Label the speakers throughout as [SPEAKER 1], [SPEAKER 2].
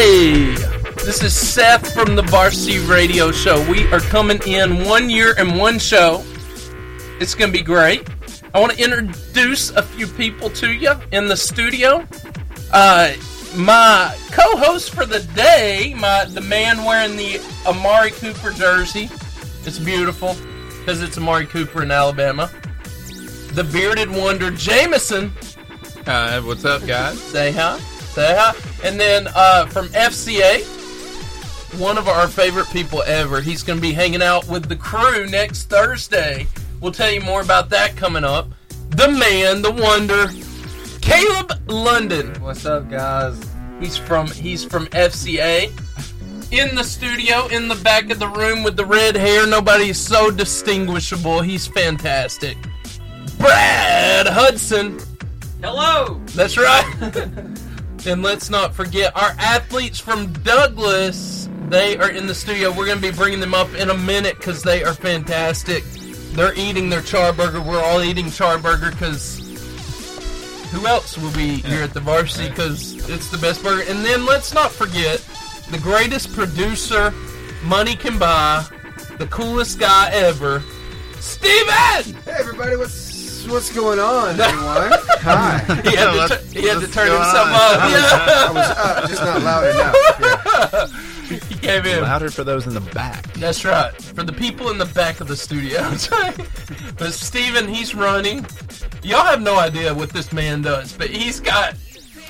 [SPEAKER 1] Hey, this is Seth from the Varsity Radio Show. We are coming in one year and one show. It's going to be great. I want to introduce a few people to you in the studio. Uh, my co-host for the day, my the man wearing the Amari Cooper jersey. It's beautiful because it's Amari Cooper in Alabama. The bearded wonder, Jameson.
[SPEAKER 2] Uh, what's up, guys?
[SPEAKER 1] Say hi. Say hi. And then uh, from FCA, one of our favorite people ever. He's going to be hanging out with the crew next Thursday. We'll tell you more about that coming up. The man, the wonder, Caleb London.
[SPEAKER 3] What's up, guys?
[SPEAKER 1] He's from he's from FCA. In the studio, in the back of the room with the red hair, nobody's so distinguishable. He's fantastic. Brad Hudson.
[SPEAKER 4] Hello.
[SPEAKER 1] That's right. and let's not forget our athletes from Douglas. They are in the studio. We're going to be bringing them up in a minute because they are fantastic. They're eating their charburger. We're all eating charburger because who else will be here at the varsity? Because it's the best burger. And then let's not forget the greatest producer money can buy, the coolest guy ever, Steven!
[SPEAKER 3] Hey, everybody, what's what's going on, everyone? Hi.
[SPEAKER 1] He had to,
[SPEAKER 2] Let's-
[SPEAKER 1] tu- he had to
[SPEAKER 2] let's
[SPEAKER 1] turn
[SPEAKER 2] go
[SPEAKER 1] himself
[SPEAKER 2] on.
[SPEAKER 1] up. Yeah.
[SPEAKER 3] I was up, just not loud enough. Yeah.
[SPEAKER 1] He came in.
[SPEAKER 2] Louder for those in the back.
[SPEAKER 1] That's right. For the people in the back of the studio. That's right. but Steven, he's running. Y'all have no idea what this man does, but he's got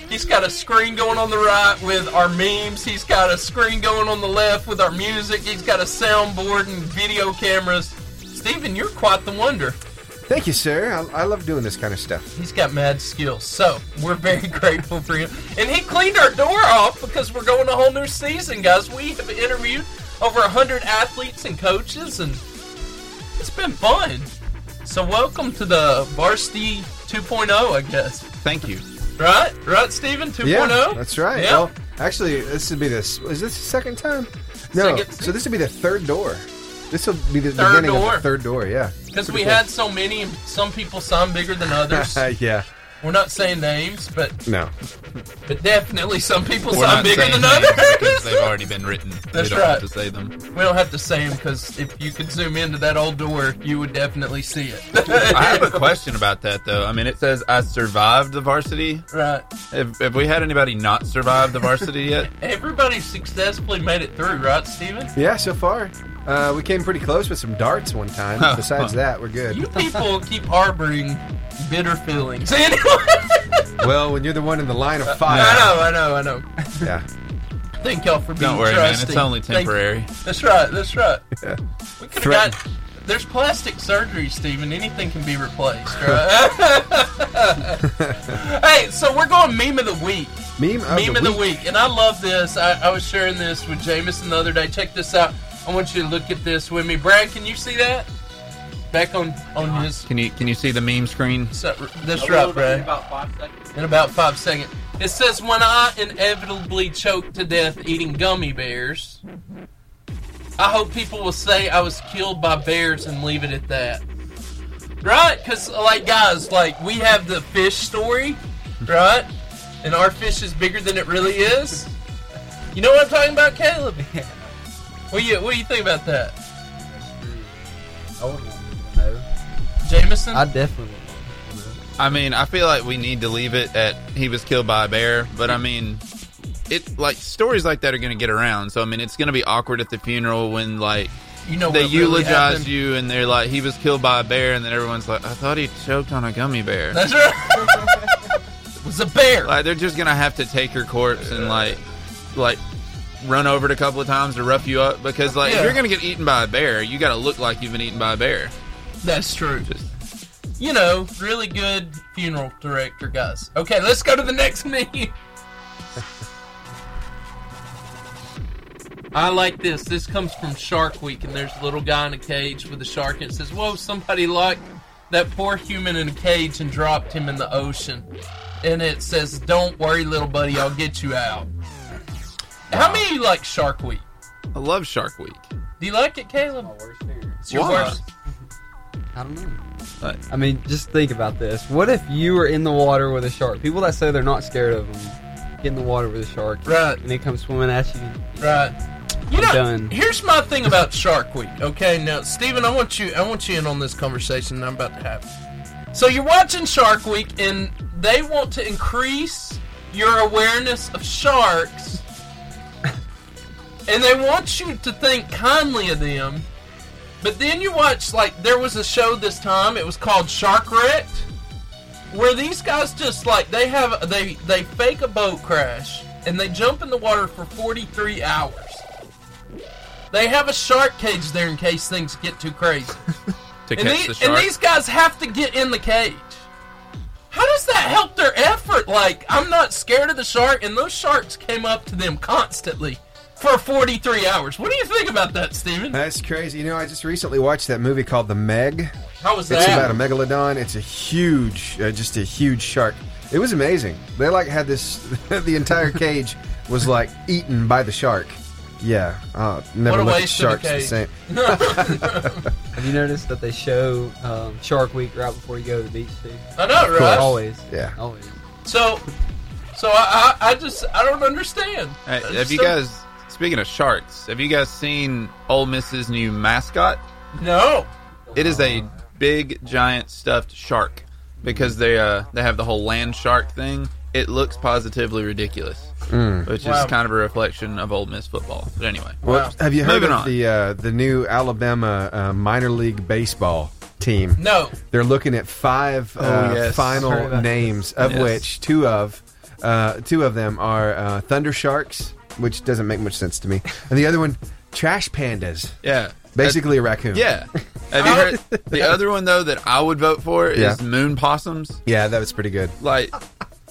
[SPEAKER 1] he's got a screen going on the right with our memes, he's got a screen going on the left with our music, he's got a soundboard and video cameras. Steven, you're quite the wonder.
[SPEAKER 3] Thank you, sir. I, I love doing this kind of stuff.
[SPEAKER 1] He's got mad skills. So we're very grateful for him. And he cleaned our door off because we're going a whole new season, guys. We have interviewed over 100 athletes and coaches, and it's been fun. So welcome to the Varsity 2.0, I guess.
[SPEAKER 2] Thank you.
[SPEAKER 1] Right? Right, Steven? 2.0?
[SPEAKER 3] Yeah, that's right.
[SPEAKER 1] oh. Yeah.
[SPEAKER 3] Well, actually, this would be this. Is this the second time? No.
[SPEAKER 1] Second-
[SPEAKER 3] So this would be the third door. This will be the
[SPEAKER 1] Third
[SPEAKER 3] beginning
[SPEAKER 1] door.
[SPEAKER 3] of the third door. Yeah.
[SPEAKER 1] Because we
[SPEAKER 3] Pretty
[SPEAKER 1] had so many, and some people sound bigger than others.
[SPEAKER 3] cool. yeah.
[SPEAKER 1] We're not saying names, but
[SPEAKER 3] No.
[SPEAKER 1] but definitely some people
[SPEAKER 2] We're
[SPEAKER 1] sound
[SPEAKER 2] not
[SPEAKER 1] bigger
[SPEAKER 2] saying
[SPEAKER 1] than
[SPEAKER 2] names because
[SPEAKER 1] others.
[SPEAKER 2] they've already been written.
[SPEAKER 1] That's
[SPEAKER 2] we don't
[SPEAKER 1] right.
[SPEAKER 2] have to say them.
[SPEAKER 1] We don't have to say them because if you could zoom into that old door, you would definitely see it.
[SPEAKER 2] I have a question about that, though. I mean, it says I survived the varsity.
[SPEAKER 1] right.
[SPEAKER 2] Have, have we had anybody not survive the varsity yet?
[SPEAKER 1] Everybody successfully made it through, right, Steven?
[SPEAKER 3] Yeah. So far, uh, we came pretty close with some darts one time. Besides that, we're good.
[SPEAKER 1] You people keep harboring bitter feelings. Anyway,
[SPEAKER 3] Well, when you're the one in the line of fire.
[SPEAKER 1] I know, I know, I know.
[SPEAKER 3] Yeah.
[SPEAKER 1] Thank y'all for being
[SPEAKER 2] Don't worry, man. It's
[SPEAKER 1] trusting.
[SPEAKER 2] only
[SPEAKER 1] Thank-
[SPEAKER 2] temporary.
[SPEAKER 1] that's right, that's right.
[SPEAKER 3] Yeah.
[SPEAKER 1] We could
[SPEAKER 3] Threaten.
[SPEAKER 1] have got. There's plastic surgery, Steven. Anything can be replaced, right? hey, so we're going meme of the week.
[SPEAKER 3] Meme of
[SPEAKER 1] meme
[SPEAKER 3] the
[SPEAKER 1] of the
[SPEAKER 3] week.
[SPEAKER 1] week, and I love this. I, I was sharing this with Jameson the other day. Check this out. I want you to look at this with me, Brad. Can you see that? Back on on his.
[SPEAKER 2] Can you can you see the meme screen?
[SPEAKER 1] so- That's
[SPEAKER 4] A little
[SPEAKER 1] right,
[SPEAKER 4] bit,
[SPEAKER 1] Brad.
[SPEAKER 4] About five seconds.
[SPEAKER 1] In about five seconds, it says, "When I inevitably choke to death eating gummy bears, I hope people will say I was killed by bears and leave it at that." Right? Because, like, guys, like we have the fish story, right? And our fish is bigger than it really is. You know what I'm talking about, Caleb? What do you What do you think about that,
[SPEAKER 4] I wouldn't want to know.
[SPEAKER 1] Jameson?
[SPEAKER 4] I definitely wouldn't want
[SPEAKER 2] I mean, I feel like we need to leave it at he was killed by a bear, but I mean, it like stories like that are going to get around. So I mean, it's going to be awkward at the funeral when like
[SPEAKER 1] you know
[SPEAKER 2] they
[SPEAKER 1] what really
[SPEAKER 2] eulogize
[SPEAKER 1] happened?
[SPEAKER 2] you and they're like he was killed by a bear and then everyone's like i thought he choked on a gummy bear
[SPEAKER 1] That's right. it was a bear.
[SPEAKER 2] like they're just gonna have to take your corpse and like like run over it a couple of times to rough you up because like
[SPEAKER 1] Yeah.
[SPEAKER 2] if you're gonna get eaten by a bear you gotta look like you've been eaten by a bear
[SPEAKER 1] That's true.
[SPEAKER 2] just
[SPEAKER 1] you know, really good funeral director guys. Okay, let's go to the next meme. I like this. This comes from Shark Week, and there's a little guy in a cage with a shark, and it says, Whoa, somebody locked that poor human in a cage and dropped him in the ocean. And it says, Don't worry, little buddy, I'll get you out. How many of you like Shark Week?
[SPEAKER 2] i love shark week
[SPEAKER 1] Do you like it,
[SPEAKER 4] to.
[SPEAKER 1] Caleb?
[SPEAKER 4] My worst fear.
[SPEAKER 1] It's your
[SPEAKER 2] Why?
[SPEAKER 1] worst.
[SPEAKER 5] Oh, I don't know.
[SPEAKER 2] Like-
[SPEAKER 5] I mean, just think about this. What if you were in the water with a shark? People that say they're not scared of them get in the water with a shark.
[SPEAKER 1] Right.
[SPEAKER 5] And they come swimming at you.
[SPEAKER 1] Right. You
[SPEAKER 5] I'm
[SPEAKER 1] know,
[SPEAKER 5] done.
[SPEAKER 1] here's my thing about Shark Week. Okay, now Steven, I want you, I want you in on this conversation I'm about to have. So you're watching Shark Week, and they want to increase your awareness of sharks, and they want you to think kindly of them. But then you watch, like, there was a show this time. It was called Shark Wrecked where these guys just like they have they they fake a boat crash and they jump in the water for 43 hours they have a shark cage there in case things get too crazy
[SPEAKER 2] to
[SPEAKER 1] and,
[SPEAKER 2] catch
[SPEAKER 1] the-
[SPEAKER 2] the shark.
[SPEAKER 1] and these guys have to get in the cage how does that help their effort like i'm not scared of the shark and those sharks came up to them constantly for 43 hours what do you think about that steven
[SPEAKER 3] That's crazy. You know, I just recently watched that movie called The Meg.
[SPEAKER 1] how was
[SPEAKER 3] It's about
[SPEAKER 1] that
[SPEAKER 3] a megalodon. It's a huge, uh, just a huge shark. It was amazing. They like had this. the entire cage was like eaten by the shark. Yeah, uh,
[SPEAKER 1] What
[SPEAKER 3] never
[SPEAKER 1] a
[SPEAKER 3] look at
[SPEAKER 1] waste of a
[SPEAKER 3] sharks the
[SPEAKER 1] cage.
[SPEAKER 3] same.
[SPEAKER 5] Have you noticed that they show um, Shark Week right before you go to the beach too?
[SPEAKER 1] i know right
[SPEAKER 5] Always.
[SPEAKER 3] Yeah.
[SPEAKER 5] Always.
[SPEAKER 1] so so I, I i just i don't understand
[SPEAKER 2] Hey,
[SPEAKER 1] I
[SPEAKER 2] have
[SPEAKER 1] just
[SPEAKER 2] you
[SPEAKER 1] don't-
[SPEAKER 2] guys? Speaking of sharks, have you guys seen Ole Miss's new mascot?
[SPEAKER 1] No.
[SPEAKER 2] It is a big, giant stuffed shark because they uh, they have the whole land shark thing. It looks positively ridiculous,
[SPEAKER 3] Hmm.
[SPEAKER 2] which
[SPEAKER 1] Wow.
[SPEAKER 2] is kind of a reflection of Ole Miss football. But anyway,
[SPEAKER 1] Wow.
[SPEAKER 3] Have you heard
[SPEAKER 2] Moving
[SPEAKER 3] of
[SPEAKER 2] on.
[SPEAKER 3] the uh, the new Alabama uh, minor league baseball team?
[SPEAKER 1] No.
[SPEAKER 3] They're looking at five uh,
[SPEAKER 2] Oh, yes.
[SPEAKER 5] Heard
[SPEAKER 3] final
[SPEAKER 5] about
[SPEAKER 3] names, of
[SPEAKER 2] Yes.
[SPEAKER 3] which two of uh, two of them are uh, Thunder Sharks, which doesn't make much sense to me, and the other one, Trash Pandas,
[SPEAKER 2] yeah,
[SPEAKER 3] basically a raccoon.
[SPEAKER 2] yeah. Have you heard the other one though that I would vote for is
[SPEAKER 3] Yeah.
[SPEAKER 2] moon possums?
[SPEAKER 3] yeah, that was pretty good.
[SPEAKER 2] Like,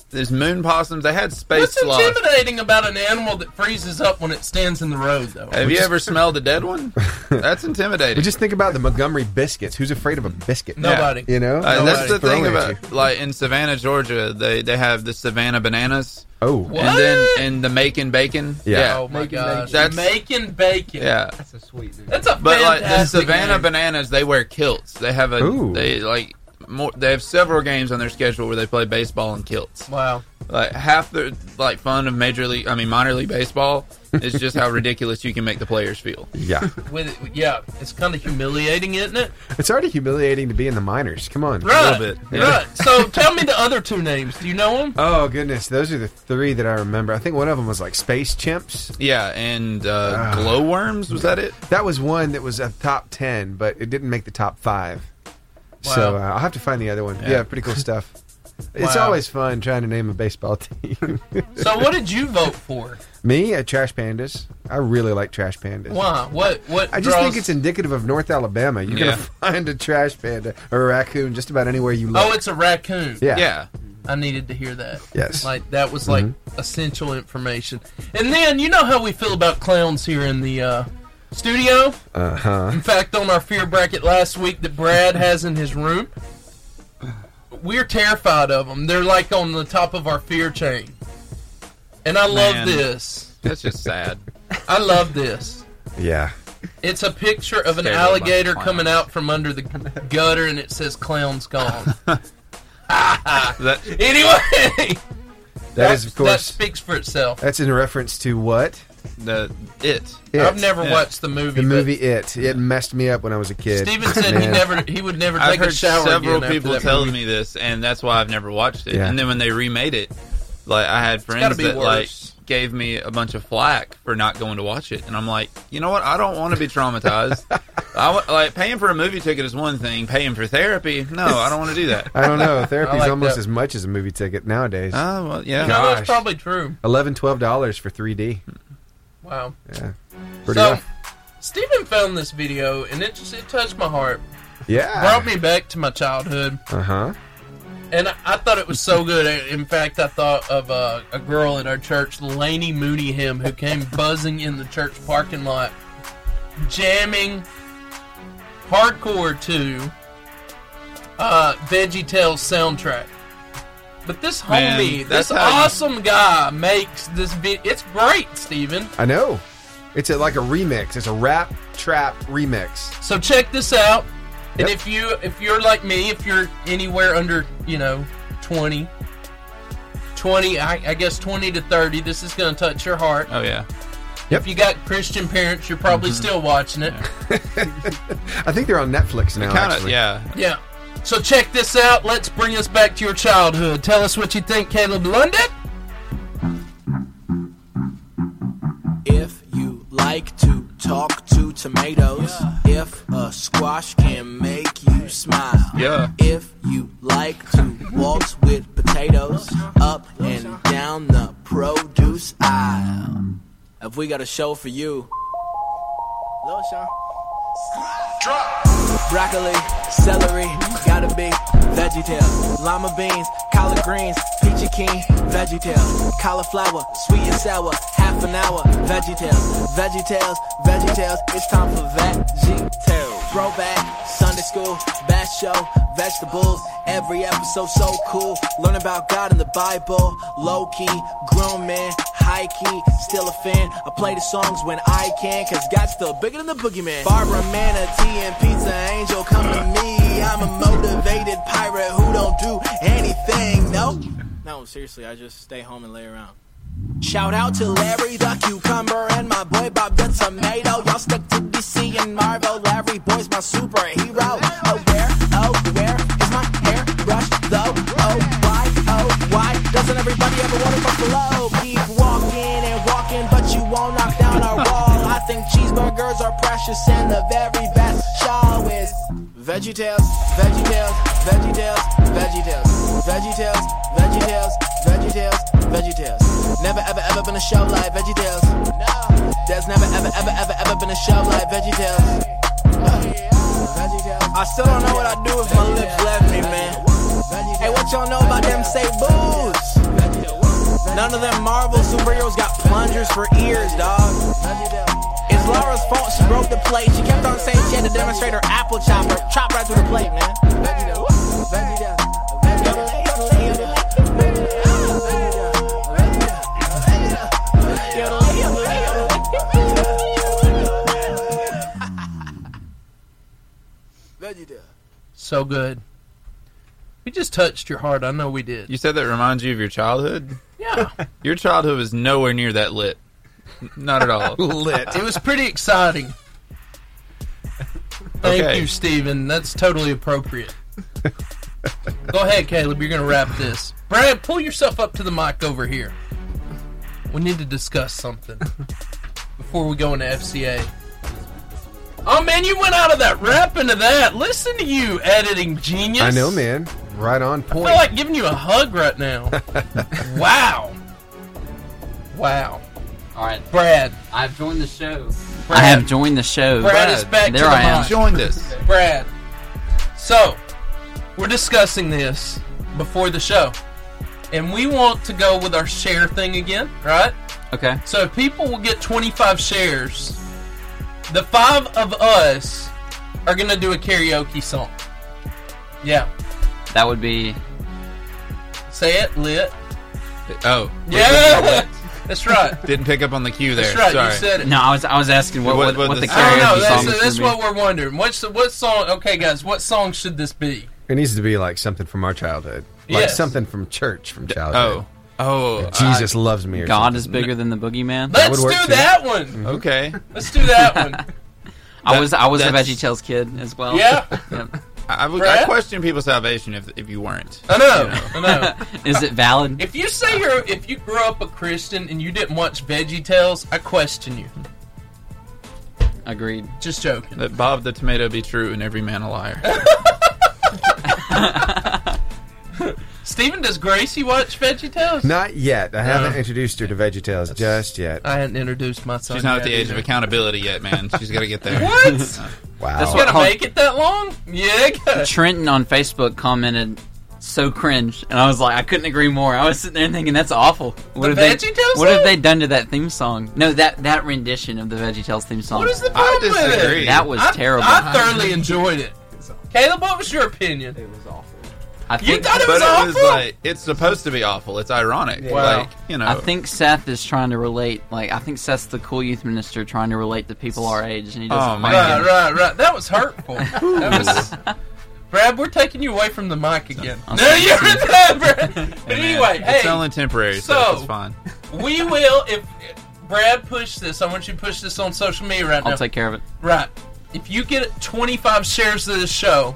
[SPEAKER 2] there's moon possums. They had space
[SPEAKER 1] What's
[SPEAKER 2] sloth.
[SPEAKER 1] intimidating about an animal that freezes up when it stands in the road, though?
[SPEAKER 2] Have you ever smelled a dead one? That's intimidating.
[SPEAKER 3] But just think about the Montgomery biscuits. Who's afraid of a biscuit?
[SPEAKER 2] No.
[SPEAKER 1] Nobody.
[SPEAKER 3] You know,
[SPEAKER 2] Uh,
[SPEAKER 1] No
[SPEAKER 2] that's
[SPEAKER 1] way.
[SPEAKER 2] the
[SPEAKER 3] Throwing
[SPEAKER 2] thing
[SPEAKER 3] at
[SPEAKER 2] about like in Savannah, Georgia, they they have the Savannah bananas
[SPEAKER 3] Oh,
[SPEAKER 1] What?
[SPEAKER 2] and then and the Macon bacon.
[SPEAKER 3] Yeah.
[SPEAKER 1] Oh my
[SPEAKER 5] Making bacon.
[SPEAKER 1] gosh.
[SPEAKER 2] That's-
[SPEAKER 1] Making bacon.
[SPEAKER 2] yeah. yeah.
[SPEAKER 5] That's a sweet name.
[SPEAKER 1] That's a
[SPEAKER 2] But like the
[SPEAKER 1] fantastic
[SPEAKER 2] Savannah
[SPEAKER 1] name.
[SPEAKER 2] bananas, they wear kilts. They have a
[SPEAKER 3] Ooh.
[SPEAKER 2] they like more. They have several games on their schedule where they play baseball in kilts.
[SPEAKER 1] Wow.
[SPEAKER 2] Like half the like fun of major league, I mean minor league baseball is just how ridiculous you can make the players feel.
[SPEAKER 3] yeah,
[SPEAKER 1] With it, yeah, it's kind of humiliating, isn't it?
[SPEAKER 3] it's already humiliating to be in the minors. Come on.
[SPEAKER 1] Right.
[SPEAKER 2] bit, yeah.
[SPEAKER 1] Right. So tell me the other two names. Do you know them?
[SPEAKER 3] Oh goodness, those are the three that I remember. I think one of them was like space chimps.
[SPEAKER 2] Yeah, and uh,
[SPEAKER 3] Ah.
[SPEAKER 2] glowworms was that it?
[SPEAKER 3] That was one that was a top ten, but it didn't make the top five.
[SPEAKER 1] Wow.
[SPEAKER 3] So uh, I'll have to find the other one.
[SPEAKER 2] Yeah.
[SPEAKER 3] Yeah, pretty cool stuff. It's
[SPEAKER 1] Wow.
[SPEAKER 3] always fun trying to name a baseball team.
[SPEAKER 1] So what did you vote for?
[SPEAKER 3] Me at Trash Pandas. I really like Trash Pandas.
[SPEAKER 1] Why? What? What?
[SPEAKER 3] I just
[SPEAKER 1] draws-
[SPEAKER 3] think it's indicative of North Alabama. You're
[SPEAKER 2] Yeah.
[SPEAKER 3] gonna find a trash panda or a raccoon just about anywhere you look.
[SPEAKER 1] Oh, it's a raccoon.
[SPEAKER 3] yeah,
[SPEAKER 2] yeah.
[SPEAKER 1] I needed to hear that.
[SPEAKER 3] Yes. Mm-hmm.
[SPEAKER 1] Like that was like essential information. And then you know how we feel about clowns here in the uh, studio.
[SPEAKER 3] Uh huh.
[SPEAKER 1] In fact, on our fear bracket last week that Brad has in his room, we're terrified of them. They're like on the top of our fear chain. And I love
[SPEAKER 2] Man.
[SPEAKER 1] this.
[SPEAKER 2] That's just sad.
[SPEAKER 1] I love this.
[SPEAKER 3] Yeah.
[SPEAKER 1] It's a picture of an
[SPEAKER 2] Scared of a bunch of
[SPEAKER 1] alligator
[SPEAKER 2] clowns.
[SPEAKER 1] coming out from under the gutter and it says clown's gone.
[SPEAKER 2] That
[SPEAKER 1] anyway,
[SPEAKER 3] that is of
[SPEAKER 1] that
[SPEAKER 3] course.
[SPEAKER 1] speaks for itself.
[SPEAKER 3] that's in reference to what
[SPEAKER 2] the it.
[SPEAKER 3] It.
[SPEAKER 1] I've never
[SPEAKER 2] Yeah.
[SPEAKER 1] watched the movie.
[SPEAKER 3] the
[SPEAKER 1] but
[SPEAKER 3] movie It. It messed me up when I was a kid.
[SPEAKER 1] Steven said he
[SPEAKER 3] Man.
[SPEAKER 1] never he would never
[SPEAKER 2] I've
[SPEAKER 1] take a
[SPEAKER 2] heard
[SPEAKER 1] shower.
[SPEAKER 2] several
[SPEAKER 1] again after
[SPEAKER 2] people
[SPEAKER 1] that
[SPEAKER 2] telling
[SPEAKER 1] movie.
[SPEAKER 2] me this, and that's why I've never watched it.
[SPEAKER 3] Yeah.
[SPEAKER 2] And then when they remade it, like I had
[SPEAKER 1] gotta
[SPEAKER 2] friends
[SPEAKER 1] be
[SPEAKER 2] that
[SPEAKER 1] worse.
[SPEAKER 2] like gave me a bunch of flack for not going to watch it, and I'm like, you know what? I don't want to be traumatized. I wa- like paying for a movie ticket is one thing. Paying for therapy, no, I don't want to do that.
[SPEAKER 3] I don't know. Therapy's
[SPEAKER 1] like
[SPEAKER 3] almost
[SPEAKER 1] that.
[SPEAKER 3] as much as a movie ticket nowadays.
[SPEAKER 2] Oh well, yeah.
[SPEAKER 1] No, that's
[SPEAKER 3] Gosh.
[SPEAKER 1] probably true.
[SPEAKER 3] Eleven, twelve dollars for 3D.
[SPEAKER 1] Wow.
[SPEAKER 3] Yeah, pretty
[SPEAKER 1] so,
[SPEAKER 3] rough.
[SPEAKER 1] Steven found this video and it just it touched my heart.
[SPEAKER 3] Yeah.
[SPEAKER 1] Brought me back to my childhood,
[SPEAKER 3] Uh huh.
[SPEAKER 1] and I, I thought it was so good. In fact, I thought of uh, a girl in our church, Laney Mooneyham, who came buzzing in the church parking lot, jamming hardcore to uh, Veggie Tales soundtrack. But this
[SPEAKER 2] Man,
[SPEAKER 1] homie,
[SPEAKER 2] that's
[SPEAKER 1] this
[SPEAKER 2] how you-
[SPEAKER 1] awesome guy, makes this video. It's great, Steven.
[SPEAKER 3] I know. It's a, like a remix. It's a rap trap remix.
[SPEAKER 1] So check this out. And
[SPEAKER 3] Yep.
[SPEAKER 1] if you if you're like me, if you're anywhere under, you know, 20, 20, I, I guess 20 to 30. This is going to touch your heart.
[SPEAKER 2] Oh yeah.
[SPEAKER 3] Yep. Mm-hmm.
[SPEAKER 1] If you got Christian parents, you're probably still watching it.
[SPEAKER 3] I think they're on Netflix now.
[SPEAKER 2] Kind of.
[SPEAKER 3] actually.
[SPEAKER 2] Yeah.
[SPEAKER 1] Yeah. So check this out. Let's bring us back to your childhood. Tell us what you think, Caleb London.
[SPEAKER 6] If you like to talk to tomatoes, if a squash can make you smile,
[SPEAKER 2] Yeah.
[SPEAKER 6] if you like to waltz with potatoes up and down the produce aisle, have we got a show for you? Hello, Sean. Broccoli, celery, gotta be veggie tail. Lima beans, collard greens, peachy keen, veggie tails. Cauliflower, sweet and sour, half an hour, veggie tails. Veggie tails, veggie tails, it's time for veggie tails. Throwback, Sunday school, best show, vegetables. Every episode so cool. Learn about God in the Bible. Low key, grown man, high key, still a fan. I play the songs when I can, cause God's still bigger than the boogeyman. Barbara Manatee and Pizza Angel come to me. I'm a motivated pirate who don't do anything. No, no, seriously, I just stay home and lay around. Shout out to Larry the Cucumber and my boy Bob the Tomato. Y'all stuck to DC and Marvel. Larry Boy's my superhero. Oh, where, oh, where is my hair brush though? Oh, why, oh, why doesn't everybody ever want to buffalo? Keep walking and walking, but you won't knock down our wall. I think cheeseburgers are precious and the very best show is Veggie Tales, Veggie Tales, Veggie Tales, Veggie Tales, Veggie Tales, Veggie Tales, Veggie Tales, Veggie Tales. Never ever ever been a show like Veggie Tales. No, there's never ever ever ever ever been a show like Veggie Tales. I still don't know what I do if my lips left me, man. Hey, what y'all know about them say booze? None of them Marvel superheroes got plungers for ears, dog. It's Laura's fault she broke the plate. She kept on saying she had to demonstrate her apple chopper. Chop right through the plate, man.
[SPEAKER 1] So good. We just touched your heart. I know we did.
[SPEAKER 2] You said that reminds you of your childhood.
[SPEAKER 1] Yeah.
[SPEAKER 2] Your childhood was nowhere near that lit. N- Not at all.
[SPEAKER 1] Lit. It was pretty exciting. Thank
[SPEAKER 2] Okay.
[SPEAKER 1] you, Steven. That's totally appropriate. Go ahead, Caleb. You're going to wrap this. Brad, pull yourself up to the mic over here. We need to discuss something before we go into FCA. Oh, man, you went out of that rap into that. Listen to you, editing genius.
[SPEAKER 3] I know, man. Right on
[SPEAKER 1] I
[SPEAKER 3] point.
[SPEAKER 1] feel like giving you a hug right now. wow. Wow.
[SPEAKER 7] All right,
[SPEAKER 1] Brad.
[SPEAKER 7] I've joined the show.
[SPEAKER 1] Brad.
[SPEAKER 7] I have joined the show.
[SPEAKER 1] Brad is back
[SPEAKER 7] there
[SPEAKER 1] to the
[SPEAKER 7] I am.
[SPEAKER 1] mic.
[SPEAKER 2] Join this.
[SPEAKER 1] Brad. So, we're discussing this before the show. And we want to go with our share thing again, right?
[SPEAKER 7] Okay.
[SPEAKER 1] So, if people will get 25 shares, the five of us are going to do a karaoke song. Yeah.
[SPEAKER 7] That would be
[SPEAKER 1] Say it, lit.
[SPEAKER 2] Oh,
[SPEAKER 1] Yeah. That's right.
[SPEAKER 2] didn't pick up on the cue there.
[SPEAKER 1] That's right.
[SPEAKER 2] Sorry.
[SPEAKER 1] You said it.
[SPEAKER 7] no. I was I was asking what
[SPEAKER 2] What-
[SPEAKER 7] what,
[SPEAKER 2] what
[SPEAKER 7] what,
[SPEAKER 2] the
[SPEAKER 7] the
[SPEAKER 1] I don't
[SPEAKER 7] karaoke
[SPEAKER 1] know.
[SPEAKER 7] song
[SPEAKER 1] That's,
[SPEAKER 7] was
[SPEAKER 1] that's
[SPEAKER 7] gonna
[SPEAKER 1] what we're wondering. What's the, what song? Okay, guys, what song should this be?
[SPEAKER 3] it needs to be like something from our childhood, like
[SPEAKER 1] Yes.
[SPEAKER 3] something from church from childhood.
[SPEAKER 2] oh. Oh.
[SPEAKER 3] Jesus loves me.
[SPEAKER 7] be.
[SPEAKER 3] Or
[SPEAKER 7] God
[SPEAKER 3] something.
[SPEAKER 7] is bigger than the boogeyman.
[SPEAKER 3] That
[SPEAKER 1] Let's
[SPEAKER 3] would work
[SPEAKER 1] do
[SPEAKER 3] too.
[SPEAKER 1] that one.
[SPEAKER 2] I- okay.
[SPEAKER 1] Let's do that one.
[SPEAKER 7] Mm-hmm. I was I was a
[SPEAKER 2] that's-
[SPEAKER 7] Veggie Tales kid as well.
[SPEAKER 1] Yeah.
[SPEAKER 7] Yep.
[SPEAKER 2] I, I would, I
[SPEAKER 1] Brad?
[SPEAKER 2] question people's salvation if, if you weren't.
[SPEAKER 1] I know. I know.
[SPEAKER 7] Is it valid?
[SPEAKER 1] If you say you're, if you grew up a Christian and you didn't watch Veggie Tales, I question you.
[SPEAKER 7] Agreed.
[SPEAKER 1] Just joking.
[SPEAKER 2] Let Bob the tomato be true and every man a liar.
[SPEAKER 1] Steven, does Gracie watch Veggie Tales?
[SPEAKER 3] Not yet. I haven't introduced her to VeggieTales just yet.
[SPEAKER 1] I hadn't introduced my son.
[SPEAKER 2] She's not
[SPEAKER 1] yet
[SPEAKER 2] at the age of
[SPEAKER 1] either.
[SPEAKER 2] accountability yet, man. She's got to get there.
[SPEAKER 1] What?
[SPEAKER 3] Wow.
[SPEAKER 7] That's
[SPEAKER 1] You
[SPEAKER 7] what-
[SPEAKER 1] gotta make it that long? Yeah. gotta-
[SPEAKER 7] Trenton on Facebook commented, "So cringe," and I was like, I couldn't agree more. I was sitting there thinking, "That's awful." What
[SPEAKER 1] The
[SPEAKER 7] have they?
[SPEAKER 1] VeggieTales
[SPEAKER 7] What
[SPEAKER 1] song?
[SPEAKER 7] have they done to that theme song? No, that that rendition of the Veggie Tales theme song.
[SPEAKER 1] What is the
[SPEAKER 2] I
[SPEAKER 1] problem with
[SPEAKER 2] disagree.
[SPEAKER 1] it?
[SPEAKER 7] That was
[SPEAKER 1] I,
[SPEAKER 7] terrible.
[SPEAKER 1] I thoroughly enjoyed it. Caleb, what was your opinion?
[SPEAKER 5] It was awful.
[SPEAKER 7] I
[SPEAKER 1] You
[SPEAKER 7] think
[SPEAKER 1] thought it
[SPEAKER 2] but
[SPEAKER 1] was
[SPEAKER 2] it was
[SPEAKER 1] awful?
[SPEAKER 2] like it's supposed to be awful. It's ironic.
[SPEAKER 5] Yeah.
[SPEAKER 1] Wow.
[SPEAKER 2] Like you know,
[SPEAKER 7] I think Seth is trying to relate. Like I think Seth's the cool youth minister trying to relate to people our age, and he doesn't.
[SPEAKER 2] Oh,
[SPEAKER 7] quite
[SPEAKER 2] man.
[SPEAKER 1] right,
[SPEAKER 7] get it.
[SPEAKER 1] right, right. That was hurtful. that was, Brad, we're taking you away from the mic again.
[SPEAKER 7] I'm
[SPEAKER 1] no,
[SPEAKER 7] sorry.
[SPEAKER 1] you're not, Brad. But
[SPEAKER 2] Hey, man,
[SPEAKER 1] anyway,
[SPEAKER 2] it's
[SPEAKER 1] hey,
[SPEAKER 2] only temporary, so,
[SPEAKER 1] so-
[SPEAKER 2] it's fine.
[SPEAKER 1] we will. If Brad push this, I want you to push this on social media right now.
[SPEAKER 7] I'll take care of it.
[SPEAKER 1] Right. If you get 25 shares of this show,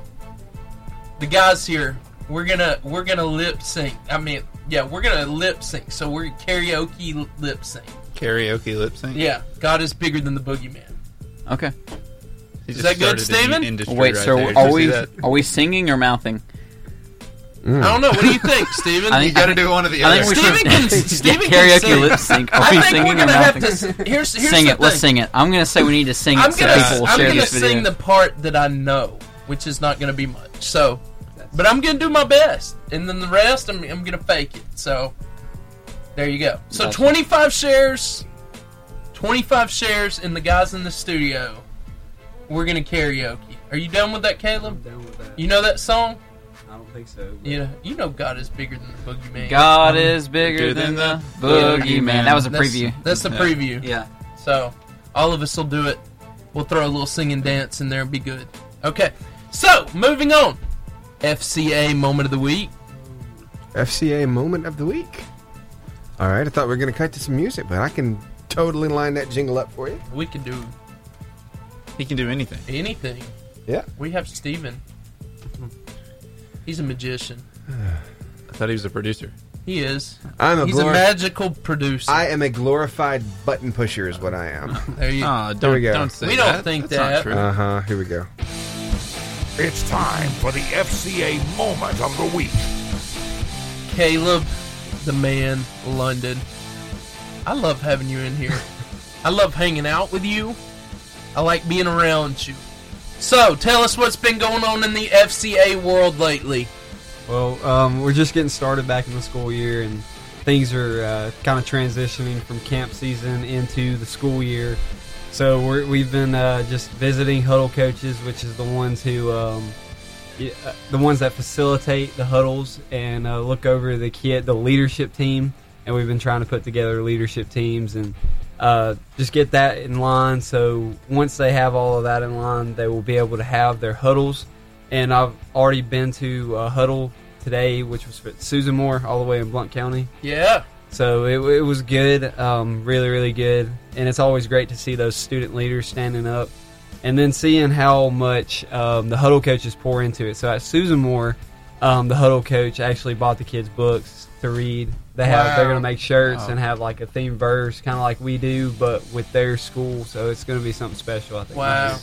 [SPEAKER 1] the guys here, we're gonna we're gonna lip sync. I mean, yeah, we're gonna lip sync. So we're karaoke lip sync.
[SPEAKER 2] Karaoke lip sync.
[SPEAKER 1] Yeah, God is bigger than the boogeyman.
[SPEAKER 7] Okay.
[SPEAKER 2] He
[SPEAKER 1] Is
[SPEAKER 2] just
[SPEAKER 1] that good,
[SPEAKER 2] started a new
[SPEAKER 1] Steven?
[SPEAKER 2] industry
[SPEAKER 7] Wait,
[SPEAKER 2] right
[SPEAKER 7] so
[SPEAKER 2] there. Did
[SPEAKER 7] are
[SPEAKER 2] you see
[SPEAKER 7] we
[SPEAKER 2] that?
[SPEAKER 7] are we singing or mouthing?
[SPEAKER 1] I don't know.
[SPEAKER 2] Mm.
[SPEAKER 1] What do you think, Steven?
[SPEAKER 7] I
[SPEAKER 2] Hmm. You got to do one of the
[SPEAKER 7] I
[SPEAKER 2] other.
[SPEAKER 7] think we
[SPEAKER 1] Steven can-
[SPEAKER 7] should Yeah,
[SPEAKER 1] Steven can
[SPEAKER 7] karaoke
[SPEAKER 1] sing.
[SPEAKER 7] lip sync. Are
[SPEAKER 1] I
[SPEAKER 7] we
[SPEAKER 1] think
[SPEAKER 7] singing
[SPEAKER 1] we're
[SPEAKER 7] or
[SPEAKER 1] gonna have
[SPEAKER 7] mouthing?
[SPEAKER 1] to. s- Here's, here's
[SPEAKER 7] sing
[SPEAKER 1] the
[SPEAKER 7] it. Let's
[SPEAKER 1] thing.
[SPEAKER 7] sing it. I'm gonna say we need to sing it
[SPEAKER 1] I'm
[SPEAKER 7] so
[SPEAKER 1] gonna
[SPEAKER 7] people will
[SPEAKER 1] I'm
[SPEAKER 7] share
[SPEAKER 1] gonna
[SPEAKER 7] this video.
[SPEAKER 1] sing the part that I know, which is not gonna be much. So, but I'm gonna do my best, and then the rest I'm I'm gonna fake it. So, there you go. So
[SPEAKER 7] Gotcha.
[SPEAKER 1] 25 shares, 25 shares, and the guys in the studio, we're gonna karaoke. Are you done with that,
[SPEAKER 5] I'm
[SPEAKER 1] Caleb?
[SPEAKER 5] down with that.
[SPEAKER 1] You know that song?
[SPEAKER 5] I don't think so. but-
[SPEAKER 1] You know, you know God is bigger than the boogeyman.
[SPEAKER 7] God is bigger
[SPEAKER 2] Mm-hmm. Bigger
[SPEAKER 7] than
[SPEAKER 2] than
[SPEAKER 7] the
[SPEAKER 2] the
[SPEAKER 7] boogeyman.
[SPEAKER 2] boogeyman.
[SPEAKER 7] That was a
[SPEAKER 1] That's-
[SPEAKER 7] preview.
[SPEAKER 1] That's the
[SPEAKER 2] Yeah.
[SPEAKER 1] preview.
[SPEAKER 7] Yeah.
[SPEAKER 1] So all of us will do it. We'll throw a little sing and dance in there and be good. Okay. So moving on. FCA moment of the week.
[SPEAKER 3] FCA moment of the week. All right, I thought we were going to cut to some music, but I can totally line that jingle up for you.
[SPEAKER 1] We can do
[SPEAKER 2] He can do anything.
[SPEAKER 1] anything.
[SPEAKER 3] Yeah.
[SPEAKER 1] We have Steven.
[SPEAKER 2] Mm-hmm.
[SPEAKER 1] He's a magician.
[SPEAKER 2] I thought he was a producer.
[SPEAKER 1] He is.
[SPEAKER 3] I'm a
[SPEAKER 1] He's a
[SPEAKER 3] glori-
[SPEAKER 1] magical producer.
[SPEAKER 3] I am a glorified button pusher, is what I am.
[SPEAKER 1] there you go.
[SPEAKER 2] Oh,
[SPEAKER 3] There we
[SPEAKER 2] don't
[SPEAKER 3] go.
[SPEAKER 2] don't say
[SPEAKER 1] We don't
[SPEAKER 2] that.
[SPEAKER 1] think
[SPEAKER 2] That's
[SPEAKER 1] that.
[SPEAKER 2] Not true.
[SPEAKER 3] Uh huh. Here we go.
[SPEAKER 8] It's time for the FCA moment of the week.
[SPEAKER 1] Caleb, the man, London. I love having you in here. I love hanging out with you. I like being around you. So, tell us what's been going on in the FCA world lately.
[SPEAKER 5] Well, um, we're just getting started back in the school year, and things are uh, kind of transitioning from camp season into the school year. So we're, we've been uh, just visiting huddle coaches, which is the ones who, um, y- uh, the ones that facilitate the huddles and uh, look over the kid, the leadership team. And we've been trying to put together leadership teams and uh, just get that in line. So once they have all of that in line, they will be able to have their huddles and I've already been to a huddle today, which was for Susan Moore, all the way in Blunt County.
[SPEAKER 1] Yeah.
[SPEAKER 5] So it, it was good, um, really, really good. And it's always great to see those student leaders standing up and then seeing how much um, the huddle coaches pour into it. So at Susan Moore, um, the huddle coach actually bought the kids books to read. They have they're
[SPEAKER 1] Wow.
[SPEAKER 5] going to make shirts
[SPEAKER 2] Wow.
[SPEAKER 5] and have like a theme verse, kind of like we do, but with their school. So it's going to be something special. I think.
[SPEAKER 1] Wow.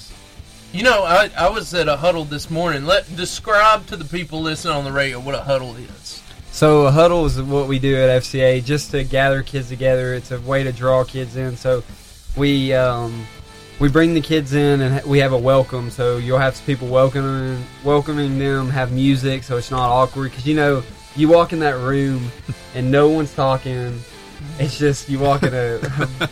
[SPEAKER 1] You know, I, I was at a huddle this morning. Let describe to the people listening on the radio what a huddle is.
[SPEAKER 5] So a huddle is what we do at FCA just to gather kids together. It's a way to draw kids in. So we um, we bring the kids in and ha- we have a welcome. So you'll have people welcoming welcoming them, have music, so it's not awkward. Because you know you walk in that room and no one's talking. It's just you walk in a,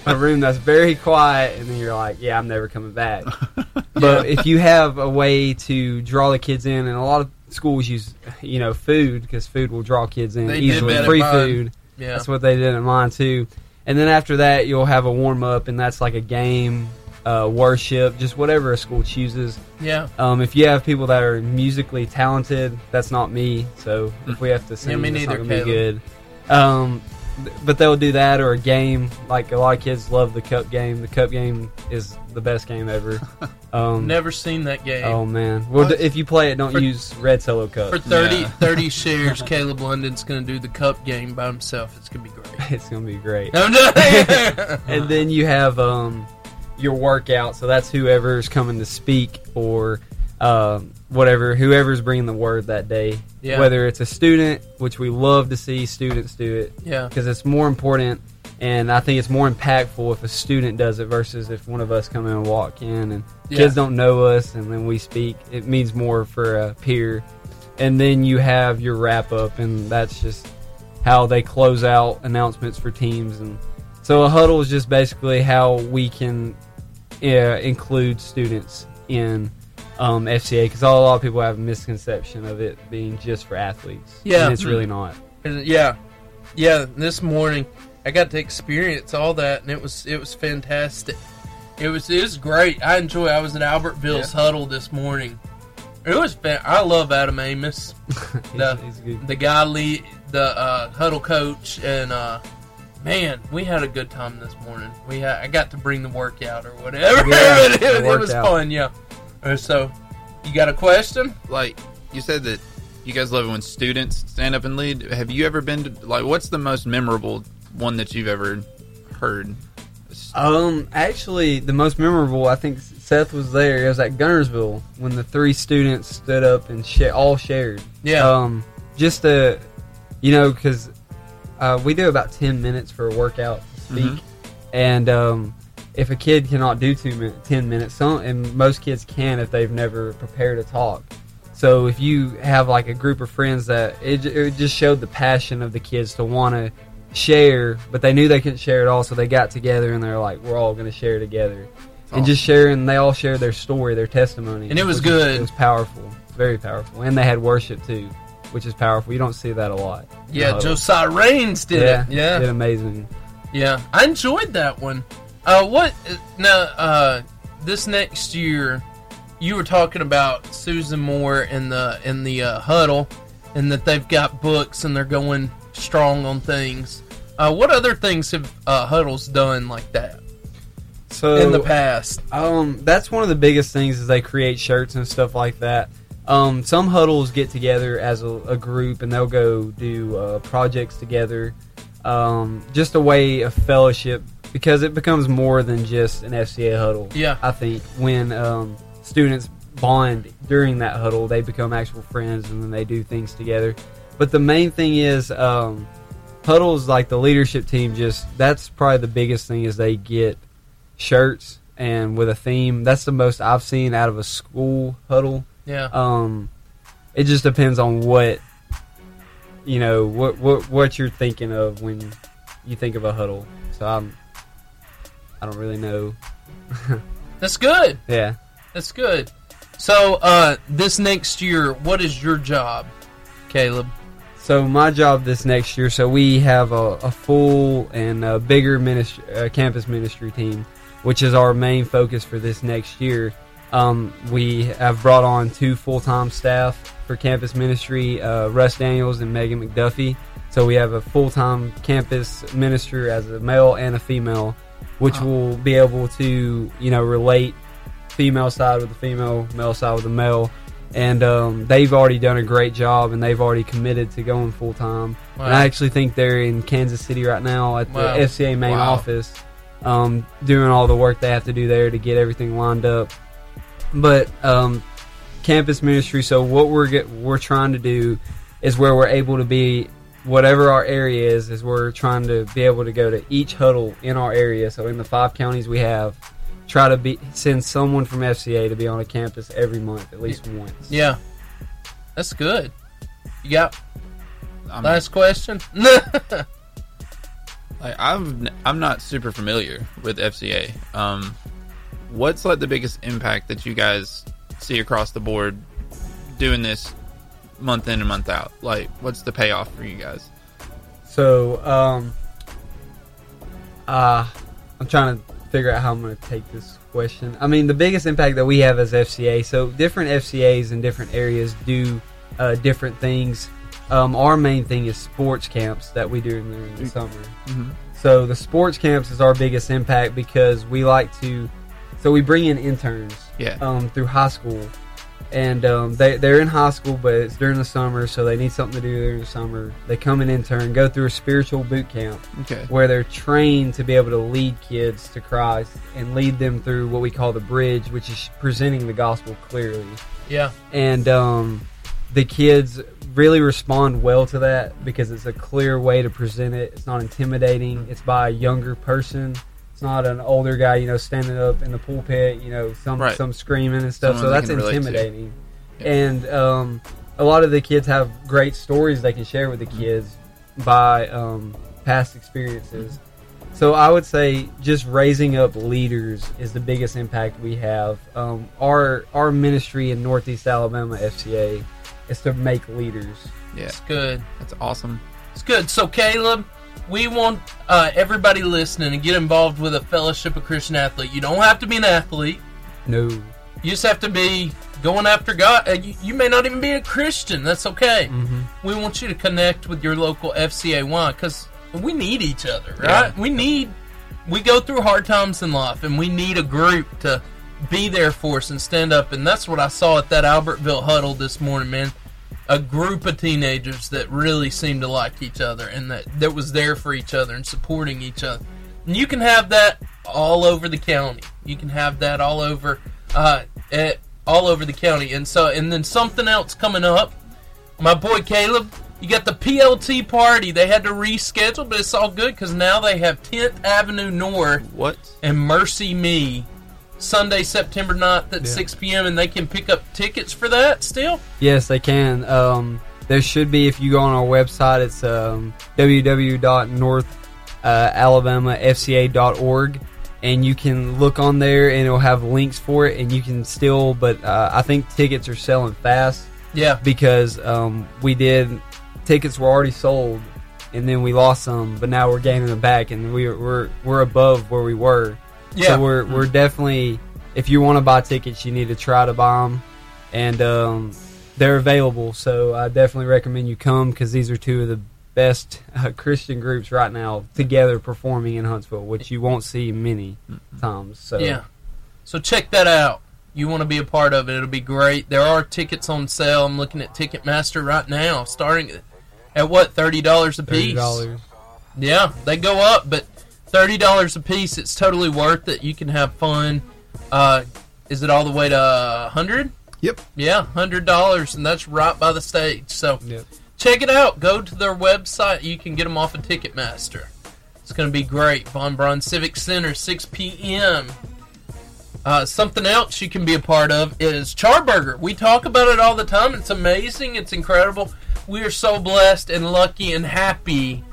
[SPEAKER 5] a room that's very quiet, and then you're like, "Yeah, I'm never coming back." But if you have a way to draw the kids in, and a lot of schools use, you know, food because food will draw kids in
[SPEAKER 1] They did
[SPEAKER 5] easily.
[SPEAKER 1] that at
[SPEAKER 5] Free
[SPEAKER 1] mine.
[SPEAKER 5] food.
[SPEAKER 1] Yeah.
[SPEAKER 5] That's what they did in mine too. And then after that, you'll have a warm up, and that's like a game, uh, worship, just whatever a school chooses.
[SPEAKER 1] Yeah.
[SPEAKER 5] Um, if you have people that are musically talented, that's not me. So if we have to sing,
[SPEAKER 1] Yeah, me
[SPEAKER 5] it's not
[SPEAKER 1] neither,
[SPEAKER 5] gonna be good. Um, th- but they'll do that or a game. Like a lot of kids love the cup game. The cup game is the best game ever. Um,
[SPEAKER 1] Never seen that game.
[SPEAKER 5] Oh man! Well, d-
[SPEAKER 2] What?
[SPEAKER 5] if you play it, don't
[SPEAKER 1] For-
[SPEAKER 5] use red solo cup.
[SPEAKER 1] For 30,
[SPEAKER 2] Yeah.
[SPEAKER 1] 30 shares, Caleb London's going to do the cup game by himself. It's going to be great.
[SPEAKER 5] it's gonna be great.
[SPEAKER 1] No, no.
[SPEAKER 5] and then you have um, your workout. So that's whoever's coming to speak or um, whatever, whoever's bringing the word that day.
[SPEAKER 1] Yeah.
[SPEAKER 5] Whether it's a student, which we love to see students do it
[SPEAKER 1] yeah.
[SPEAKER 5] because it's more important, and I think it's more impactful if a student does it versus if one of us come in and walk in and
[SPEAKER 1] Yeah.
[SPEAKER 5] kids don't know us and then we speak. It means more for a peer. And then you have your wrap up, and that's just how they close out announcements for teams. And so a huddle is just basically how we can uh, include students in um, FCA because a lot of people have a misconception of it being just for athletes.
[SPEAKER 1] Yeah.
[SPEAKER 5] and it's really not.
[SPEAKER 1] Yeah. Yeah, this morning I got to experience all that and it was it was fantastic. It was it was great. I enjoy I was at Albertville's huddle this morning It was. Fan- I love Adam Amos, the
[SPEAKER 5] He's- he's good.
[SPEAKER 1] the guy lead, the uh, huddle coach, and uh, man, we had a good time this morning. We had, I got to bring the workout or whatever.
[SPEAKER 5] Yeah,
[SPEAKER 1] it,
[SPEAKER 5] the
[SPEAKER 1] was
[SPEAKER 5] workout.
[SPEAKER 1] fun. Yeah. Uh, So, you got a question?
[SPEAKER 2] Like you said that you guys love it when students stand up and lead. Have you ever been to like what's the most memorable one that you've ever heard?
[SPEAKER 5] Um, actually, the most memorable, I think Seth was there. It was at Gunnersville when the three students stood up and sh- all shared.
[SPEAKER 1] Yeah.
[SPEAKER 5] Um, just to, you know, because uh, we do about 10 minutes for a workout to speak. And um, if a kid cannot do two min- 10 minutes, some, and most kids can if they've never prepared a talk. So if you have like a group of friends that it, ju- it just showed the passion of the kids to want to share, but they knew they couldn't share it all, so they got together and they're like, we're all going to share together. And just sharing, they all shared their story, their testimony,
[SPEAKER 1] And it was
[SPEAKER 5] which is-
[SPEAKER 1] good.
[SPEAKER 5] It was powerful, very powerful, and they had worship too, which is powerful. You don't see that a lot.
[SPEAKER 1] Yeah,
[SPEAKER 5] No.
[SPEAKER 1] Josiah Raines did it. Yeah.
[SPEAKER 5] did amazing.
[SPEAKER 1] Yeah, I enjoyed that one. Uh, what now? Uh, this next year, you were talking about Susan Moore and the in the uh, huddle, and that they've got books and they're going strong on things. Uh, what other things have uh, huddles done like that
[SPEAKER 5] So
[SPEAKER 1] in the past?
[SPEAKER 5] Um, that's one of the biggest things is they create shirts and stuff like that. Um, some huddles get together as a, a group and they'll go do uh, projects together. Um, just a way of fellowship because it becomes more than just an FCA huddle.
[SPEAKER 1] Yeah.
[SPEAKER 5] I think when um, students bond during that huddle, they become actual friends and then they do things together. But the main thing is um, huddles like the leadership team just that's probably the biggest thing is they get shirts and with a theme. That's the most I've seen out of a school huddle.
[SPEAKER 1] Yeah,
[SPEAKER 5] Um, it just depends on what you know what what what you're thinking of when you think of a huddle. So I'm I don't really know.
[SPEAKER 1] that's good.
[SPEAKER 5] Yeah.
[SPEAKER 1] That's good. So uh, this next year, what is your job, Caleb?
[SPEAKER 5] So my job this next year. So we have a, a full and a bigger ministry, uh, campus ministry team, which is our main focus for this next year. Um, we have brought on two full time staff for campus ministry, uh, Russ Daniels and Megan McDuffie. So we have a full time campus minister as a male and a female, which
[SPEAKER 1] Oh.
[SPEAKER 5] will be able to you know relate female side with the female, male side with the male. And um, they've already done a great job, and they've already committed to going full time. And
[SPEAKER 1] Wow.
[SPEAKER 5] I actually think they're in Kansas City right now at the
[SPEAKER 1] Wow.
[SPEAKER 5] FCA main
[SPEAKER 2] Wow.
[SPEAKER 5] office, um, doing all the work they have to do there to get everything lined up. But um, campus ministry. So what we're get, we're trying to do is where we're able to be whatever our area is is we're trying to be able to go to each huddle in our area. So in the five counties we have, try to be send someone from FCA to be on a campus every month at least once.
[SPEAKER 1] Yeah, that's good. You got
[SPEAKER 2] I'm,
[SPEAKER 1] last question?
[SPEAKER 2] like, I'm I'm not super familiar with FCA. Um, what's like the biggest impact that you guys see across the board doing this month in and month out? Like, what's the payoff for you guys?
[SPEAKER 5] So um, uh, I'm trying to figure out how I'm going to take this question. I mean, the biggest impact that we have as FCA. So different FCAs in different areas do uh, different things. Um, our main thing is sports camps that we do during the summer. So the sports camps is our biggest impact because we like to. So we bring in interns
[SPEAKER 2] Yeah.
[SPEAKER 5] um, through high school, and um, they they're in high school, but it's during the summer, so they need something to do during the summer. They come and intern, go through a spiritual boot camp
[SPEAKER 2] Okay.
[SPEAKER 5] where they're trained to be able to lead kids to Christ and lead them through what we call the bridge, which is presenting the gospel clearly
[SPEAKER 1] yeah.
[SPEAKER 5] and um, the kids really respond well to that because it's a clear way to present it. It's not intimidating. It's by a younger person. It's not an older guy, you know, standing up in the pulpit, you know, some
[SPEAKER 2] Right.
[SPEAKER 5] some screaming and stuff.
[SPEAKER 2] Someone
[SPEAKER 5] so
[SPEAKER 2] they can
[SPEAKER 5] that's
[SPEAKER 2] relate to.
[SPEAKER 5] intimidating. And um, a lot of the kids have great stories they can share with the kids by um, past experiences. So I would say just raising up leaders is the biggest impact we have. Um, our our ministry in Northeast Alabama FCA is to make leaders.
[SPEAKER 2] Yeah.
[SPEAKER 1] It's good.
[SPEAKER 2] That's awesome.
[SPEAKER 1] It's good. So, Caleb, we want uh, everybody listening to get involved with a Fellowship of Christian Athlete. You don't have to be an athlete.
[SPEAKER 5] No,
[SPEAKER 1] You just have to be going after God. Uh, you, you may not even be a Christian. That's okay. We want you to connect with your local FCA1 because we need each other, right? We need, we go through hard times in life and we need a group to be there for us and stand up. And that's what I saw at that Albertville huddle this morning, man. A group of teenagers that really seemed to like each other and that, that was there for each other and supporting each other. And you can have that all over the county. You can have that all over, uh, at, all over the county. And so, and then something else coming up. My boy Caleb, you got the PLT party. They had to reschedule, but it's all good because now they have 10th Avenue North
[SPEAKER 2] What?
[SPEAKER 1] and Mercy Me Sunday, September 9th at 6 p.m. And they can pick up tickets for that still.
[SPEAKER 5] Yes, they can. Um, there should be, if you go on our website, it's um, uh, www.northalamafca.org, and you can look on there, and it'll have links for it, and you can still. But uh, I think tickets are selling fast
[SPEAKER 1] Yeah.
[SPEAKER 5] because um, we did tickets were already sold, and then we lost some, but now we're gaining them back, and we're we're, we're above where we were.
[SPEAKER 1] Yeah.
[SPEAKER 5] So we're we're definitely if you want to buy tickets, you need to try to buy them, and um, they're available. So I definitely recommend you come because these are two of the best uh, Christian groups right now together performing in Huntsville, which you won't see many times. So
[SPEAKER 1] Yeah. So check that out. You want to be a part of it. It'll be great. There are tickets on sale. I'm looking at Ticketmaster right now, starting at- at what, $30 a
[SPEAKER 5] thirty
[SPEAKER 1] piece?
[SPEAKER 5] dollars.
[SPEAKER 1] Yeah, they go up, but thirty dollars a piece. It's totally worth it. You can have fun. Uh, is it all the way to hundred?
[SPEAKER 3] Yep.
[SPEAKER 1] Yeah, hundred dollars, and that's right by the stage. So
[SPEAKER 5] Yep.
[SPEAKER 1] check it out. Go to their website. You can get them off of Ticketmaster. It's going to be great. Von Braun Civic Center, six p.m. Uh, something else you can be a part of is Charburger. We talk about it all the time. It's amazing. It's incredible. We are so blessed and lucky and happy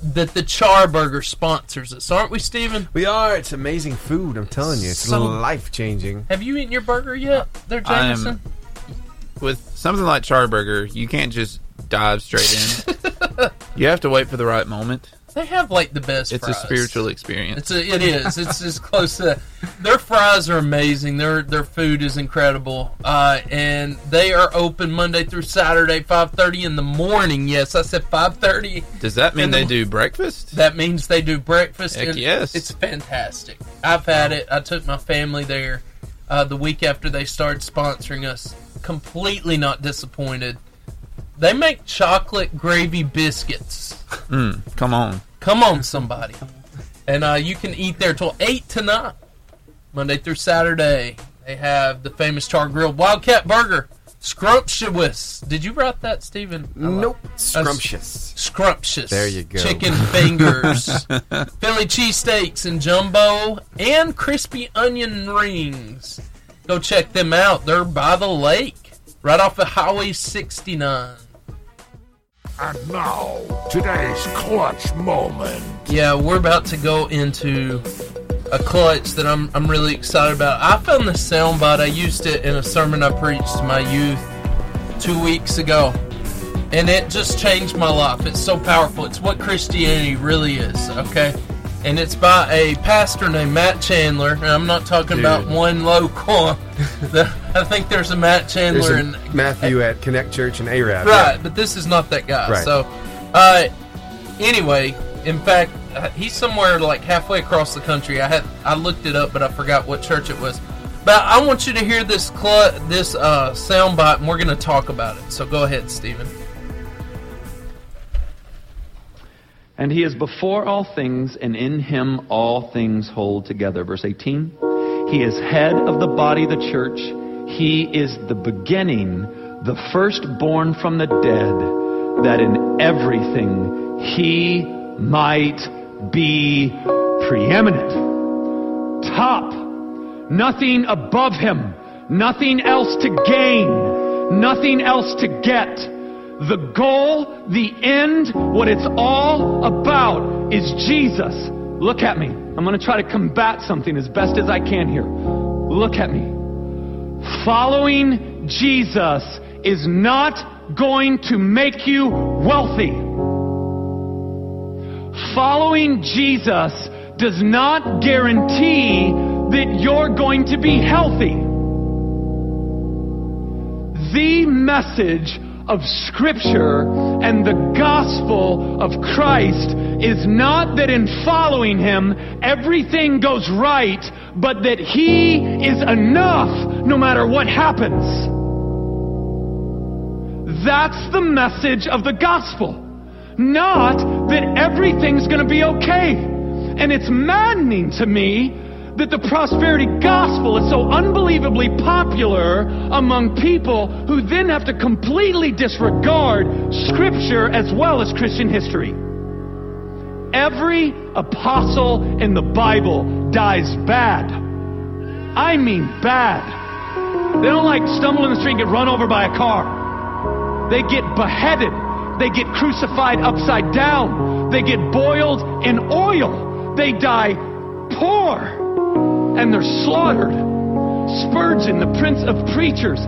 [SPEAKER 1] that the Charburger sponsors us, aren't we, Steven?
[SPEAKER 3] We are. It's amazing food. I'm telling you, it's
[SPEAKER 1] So-
[SPEAKER 3] life changing.
[SPEAKER 1] Have you eaten your burger yet? There,
[SPEAKER 2] I am-
[SPEAKER 1] Jameson.
[SPEAKER 2] With something like Charburger, you can't just dive straight in. you have to wait for the right moment.
[SPEAKER 1] They have like the best.
[SPEAKER 2] It's
[SPEAKER 1] fries.
[SPEAKER 2] a spiritual experience.
[SPEAKER 1] It's a, it is. It's as close to. Their fries are amazing. Their their food is incredible. Uh, and they are open Monday through Saturday, five thirty in the morning. Yes, I said five thirty.
[SPEAKER 2] Does that mean
[SPEAKER 1] and the-
[SPEAKER 2] they do breakfast?
[SPEAKER 1] That means they do breakfast.
[SPEAKER 2] Heck
[SPEAKER 1] and
[SPEAKER 2] yes.
[SPEAKER 1] It's fantastic. I've had it. I took my family there uh, the week after they started sponsoring us. Completely not disappointed. They make chocolate gravy biscuits.
[SPEAKER 2] Mm, come on.
[SPEAKER 1] Come on, somebody. And uh, you can eat there till 8 tonight, Monday through Saturday. They have the famous Char Grill Wildcat Burger. Scrumptious. Did you write that, Steven? I like-
[SPEAKER 3] Nope. Scrumptious.
[SPEAKER 1] Scrumptious.
[SPEAKER 3] There you go.
[SPEAKER 1] Chicken fingers, Philly cheesesteaks and jumbo, and crispy onion rings. Go check them out. They're by the lake, right off of Highway 69.
[SPEAKER 8] And now, today's clutch moment.
[SPEAKER 1] Yeah, we're about to go into a clutch that I'm, I'm really excited about. I found this soundbite. I used it in a sermon I preached to my youth two weeks ago, and it just changed my life. It's so powerful. It's what Christianity really is, okay? And it's by a pastor named Matt Chandler. And I'm not talking about one local. The- I think there's a Matt
[SPEAKER 3] There's
[SPEAKER 1] Chandler
[SPEAKER 3] a
[SPEAKER 1] in
[SPEAKER 3] Matthew at Connect Church in Arab.
[SPEAKER 1] Right, but this is not that guy.
[SPEAKER 3] Right.
[SPEAKER 1] So, uh, anyway, in fact, uh, he's somewhere like halfway across the country. I had I looked it up, but I forgot what church it was. But I want you to hear this clu- this uh, soundbite, and we're going to talk about it. So go ahead, Stephen.
[SPEAKER 9] And he is before all things, and in him all things hold together. Verse 18. He is head of the body, the church. He is the beginning, the firstborn from the dead, that in everything he might be preeminent. Top. Nothing above him. Nothing else to gain. Nothing else to get. The goal, the end, what it's all about is Jesus. Look at me. I'm going to try to combat something as best as I can here. Look at me. Following Jesus is not going to make you wealthy. Following Jesus does not guarantee that you're going to be healthy. the message of Scripture and the gospel of Christ is not that in following Him everything goes right, but that He is enough no matter what happens. That's the message of the gospel. Not that everything's going to be okay. And it's maddening to me that the prosperity gospel is so unbelievably popular among people who then have to completely disregard scripture as well as Christian history. Every apostle in the Bible dies bad. I mean bad. They don't like stumble in the street and get run over by a car. They get beheaded. They get crucified upside down. They get boiled in oil. They die poor. And they're slaughtered. Spurgeon, the prince of preachers,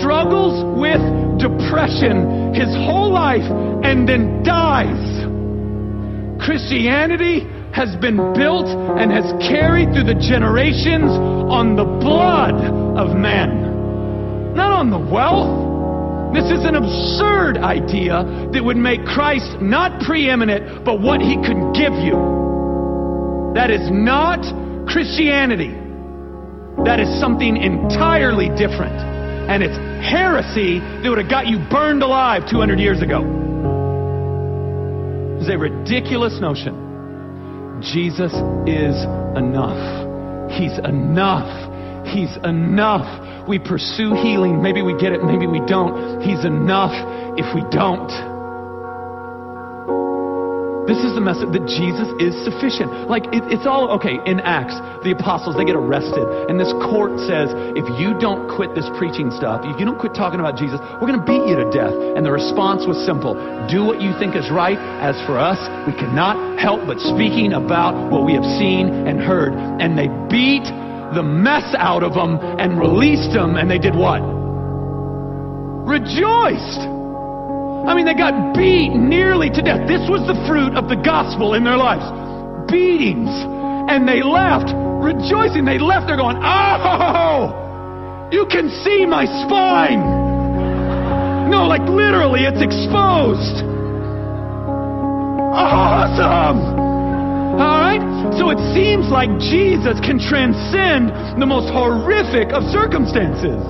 [SPEAKER 9] struggles with depression his whole life and then dies. Christianity has been built and has carried through the generations on the blood of men, not on the wealth. This is an absurd idea that would make Christ not preeminent, but what he could give you. That is not Christianity. That is something entirely different. And it's heresy that would have got you burned alive 200 years ago. It's a ridiculous notion. Jesus is enough. He's enough. He's enough we pursue healing. Maybe we get it, maybe we don't. He's enough if we don't. This is the message that Jesus is sufficient. Like, it, it's all okay. In Acts, the apostles, they get arrested, and this court says, if you don't quit this preaching stuff, if you don't quit talking about Jesus, we're going to beat you to death. And the response was simple do what you think is right. As for us, we cannot help but speaking about what we have seen and heard. And they beat the mess out of them and released them, and they did what? Rejoiced. I mean, they got beat nearly to death. This was the fruit of the gospel in their lives beatings. And they left rejoicing. They left. They're going, Oh, you can see my spine. No, like literally, it's exposed. Awesome. All right? So it seems like Jesus can transcend the most horrific of circumstances.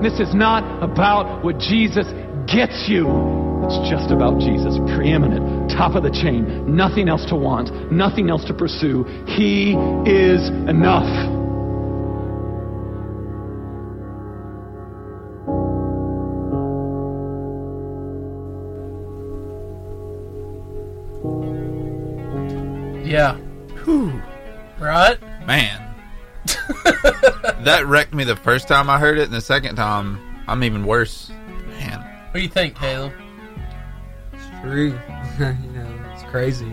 [SPEAKER 9] This is not about what Jesus gets you. It's just about Jesus, preeminent, top of the chain, nothing else to want, nothing else to pursue. He is enough.
[SPEAKER 1] Yeah. Right?
[SPEAKER 2] Man. that wrecked me the first time I heard it, and the second time, I'm even worse. Man.
[SPEAKER 1] What do you think, Caleb?
[SPEAKER 5] It's true. you know, it's crazy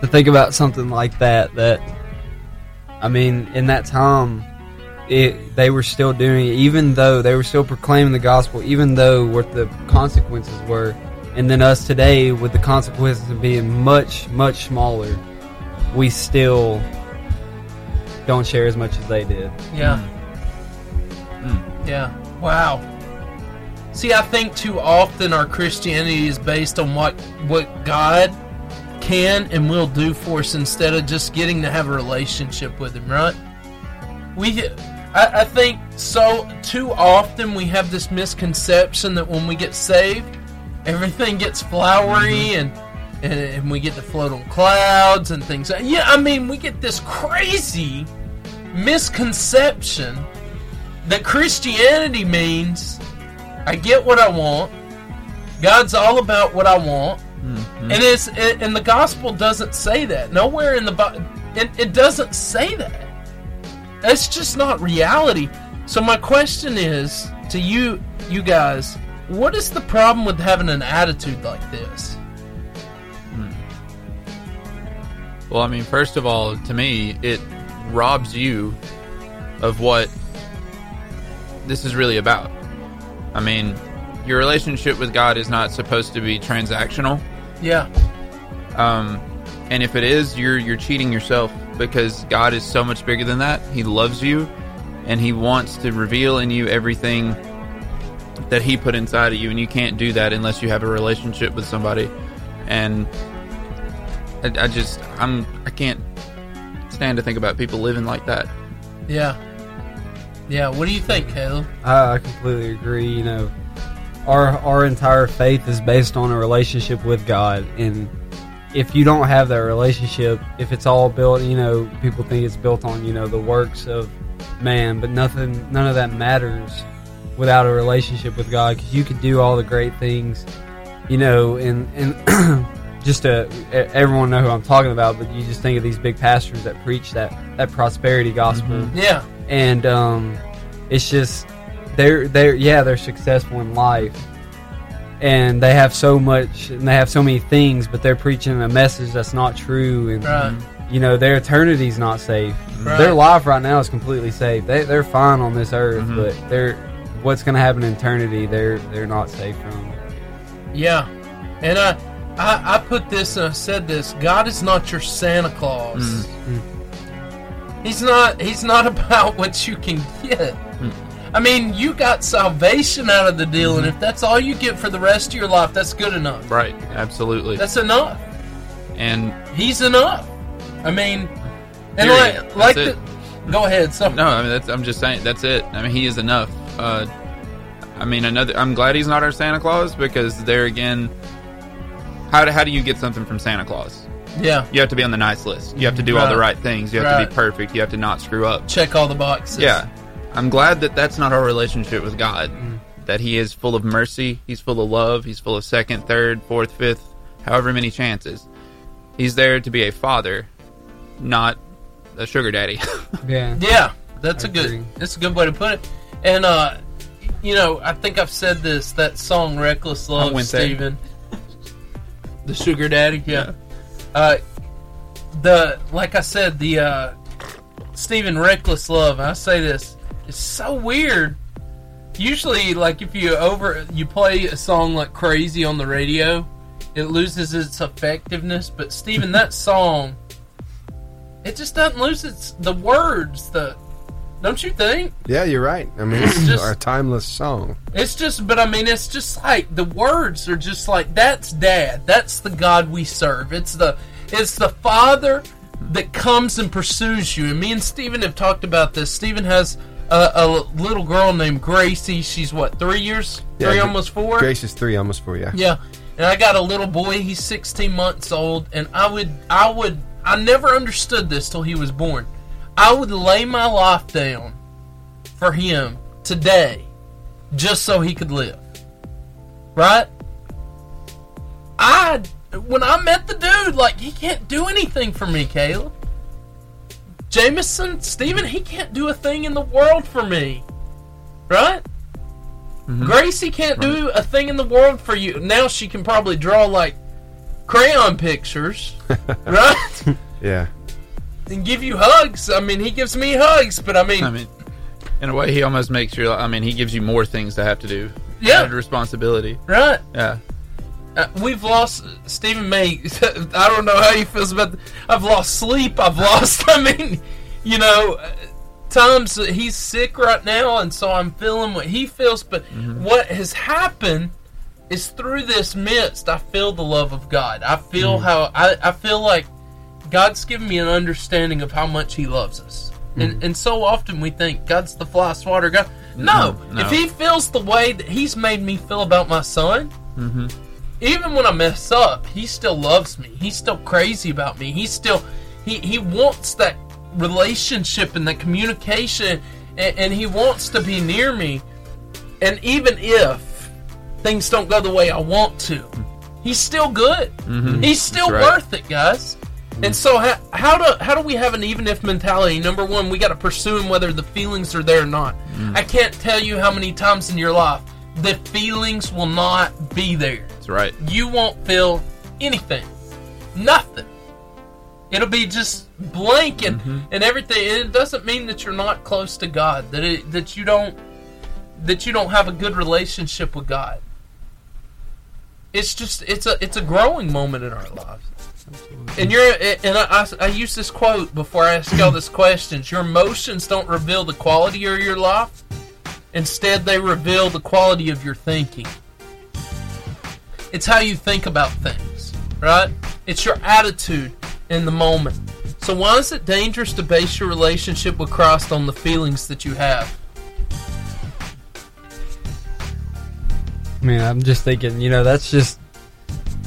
[SPEAKER 5] to think about something like that. That I mean, in that time, it they were still doing it, even though they were still proclaiming the gospel, even though what the consequences were. And then us today, with the consequences being much, much smaller, we still don't share as much as they did.
[SPEAKER 1] Yeah. Yeah. Wow. See, I think too often our Christianity is based on what what God can and will do for us instead of just getting to have a relationship with Him, right? We, I, I think so. Too often we have this misconception that when we get saved, everything gets flowery and. And, and we get to float on clouds and things. Yeah, I mean, we get this crazy misconception that Christianity means I get what I want. God's all about what I want,
[SPEAKER 9] Mm-hmm.
[SPEAKER 1] and it's and and the gospel doesn't say that. Nowhere in the Bi- it, it doesn't say that. That's just not reality. So my question is to you, you guys, what is the problem with having an attitude like this?
[SPEAKER 2] Well, I mean, first of all, to me, it robs you of what this is really about. I mean, your relationship with God is not supposed to be transactional.
[SPEAKER 1] Yeah,
[SPEAKER 2] Um, and if it is, you're you're cheating yourself because God is so much bigger than that. He loves you, and He wants to reveal in you everything that he put inside of you, and you can't do that unless you have a relationship with somebody. And I, I just I'm I can't stand to think about people living like that.
[SPEAKER 1] Yeah. Yeah. What do you think, Caleb?
[SPEAKER 5] I I completely agree. You know, our our entire faith is based on a relationship with God, and if you don't have that relationship, if it's all built, you know, people think it's built on you know the works of man, but nothing, none of that matters without a relationship with God. Because you can do all the great things, you know, and and just to e- everyone know who I'm talking about, but you just think of these big pastors that preach that that prosperity gospel
[SPEAKER 1] Yeah.
[SPEAKER 5] and um, it's just they're they're yeah they're successful in life and they have so much and they have so many things but they're preaching a message that's not true and
[SPEAKER 1] Right.
[SPEAKER 5] you know their eternity's not safe
[SPEAKER 1] Right.
[SPEAKER 5] their life right now is completely safe they, they're fine on this earth
[SPEAKER 1] Mm-hmm.
[SPEAKER 2] Mhm.
[SPEAKER 5] but they're what's going to happen in eternity they're they're not safe from
[SPEAKER 1] Yeah, and I, I, I put this and I said this. God is not your Santa Claus.
[SPEAKER 2] Mm.
[SPEAKER 5] Mm.
[SPEAKER 1] He's not. He's not about what you can get.
[SPEAKER 2] Mm,
[SPEAKER 1] I mean, you got salvation out of the deal,
[SPEAKER 2] Mm-hmm.
[SPEAKER 1] and if that's all you get for the rest of your life, that's good enough.
[SPEAKER 2] Right. Absolutely.
[SPEAKER 1] That's enough.
[SPEAKER 2] and
[SPEAKER 1] He's enough. I mean, and
[SPEAKER 2] Period.
[SPEAKER 1] like, like
[SPEAKER 2] That's
[SPEAKER 1] the, go ahead. So
[SPEAKER 2] No, I mean that's, I'm just saying that's it. I mean he is enough. Uh, I mean another. I'm glad he's not our Santa Claus because there again, how do, how do you get something from Santa Claus?
[SPEAKER 1] yeah,
[SPEAKER 2] You have to be on the nice list. You have to do all the
[SPEAKER 1] Right.
[SPEAKER 2] right things. You have to
[SPEAKER 1] Right.
[SPEAKER 2] be perfect. You have to not screw up.
[SPEAKER 1] check all the boxes.
[SPEAKER 2] Yeah, I'm glad that that's not our relationship with God.
[SPEAKER 1] Mm.
[SPEAKER 2] That He is full of mercy. He's full of love. He's full of second, third, fourth, fifth, however many chances. He's there to be a father, not a sugar daddy.
[SPEAKER 5] yeah
[SPEAKER 1] Yeah, that's a
[SPEAKER 5] I
[SPEAKER 1] good
[SPEAKER 5] agree.
[SPEAKER 1] that's a good way to put it. And uh you know, I think I've said this that song Reckless Love
[SPEAKER 2] went there.
[SPEAKER 1] Steven. The Sugar Daddy, yeah. Uh the like I said, the uh Steven Reckless Love, I say this, it's so weird. Usually like if you over you play a song like crazy on the radio, it loses its effectiveness, but Steven that song it just doesn't lose its the words the don't you think
[SPEAKER 3] Yeah, you're right. I mean, it's
[SPEAKER 1] Just-
[SPEAKER 3] our timeless song.
[SPEAKER 1] it's just but i mean it's just like the words are just like that's dad that's the god we serve it's the it's the father that comes and pursues you and me and steven have talked about this steven has a, a little girl named gracie she's what three years
[SPEAKER 3] Yeah,
[SPEAKER 1] three
[SPEAKER 3] Gra-
[SPEAKER 1] almost four
[SPEAKER 3] Grace is three, almost four. Yeah.
[SPEAKER 1] Yeah, and I got a little boy. He's 16 months old, and I would, I would, I never understood this till he was born. I would lay my life down for him today, just so he could live. Right? I, when I met the dude, like he can't do anything for me, Caleb. Jameson, Steven, he can't do a thing in the world for me. Right? Mm-hmm.
[SPEAKER 2] Mm-hmm.
[SPEAKER 1] Gracie can't do a thing in the world for you. Now she can probably draw like crayon pictures, right?
[SPEAKER 3] Yeah.
[SPEAKER 1] and give you hugs. I mean, he gives me hugs, but I mean,
[SPEAKER 2] I mean, in a way, he almost makes you. I mean, he gives you more things to have to do.
[SPEAKER 1] Yeah.
[SPEAKER 2] Added responsibility.
[SPEAKER 1] right?
[SPEAKER 2] Yeah,
[SPEAKER 1] Uh, we've lost Stephen May. I don't know how he feels about. th- I've lost sleep. I've lost. I mean, you know, uh, times that he's sick right now, and so I'm feeling what he feels. But what has happened is through this midst, I feel the love of God. I feel how I, I feel like God's given me an understanding of how much He loves us. And, and so often we think God's the fly swatter God. No,
[SPEAKER 2] no.
[SPEAKER 1] if He feels the way that He's made me feel about my son,
[SPEAKER 7] Mm-hmm.
[SPEAKER 1] even when I mess up, He still loves me. He's still crazy about me. He's still He He wants that relationship and that communication, and, and He wants to be near me. And even if things don't go the way I want to, He's still good. He's still
[SPEAKER 2] Mm-hmm. That's right. Mm-hmm.
[SPEAKER 1] worth it, guys. And so, how, how do how do we have an even if mentality? Number one, we got to pursue him whether the feelings are there or not.
[SPEAKER 2] Mm.
[SPEAKER 1] I can't tell you how many times in your life the feelings will not be there.
[SPEAKER 2] that's right.
[SPEAKER 1] You won't feel anything, nothing. It'll be just blank and, and everything. And it doesn't mean that you're not close to God. That it, that you don't that you don't have a good relationship with God. It's just it's a it's a growing moment in our lives. And you're and I, I, I use this quote before I ask y'all this questions. Your emotions don't reveal the quality of your life, Instead, they reveal the quality of your thinking. It's how you think about things, right? It's your attitude in the moment. So, why is it dangerous to base your relationship with Christ on the feelings that you have?
[SPEAKER 5] I mean, I'm just thinking, you know, that's just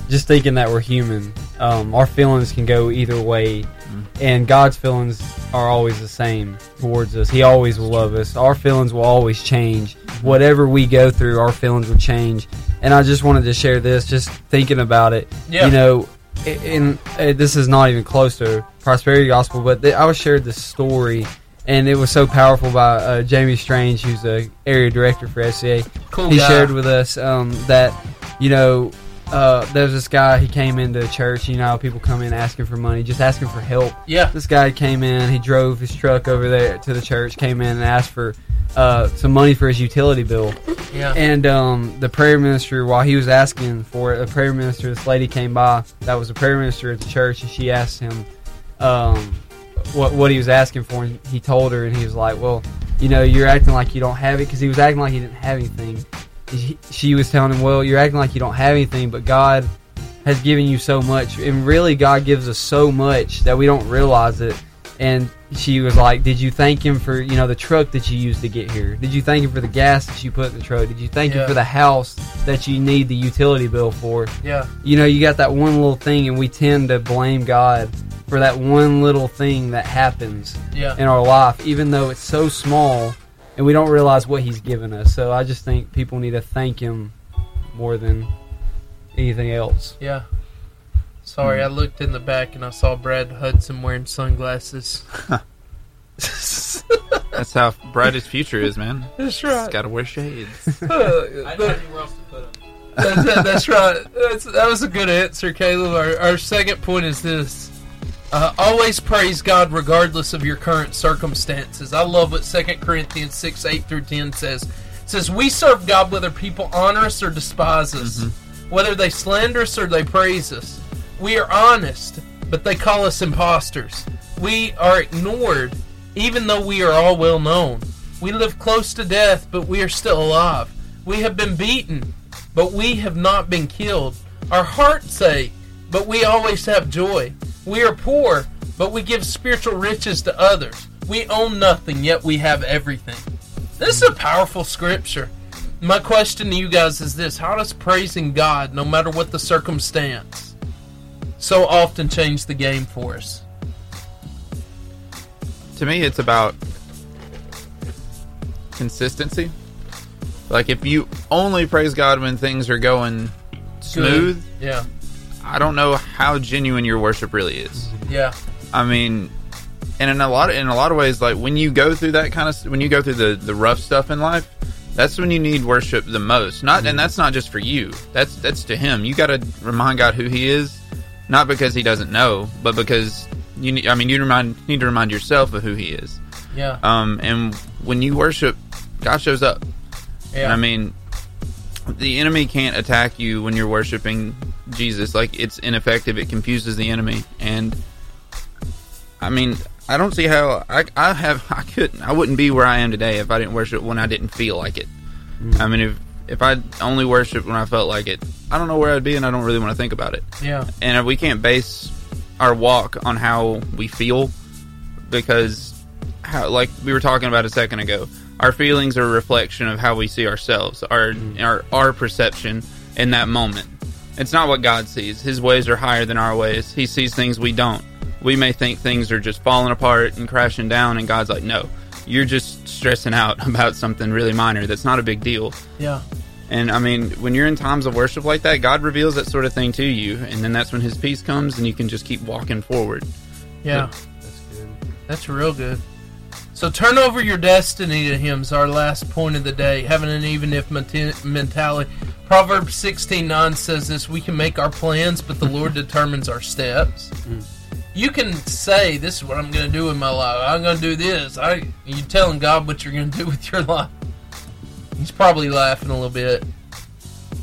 [SPEAKER 5] just thinking that we're human. Um, our feelings can go either way, and God's feelings are always the same towards us. He always will love us. Our feelings will always change. Whatever we go through, our feelings will change. And I just wanted to share this, just thinking about it.
[SPEAKER 1] Yeah.
[SPEAKER 5] You know, i- in uh, this is not even close to prosperity gospel, but th- I was shared this story, and it was so powerful by uh, Jamie Strange, who's the area director for FCA
[SPEAKER 1] Cool
[SPEAKER 5] he
[SPEAKER 1] guy.
[SPEAKER 5] shared with us um, that you know uh, there's this guy he came into church you know how people come in asking for money just asking for help
[SPEAKER 1] Yeah.
[SPEAKER 5] this guy came in he drove his truck over there to the church came in and asked for uh, some money for his utility bill
[SPEAKER 1] Yeah.
[SPEAKER 5] and um, the prayer minister, while he was asking for it, the prayer minister, this lady came by that was a prayer minister at the church, and she asked him um, what what he was asking for, and he told her, and he was like, "Well, you know, you're acting like you don't have it," because he was acting like he didn't have anything. He- She was telling him, "Well, you're acting like you don't have anything, but God has given you so much, and really, God gives us so much that we don't realize it." and she was like, "Did you thank him for you know the truck that you used to get here? Did you thank him for the gas that you put in the truck? Did you thank
[SPEAKER 1] Yeah.
[SPEAKER 5] him for the house that you need the utility bill for?
[SPEAKER 1] Yeah.
[SPEAKER 5] You know, you got that one little thing, and we tend to blame God for that one little thing that happens
[SPEAKER 1] Yeah.
[SPEAKER 5] in our life, even though it's so small, and we don't realize what He's given us. So I just think people need to thank Him more than anything else.
[SPEAKER 1] Yeah. Sorry, I looked in the back and I saw Brad Hudson wearing sunglasses.
[SPEAKER 2] That's how bright his future is, man.
[SPEAKER 1] That's
[SPEAKER 2] He's got to wear shades.
[SPEAKER 1] Uh, that- that's, that- that's right. That's, that was a good answer, Caleb. Our, our second point is this. Uh, always praise God regardless of your current circumstances. I love what 2 Corinthians 6 8 through 10 says. It says, We serve God whether people honor us or despise us, whether they slander us or they praise us. We are honest, but they call us imposters. We are ignored, even though we are all well known. We live close to death, but we are still alive. We have been beaten, but we have not been killed. Our hearts ache, but we always have joy. We are poor, but we give spiritual riches to others. We own nothing, yet we have everything. This is a powerful scripture. My question to you guys is this How does praising God, no matter what the circumstance, so often change the game for us?
[SPEAKER 2] to me, it's about consistency. Like if you only praise God when things are going smooth,
[SPEAKER 1] Yeah,
[SPEAKER 2] I don't know how genuine your worship really is.
[SPEAKER 1] yeah,
[SPEAKER 2] I mean, and in a lot of, in a lot of ways, like when you go through that kind of when you go through the the rough stuff in life, that's when you need worship the most. Not
[SPEAKER 1] Mm-hmm.
[SPEAKER 2] and that's not just for you. That's that's to Him. You got to remind God who He is, not because He doesn't know, but because you. need I mean, you remind need to remind yourself of who He is.
[SPEAKER 1] yeah,
[SPEAKER 2] Um, and when you worship, God shows up.
[SPEAKER 1] yeah.
[SPEAKER 2] I mean, the enemy can't attack you when you're worshiping Jesus. Like it's ineffective. It confuses the enemy. And I mean, I don't see how I, I have I couldn't I wouldn't be where I am today if I didn't worship when I didn't feel like it. I mean, if if I only worshiped when I felt like it, I don't know where I'd be, and I don't really want to think about it
[SPEAKER 1] yeah,
[SPEAKER 2] and if we can't base our walk on how we feel because how, like we were talking about a second ago our feelings are a reflection of how we see ourselves our
[SPEAKER 1] Mm-hmm.
[SPEAKER 2] our, our perception in that moment it's not what god sees his ways are higher than our ways he sees things we don't we may think things are just falling apart and crashing down and god's like no you're just stressing out about something really minor that's not a big deal
[SPEAKER 1] yeah,
[SPEAKER 2] and I mean, when you're in times of worship like that, God reveals that sort of thing to you, and then that's when His peace comes, and you can just keep walking forward.
[SPEAKER 1] yeah. That's good. That's real good. So turn over your destiny to Him is our last point of the day. Having an even if menti- mentality. Proverbs sixteen nine says this We can make our plans, but the Lord determines our steps. You can say, This is what I'm going to do in my life. I'm going to do this. I, you telling God what you're going to do with your life. He's probably laughing a little bit.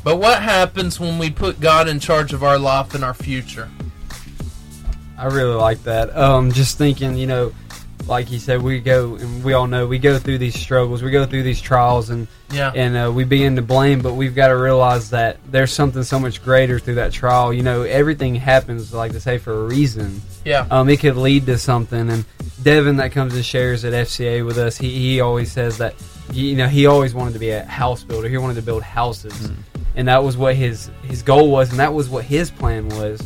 [SPEAKER 1] But what happens when we put God in charge of our life and our future?
[SPEAKER 5] I really like that. Um, just thinking, you know, like he said, we go and we all know we go through these struggles, we go through these trials, and
[SPEAKER 1] Yeah.
[SPEAKER 5] and uh, we begin to blame, but we've got to realize that there's something so much greater through that trial. You know, everything happens, like they say, for a reason.
[SPEAKER 1] Yeah.
[SPEAKER 5] Um, it could lead to something. And Devin, that comes and shares at FCA with us, he, he always says that, you know, he always wanted to be a house builder. He wanted to build houses. And that was what his, his goal was, and that was what his plan was.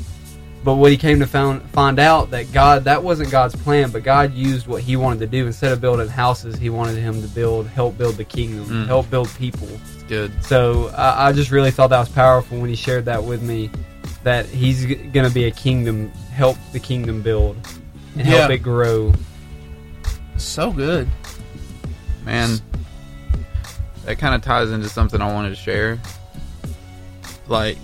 [SPEAKER 5] But what he came to found, find out that God, that wasn't God's plan, but God used what he wanted to do. Instead of building houses, he wanted him to build, help build the kingdom,
[SPEAKER 2] Mm.
[SPEAKER 5] help build people.
[SPEAKER 2] It's good.
[SPEAKER 5] So I I just really thought that was powerful when he shared that with me. That he's going to be a kingdom, help the kingdom build, and help
[SPEAKER 1] Yeah.
[SPEAKER 5] it grow.
[SPEAKER 1] So good.
[SPEAKER 2] Man, that kind of ties into something I wanted to share. Like,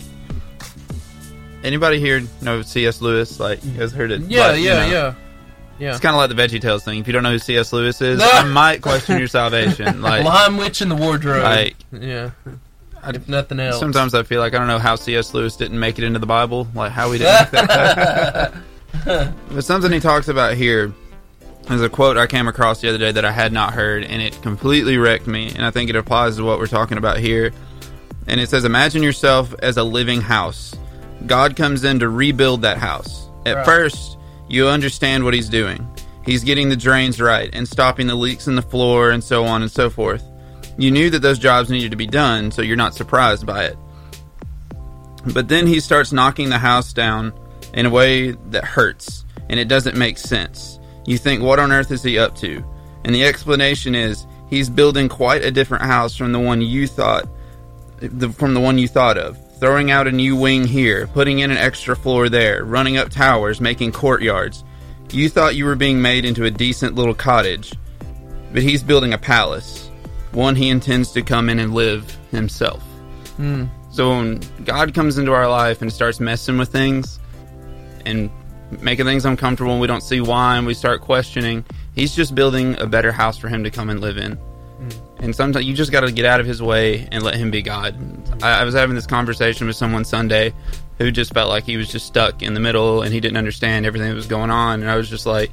[SPEAKER 2] anybody here know C.S. Lewis? Like, you guys heard it?
[SPEAKER 1] Yeah,
[SPEAKER 2] like, you
[SPEAKER 1] yeah,
[SPEAKER 2] know,
[SPEAKER 1] yeah. Yeah.
[SPEAKER 2] It's kind of like the Veggie Tales thing. If you don't know who C.S. Lewis is,
[SPEAKER 1] No.
[SPEAKER 2] I might question your salvation. Like,
[SPEAKER 1] Lime Witch in the Wardrobe.
[SPEAKER 2] like
[SPEAKER 1] yeah.
[SPEAKER 2] I-
[SPEAKER 1] if nothing else.
[SPEAKER 2] sometimes I feel like I don't know how C.S. Lewis didn't make it into the Bible. Like, how he didn't make that But something he talks about here is a quote I came across the other day that I had not heard, and it completely wrecked me. And I think it applies to what we're talking about here. And it says, Imagine yourself as a living house. God comes in to rebuild that house. At
[SPEAKER 1] Right.
[SPEAKER 2] first, you understand what he's doing. He's getting the drains right and stopping the leaks in the floor and so on and so forth. You knew that those jobs needed to be done, so you're not surprised by it. But then he starts knocking the house down in a way that hurts, and it doesn't make sense. You think, what on earth is he up to? And the explanation is he's building quite a different house from the one you thought the, from the one you thought of. Throwing out a new wing here, putting in an extra floor there, running up towers, making courtyards. You thought you were being made into a decent little cottage, but he's building a palace, one he intends to come in and live himself. So when God comes into our life and starts messing with things and making things uncomfortable and we don't see why and we start questioning, he's just building a better house for him to come and live in. And sometimes you just got to get out of his way and let him be God. I, I was having this conversation with someone Sunday who just felt like he was just stuck in the middle and he didn't understand everything that was going on. And I was just like,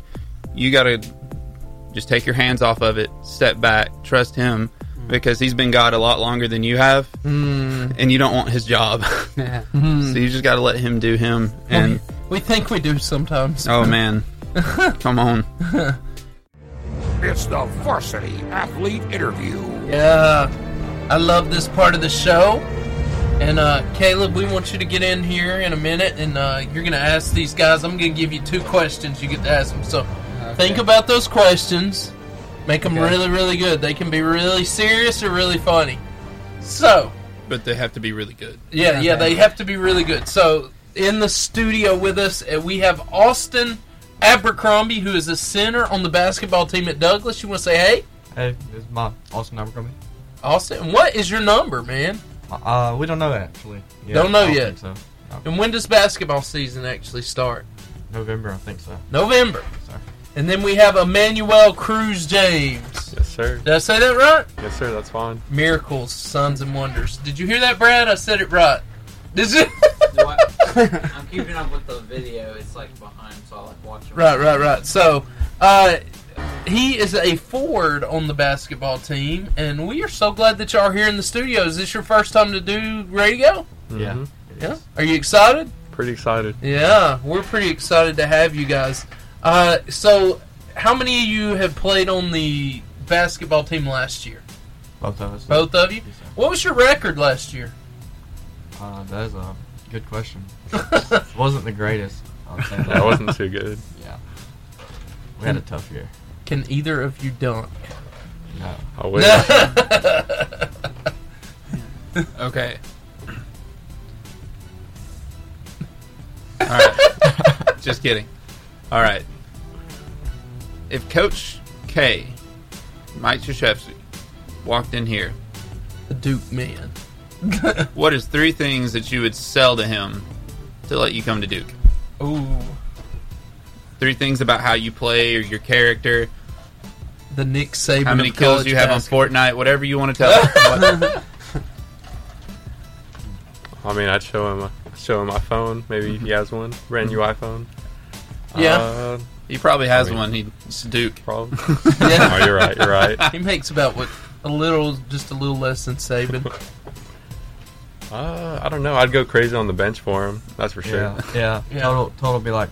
[SPEAKER 2] you got to just take your hands off of it, step back, trust him because he's been God a lot longer than you have
[SPEAKER 1] Hmm.
[SPEAKER 2] and you don't want his job.
[SPEAKER 5] Yeah.
[SPEAKER 2] so you just got to let him do him. And
[SPEAKER 1] we think we do sometimes.
[SPEAKER 2] oh man, come on.
[SPEAKER 8] It's the Varsity Athlete Interview.
[SPEAKER 1] Yeah, I love this part of the show. And uh, Caleb, we want you to get in here in a minute, and uh, you're going to ask these guys. I'm going to give you two questions. You get to ask them. So think about those questions. Make them really, really good. They can be really serious or really funny. So,
[SPEAKER 2] But they have to be really good.
[SPEAKER 1] yeah, yeah, they have to be really good. So, in the studio with us, uh, we have Austin Abercrombie, who is a center on the basketball team at Douglas. You want to say, hey,
[SPEAKER 10] Hey, this is my Austin Abercrombie.
[SPEAKER 1] Austin, what is your number, man?
[SPEAKER 10] Uh, we don't know that actually. Yeah,
[SPEAKER 1] Don't know
[SPEAKER 10] I
[SPEAKER 1] yet.
[SPEAKER 10] Think so
[SPEAKER 1] And when does basketball season actually start?
[SPEAKER 10] November, I think so.
[SPEAKER 1] November.
[SPEAKER 10] Sorry.
[SPEAKER 1] And then we have Emmanuel Cruz James.
[SPEAKER 11] Yes, sir.
[SPEAKER 1] Did I say that right?
[SPEAKER 11] Yes, sir. That's fine.
[SPEAKER 1] Miracles, signs, and wonders. Did you hear that, Brad? I said it right. Did you?
[SPEAKER 7] I'm keeping up with the video. It's like behind, so I like watching.
[SPEAKER 1] right, right, right. So, uh, he is a forward on the basketball team, and we are so glad that y'all are here in the studio. Is this your first time to do radio?
[SPEAKER 10] Yeah.
[SPEAKER 11] Mhm.
[SPEAKER 10] it
[SPEAKER 1] Yeah.
[SPEAKER 10] is.
[SPEAKER 1] Are you excited?
[SPEAKER 11] Pretty excited.
[SPEAKER 1] Yeah, we're pretty excited to have you guys. Uh, so, how many of you have played on the basketball team last year?
[SPEAKER 10] Both of us.
[SPEAKER 1] Both of you?
[SPEAKER 10] Yes, sir.
[SPEAKER 1] What was your record last year?
[SPEAKER 10] Uh, that is a good question. it wasn't the greatest. I'll say that.
[SPEAKER 11] That wasn't too good.
[SPEAKER 10] Yeah. We had a tough year.
[SPEAKER 1] Can either of you dunk?
[SPEAKER 10] No.
[SPEAKER 11] I wish.
[SPEAKER 2] Okay. All right. Just kidding. All right. If Coach K, Mike Krzyzewski, walked in here,
[SPEAKER 1] the Duke man.
[SPEAKER 2] what is three things that you would sell to him to let you come to Duke?
[SPEAKER 1] Ooh,
[SPEAKER 2] Three things about how you play or your character,
[SPEAKER 1] the Nick Saban.
[SPEAKER 2] how many
[SPEAKER 1] of
[SPEAKER 2] kills
[SPEAKER 1] college
[SPEAKER 2] you have on
[SPEAKER 1] basketball.
[SPEAKER 2] Fortnite, whatever you want to tell him. What-
[SPEAKER 11] I mean, I'd show him. Show him my phone. Maybe he has one. Brand new iPhone.
[SPEAKER 1] Mm-hmm. Yeah.
[SPEAKER 11] Uh,
[SPEAKER 2] He probably has
[SPEAKER 1] I mean-
[SPEAKER 2] one. He's a Duke.
[SPEAKER 11] Probably.
[SPEAKER 1] Yeah.
[SPEAKER 11] Oh, you're right. You're right.
[SPEAKER 1] He makes about what a little, just a little less than Saban.
[SPEAKER 11] Uh, I don't know. I'd go crazy on the bench for him. That's for sure.
[SPEAKER 10] Yeah, yeah. Total, total be like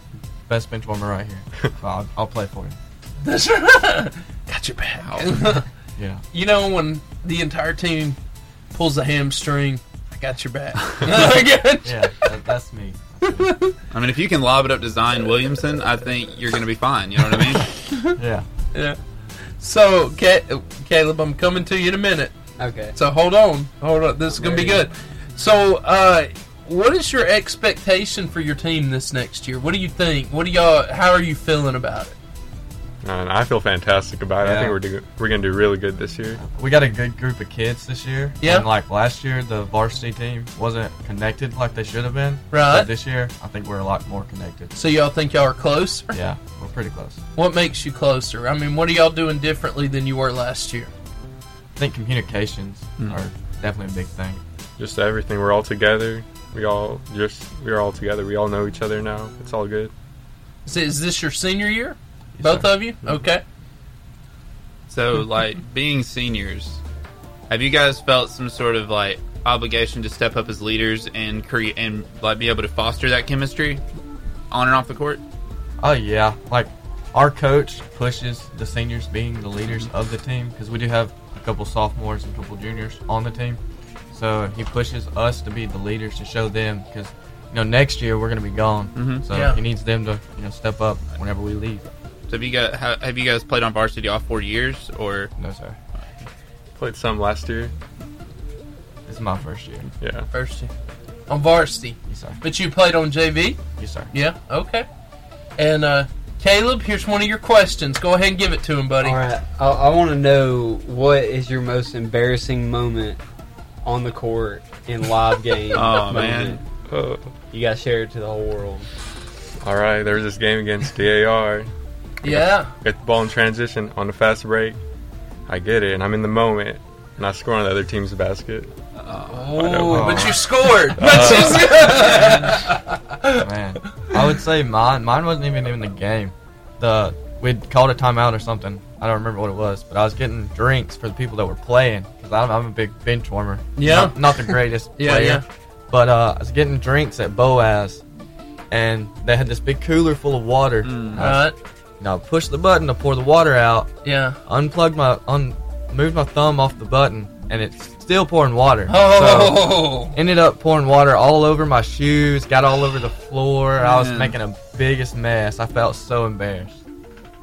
[SPEAKER 10] best bench warmer right here. I'll, I'll play for you.
[SPEAKER 1] That's right. Got your back.
[SPEAKER 10] Yeah.
[SPEAKER 1] You know when the entire team pulls the hamstring, I got your back. I got you.
[SPEAKER 10] yeah, that, that's me.
[SPEAKER 2] I mean, if you can lob it up to Zion Williamson, I think you're going to be fine. You know what I mean?
[SPEAKER 10] Yeah.
[SPEAKER 1] Yeah. So, Ca- Caleb, I'm coming to you in a minute.
[SPEAKER 5] Okay.
[SPEAKER 1] So hold on, hold on. This is gonna be good. So, uh, what is your expectation for your team this next year? What do you think? What do y'all? How are you feeling about it?
[SPEAKER 11] And I feel fantastic about it. I
[SPEAKER 10] Yeah.
[SPEAKER 11] think we're do- we're gonna do really good this year.
[SPEAKER 10] We got a good group of kids this year.
[SPEAKER 11] Yeah.
[SPEAKER 10] And like last year, the varsity team wasn't connected like they should have been.
[SPEAKER 1] Right.
[SPEAKER 10] But this year, I think we're a lot more connected.
[SPEAKER 1] So y'all think y'all are closer?
[SPEAKER 10] Yeah, we're pretty close.
[SPEAKER 1] What makes you closer? I mean, what are y'all doing differently than you were last year?
[SPEAKER 10] I think communications are definitely a big thing.
[SPEAKER 11] Just everything. We're all together. We all just we're all together. We all know each other now. It's all good.
[SPEAKER 1] Is, is this your senior year? Both of you?
[SPEAKER 10] Mm-hmm.
[SPEAKER 1] Okay.
[SPEAKER 2] So, like, being seniors, have you guys felt some sort of like obligation to step up as leaders and create and like be able to foster that chemistry on and off the court?
[SPEAKER 10] Oh yeah, like our coach pushes the seniors being the leaders of the team because we do have a couple sophomores and a couple juniors on the team. So he pushes us to be the leaders to show them because you know next year we're gonna be gone.
[SPEAKER 2] Mhm.
[SPEAKER 10] So
[SPEAKER 2] Yeah.
[SPEAKER 10] he needs them to you know step up whenever we leave.
[SPEAKER 2] So, have you guys ha- have you guys played on varsity all four years or
[SPEAKER 10] no, sir?
[SPEAKER 11] Played some last year.
[SPEAKER 10] This is my first year.
[SPEAKER 11] Yeah.
[SPEAKER 1] First year. On varsity.
[SPEAKER 10] Yes, sir.
[SPEAKER 1] But you played on JV?
[SPEAKER 10] Yes, sir.
[SPEAKER 1] Yeah, okay. And uh, Caleb, here's one of your questions. Go ahead and give it to him, buddy.
[SPEAKER 5] All right. I, I want to know what is your most embarrassing moment on the court in live game?
[SPEAKER 1] Oh,
[SPEAKER 11] Aw,
[SPEAKER 5] moment?
[SPEAKER 11] man.
[SPEAKER 5] You got to share it to the whole world.
[SPEAKER 11] All right, there was this game against DAR.
[SPEAKER 1] Yeah.
[SPEAKER 11] Get the ball in transition on the fast break. I get it, and I'm in the moment, and I score on the other team's basket.
[SPEAKER 1] Oh, but you scored.
[SPEAKER 10] Man, I would say mine. Mine wasn't even in the game. The we'd called a timeout or something. I don't remember what it was, but I was getting drinks for the people that were playing because I'm, I'm a big bench warmer.
[SPEAKER 1] Yeah.
[SPEAKER 10] not, not the greatest
[SPEAKER 1] Yeah,
[SPEAKER 10] player,
[SPEAKER 1] yeah.
[SPEAKER 10] but uh, I was getting drinks at Boaz, and they had this big cooler full of water.
[SPEAKER 1] Mm.
[SPEAKER 10] And I was- and I pushed the button to pour the water out.
[SPEAKER 1] Yeah.
[SPEAKER 10] unplugged my un, moved my thumb off the button, and it's still pouring water.
[SPEAKER 1] Oh.
[SPEAKER 10] So, ended up pouring water all over my shoes, got all over the floor. I was
[SPEAKER 1] Man.
[SPEAKER 10] making a biggest mess. I felt so embarrassed.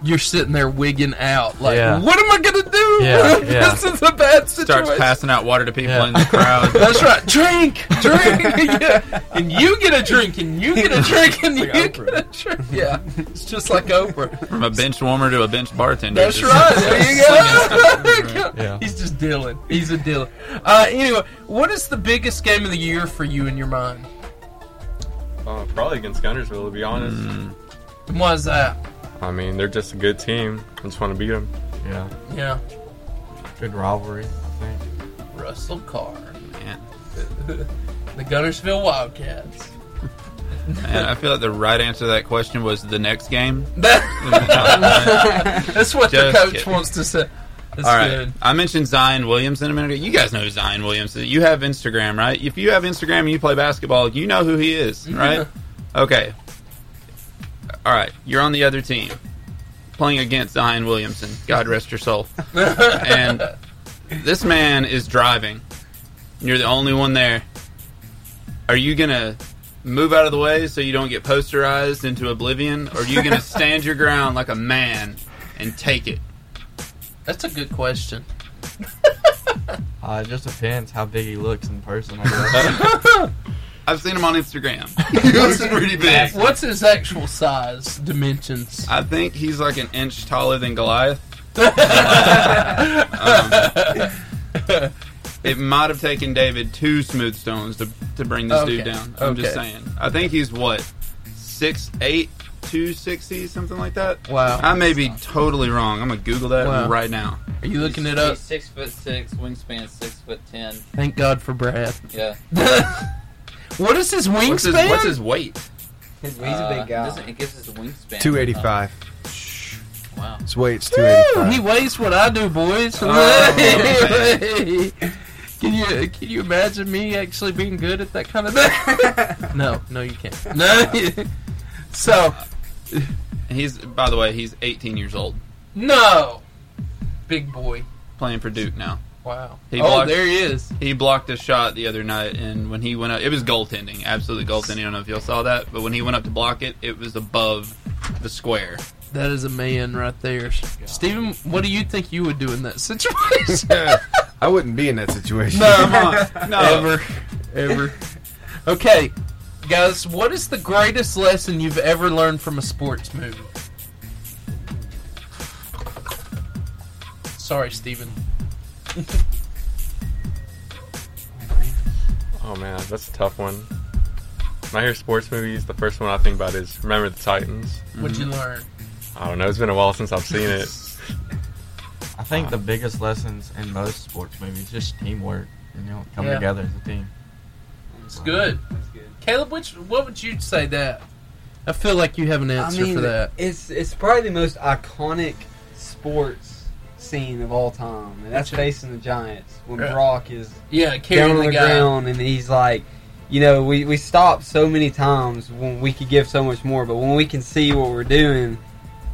[SPEAKER 1] You're sitting there wigging out, like,
[SPEAKER 10] Yeah.
[SPEAKER 1] what am I gonna do?
[SPEAKER 10] Yeah,
[SPEAKER 1] this
[SPEAKER 10] yeah.
[SPEAKER 1] is a bad situation.
[SPEAKER 2] starts passing out water to people in the crowd?
[SPEAKER 1] That's right. Drink, drink, yeah. and you get a drink, and you get a drink, and you get a drink. Yeah, it's just like Oprah.
[SPEAKER 2] From a bench warmer to a bench bartender.
[SPEAKER 1] That's
[SPEAKER 2] Just-
[SPEAKER 1] right. There you go. There you go.
[SPEAKER 2] Yeah.
[SPEAKER 1] He's just dealing. He's a dealer. Uh, anyway, what is the biggest game of the year for you in your mind?
[SPEAKER 11] Uh, probably against Gunnersville, to be honest.
[SPEAKER 1] And why Mm. is that?
[SPEAKER 11] I mean, they're just a good team. I just want to beat them.
[SPEAKER 10] Yeah.
[SPEAKER 1] Yeah,
[SPEAKER 10] Good rivalry, I think.
[SPEAKER 1] Russell Carr,
[SPEAKER 2] Man.
[SPEAKER 1] the Gunnersville Wildcats.
[SPEAKER 2] And I feel like the right answer to that question was the next game.
[SPEAKER 1] That's what the
[SPEAKER 2] Just
[SPEAKER 1] coach
[SPEAKER 2] kidding.
[SPEAKER 1] wants to say. That's
[SPEAKER 2] All right.
[SPEAKER 1] good.
[SPEAKER 2] I mentioned Zion Williamson a minute ago. You guys know who Zion Williamson. is. You have Instagram, right? If you have Instagram and you play basketball, you know who he is, right? okay. All right. You're on the other team, playing against Zion Williamson. God rest your soul. and this man is driving. You're the only one there. Are you gonna move out of the way so you don't get posterized into oblivion, or are you gonna stand your ground like a man and take it?
[SPEAKER 1] That's a good question.
[SPEAKER 10] Uh, it just depends how big he looks in person. I guess.
[SPEAKER 2] I've seen him on Instagram. He looks pretty big.
[SPEAKER 1] What's his actual size dimensions?
[SPEAKER 2] I think he's like an inch taller than Goliath. Um, it might have taken David two smooth stones to, to bring this dude
[SPEAKER 1] Okay.
[SPEAKER 2] down. I'm just
[SPEAKER 1] Okay.
[SPEAKER 2] saying. I think he's what six eight, two sixty, something like that.
[SPEAKER 1] Wow.
[SPEAKER 2] I may be totally wrong. I'm gonna Google that
[SPEAKER 1] Wow.
[SPEAKER 2] right now.
[SPEAKER 1] Are you looking it up?
[SPEAKER 7] He's six foot six, wingspan six foot ten.
[SPEAKER 1] Thank God for Brad.
[SPEAKER 7] Yeah.
[SPEAKER 1] What is his wingspan?
[SPEAKER 2] What's his, what's his weight?
[SPEAKER 1] Uh,
[SPEAKER 7] His,
[SPEAKER 1] he's a big guy.
[SPEAKER 7] It gives his wingspan.
[SPEAKER 3] 285.
[SPEAKER 7] Uh,
[SPEAKER 3] His weight's 285.
[SPEAKER 1] He weighs what I do, boys.
[SPEAKER 3] Oh,
[SPEAKER 1] can you can you imagine me actually being good at that kind of thing? no, no, you can't. No. so,
[SPEAKER 2] he's by the way, he's 18 years old,
[SPEAKER 1] no, big boy.
[SPEAKER 2] playing for Duke now.
[SPEAKER 1] Wow. Oh, there he is.
[SPEAKER 2] He blocked a shot the other night, and when he went up, it was goaltending, absolutely goaltending. I don't know if y'all saw that, but when he went up to block it, it was above the square.
[SPEAKER 1] That is a man right there,
[SPEAKER 3] Oh
[SPEAKER 1] Steven, What do you think you would do in that situation?
[SPEAKER 3] I wouldn't be in that situation.
[SPEAKER 1] No, no, ever, ever. Okay, guys, what is the greatest lesson you've ever learned from a sports movie? Sorry, Steven.
[SPEAKER 11] Oh man, that's a tough one. When I hear sports movies, the first one I think about is Remember the Titans. Mm-hmm.
[SPEAKER 1] What'd you learn?
[SPEAKER 11] I don't know. It's been a while since I've seen it.
[SPEAKER 10] I think the biggest lessons in most sports movies just teamwork. You know, come
[SPEAKER 1] Yeah.
[SPEAKER 10] together as a team.
[SPEAKER 1] It's good. Caleb, which what would you say that? I feel like you have an answer
[SPEAKER 5] I mean,
[SPEAKER 1] for that.
[SPEAKER 5] It's it's probably the most iconic sports scene of all time, and that's
[SPEAKER 1] Which is-
[SPEAKER 5] facing the Giants when
[SPEAKER 1] Yeah.
[SPEAKER 5] Brock is
[SPEAKER 1] Yeah,
[SPEAKER 5] down
[SPEAKER 1] carrying
[SPEAKER 5] on
[SPEAKER 1] the
[SPEAKER 5] the,
[SPEAKER 1] guy.
[SPEAKER 5] ground, and he's like, you know, we we stopped so many times when we could give so much more, but when we can see what we're doing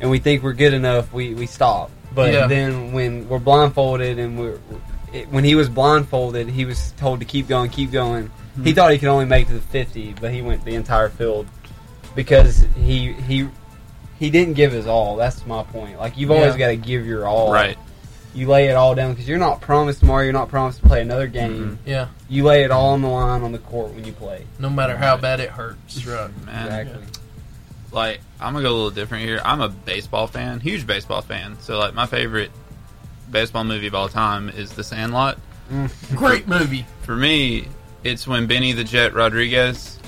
[SPEAKER 5] and we think we're good enough, we we stop. But
[SPEAKER 1] Yeah.
[SPEAKER 5] then when we're blindfolded and we're it, when he was blindfolded, he was told to keep going, keep going. He
[SPEAKER 1] Mhm.
[SPEAKER 5] thought he could only make it to the 50, but he went the entire field because he he he didn't give his all. That's my point. Like you've always
[SPEAKER 1] Yeah.
[SPEAKER 5] got to give your all.
[SPEAKER 2] Right.
[SPEAKER 5] You lay it all down because you're not promised tomorrow. You're not promised to play another game.
[SPEAKER 2] Mm-hmm.
[SPEAKER 1] Yeah.
[SPEAKER 5] You lay it all on the line on the court when you play.
[SPEAKER 1] No matter how bad it hurts, right?
[SPEAKER 5] Exactly.
[SPEAKER 2] like I'm gonna go a little different here. I'm a baseball fan, huge baseball fan. So like my favorite baseball movie of all time is The Sandlot.
[SPEAKER 5] Mm.
[SPEAKER 1] Great movie.
[SPEAKER 2] For me, it's when Benny the Jet Rodriguez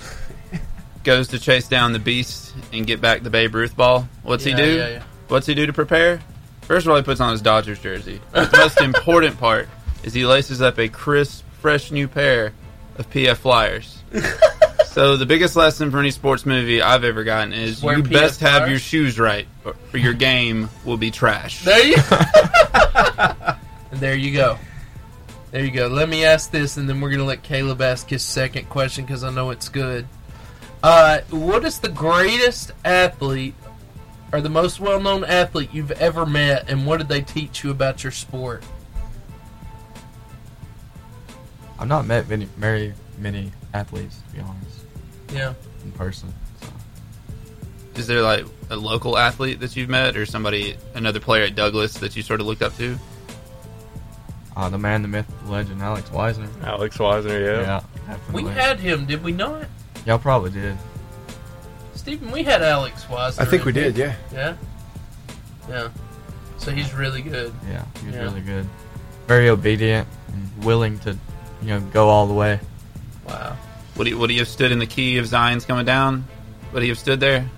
[SPEAKER 2] goes to chase down the beast and get back the Babe Ruth ball. What's
[SPEAKER 1] Yeah,
[SPEAKER 2] he do?
[SPEAKER 1] yeah, yeah.
[SPEAKER 2] What's he do to prepare? First of all, he puts on his Dodgers jersey. But the most important part is he laces up a crisp, fresh new pair of PF Flyers. so the biggest lesson for any sports movie I've ever gotten is
[SPEAKER 1] Wear
[SPEAKER 2] you
[SPEAKER 1] PF
[SPEAKER 2] best have
[SPEAKER 1] Flyers?
[SPEAKER 2] your shoes right, or or your game will be trash.
[SPEAKER 1] There you. there you go. There you go. Let me ask this, and then we're gonna let Caleb ask his second question because I know it's good. Uh, what is the greatest athlete or the most well-known athlete you've ever met, and what did they teach you about your sport?
[SPEAKER 10] I've not met many, very many athletes, to be honest,
[SPEAKER 1] Yeah.
[SPEAKER 10] in person.
[SPEAKER 2] Is there like a local athlete that you've met, or somebody, another player at Douglas that you sort of looked up to?
[SPEAKER 10] Uh, the man, the myth, the legend, Alex Wisner.
[SPEAKER 11] Alex Wisner, yeah.
[SPEAKER 10] Yeah, definitely.
[SPEAKER 1] We had him, did we not?
[SPEAKER 10] Y'all probably did.
[SPEAKER 1] Stephen, we had Alex Wisner.
[SPEAKER 10] I think we
[SPEAKER 1] didn't
[SPEAKER 10] did, yeah.
[SPEAKER 1] Yeah. Yeah. So he's really good.
[SPEAKER 10] Yeah, he was
[SPEAKER 1] Yeah.
[SPEAKER 10] really good. Very obedient, and willing to, you know, go all the way.
[SPEAKER 1] Wow.
[SPEAKER 2] Would he, would he have stood in the key of Zion's coming down? Would he have stood there?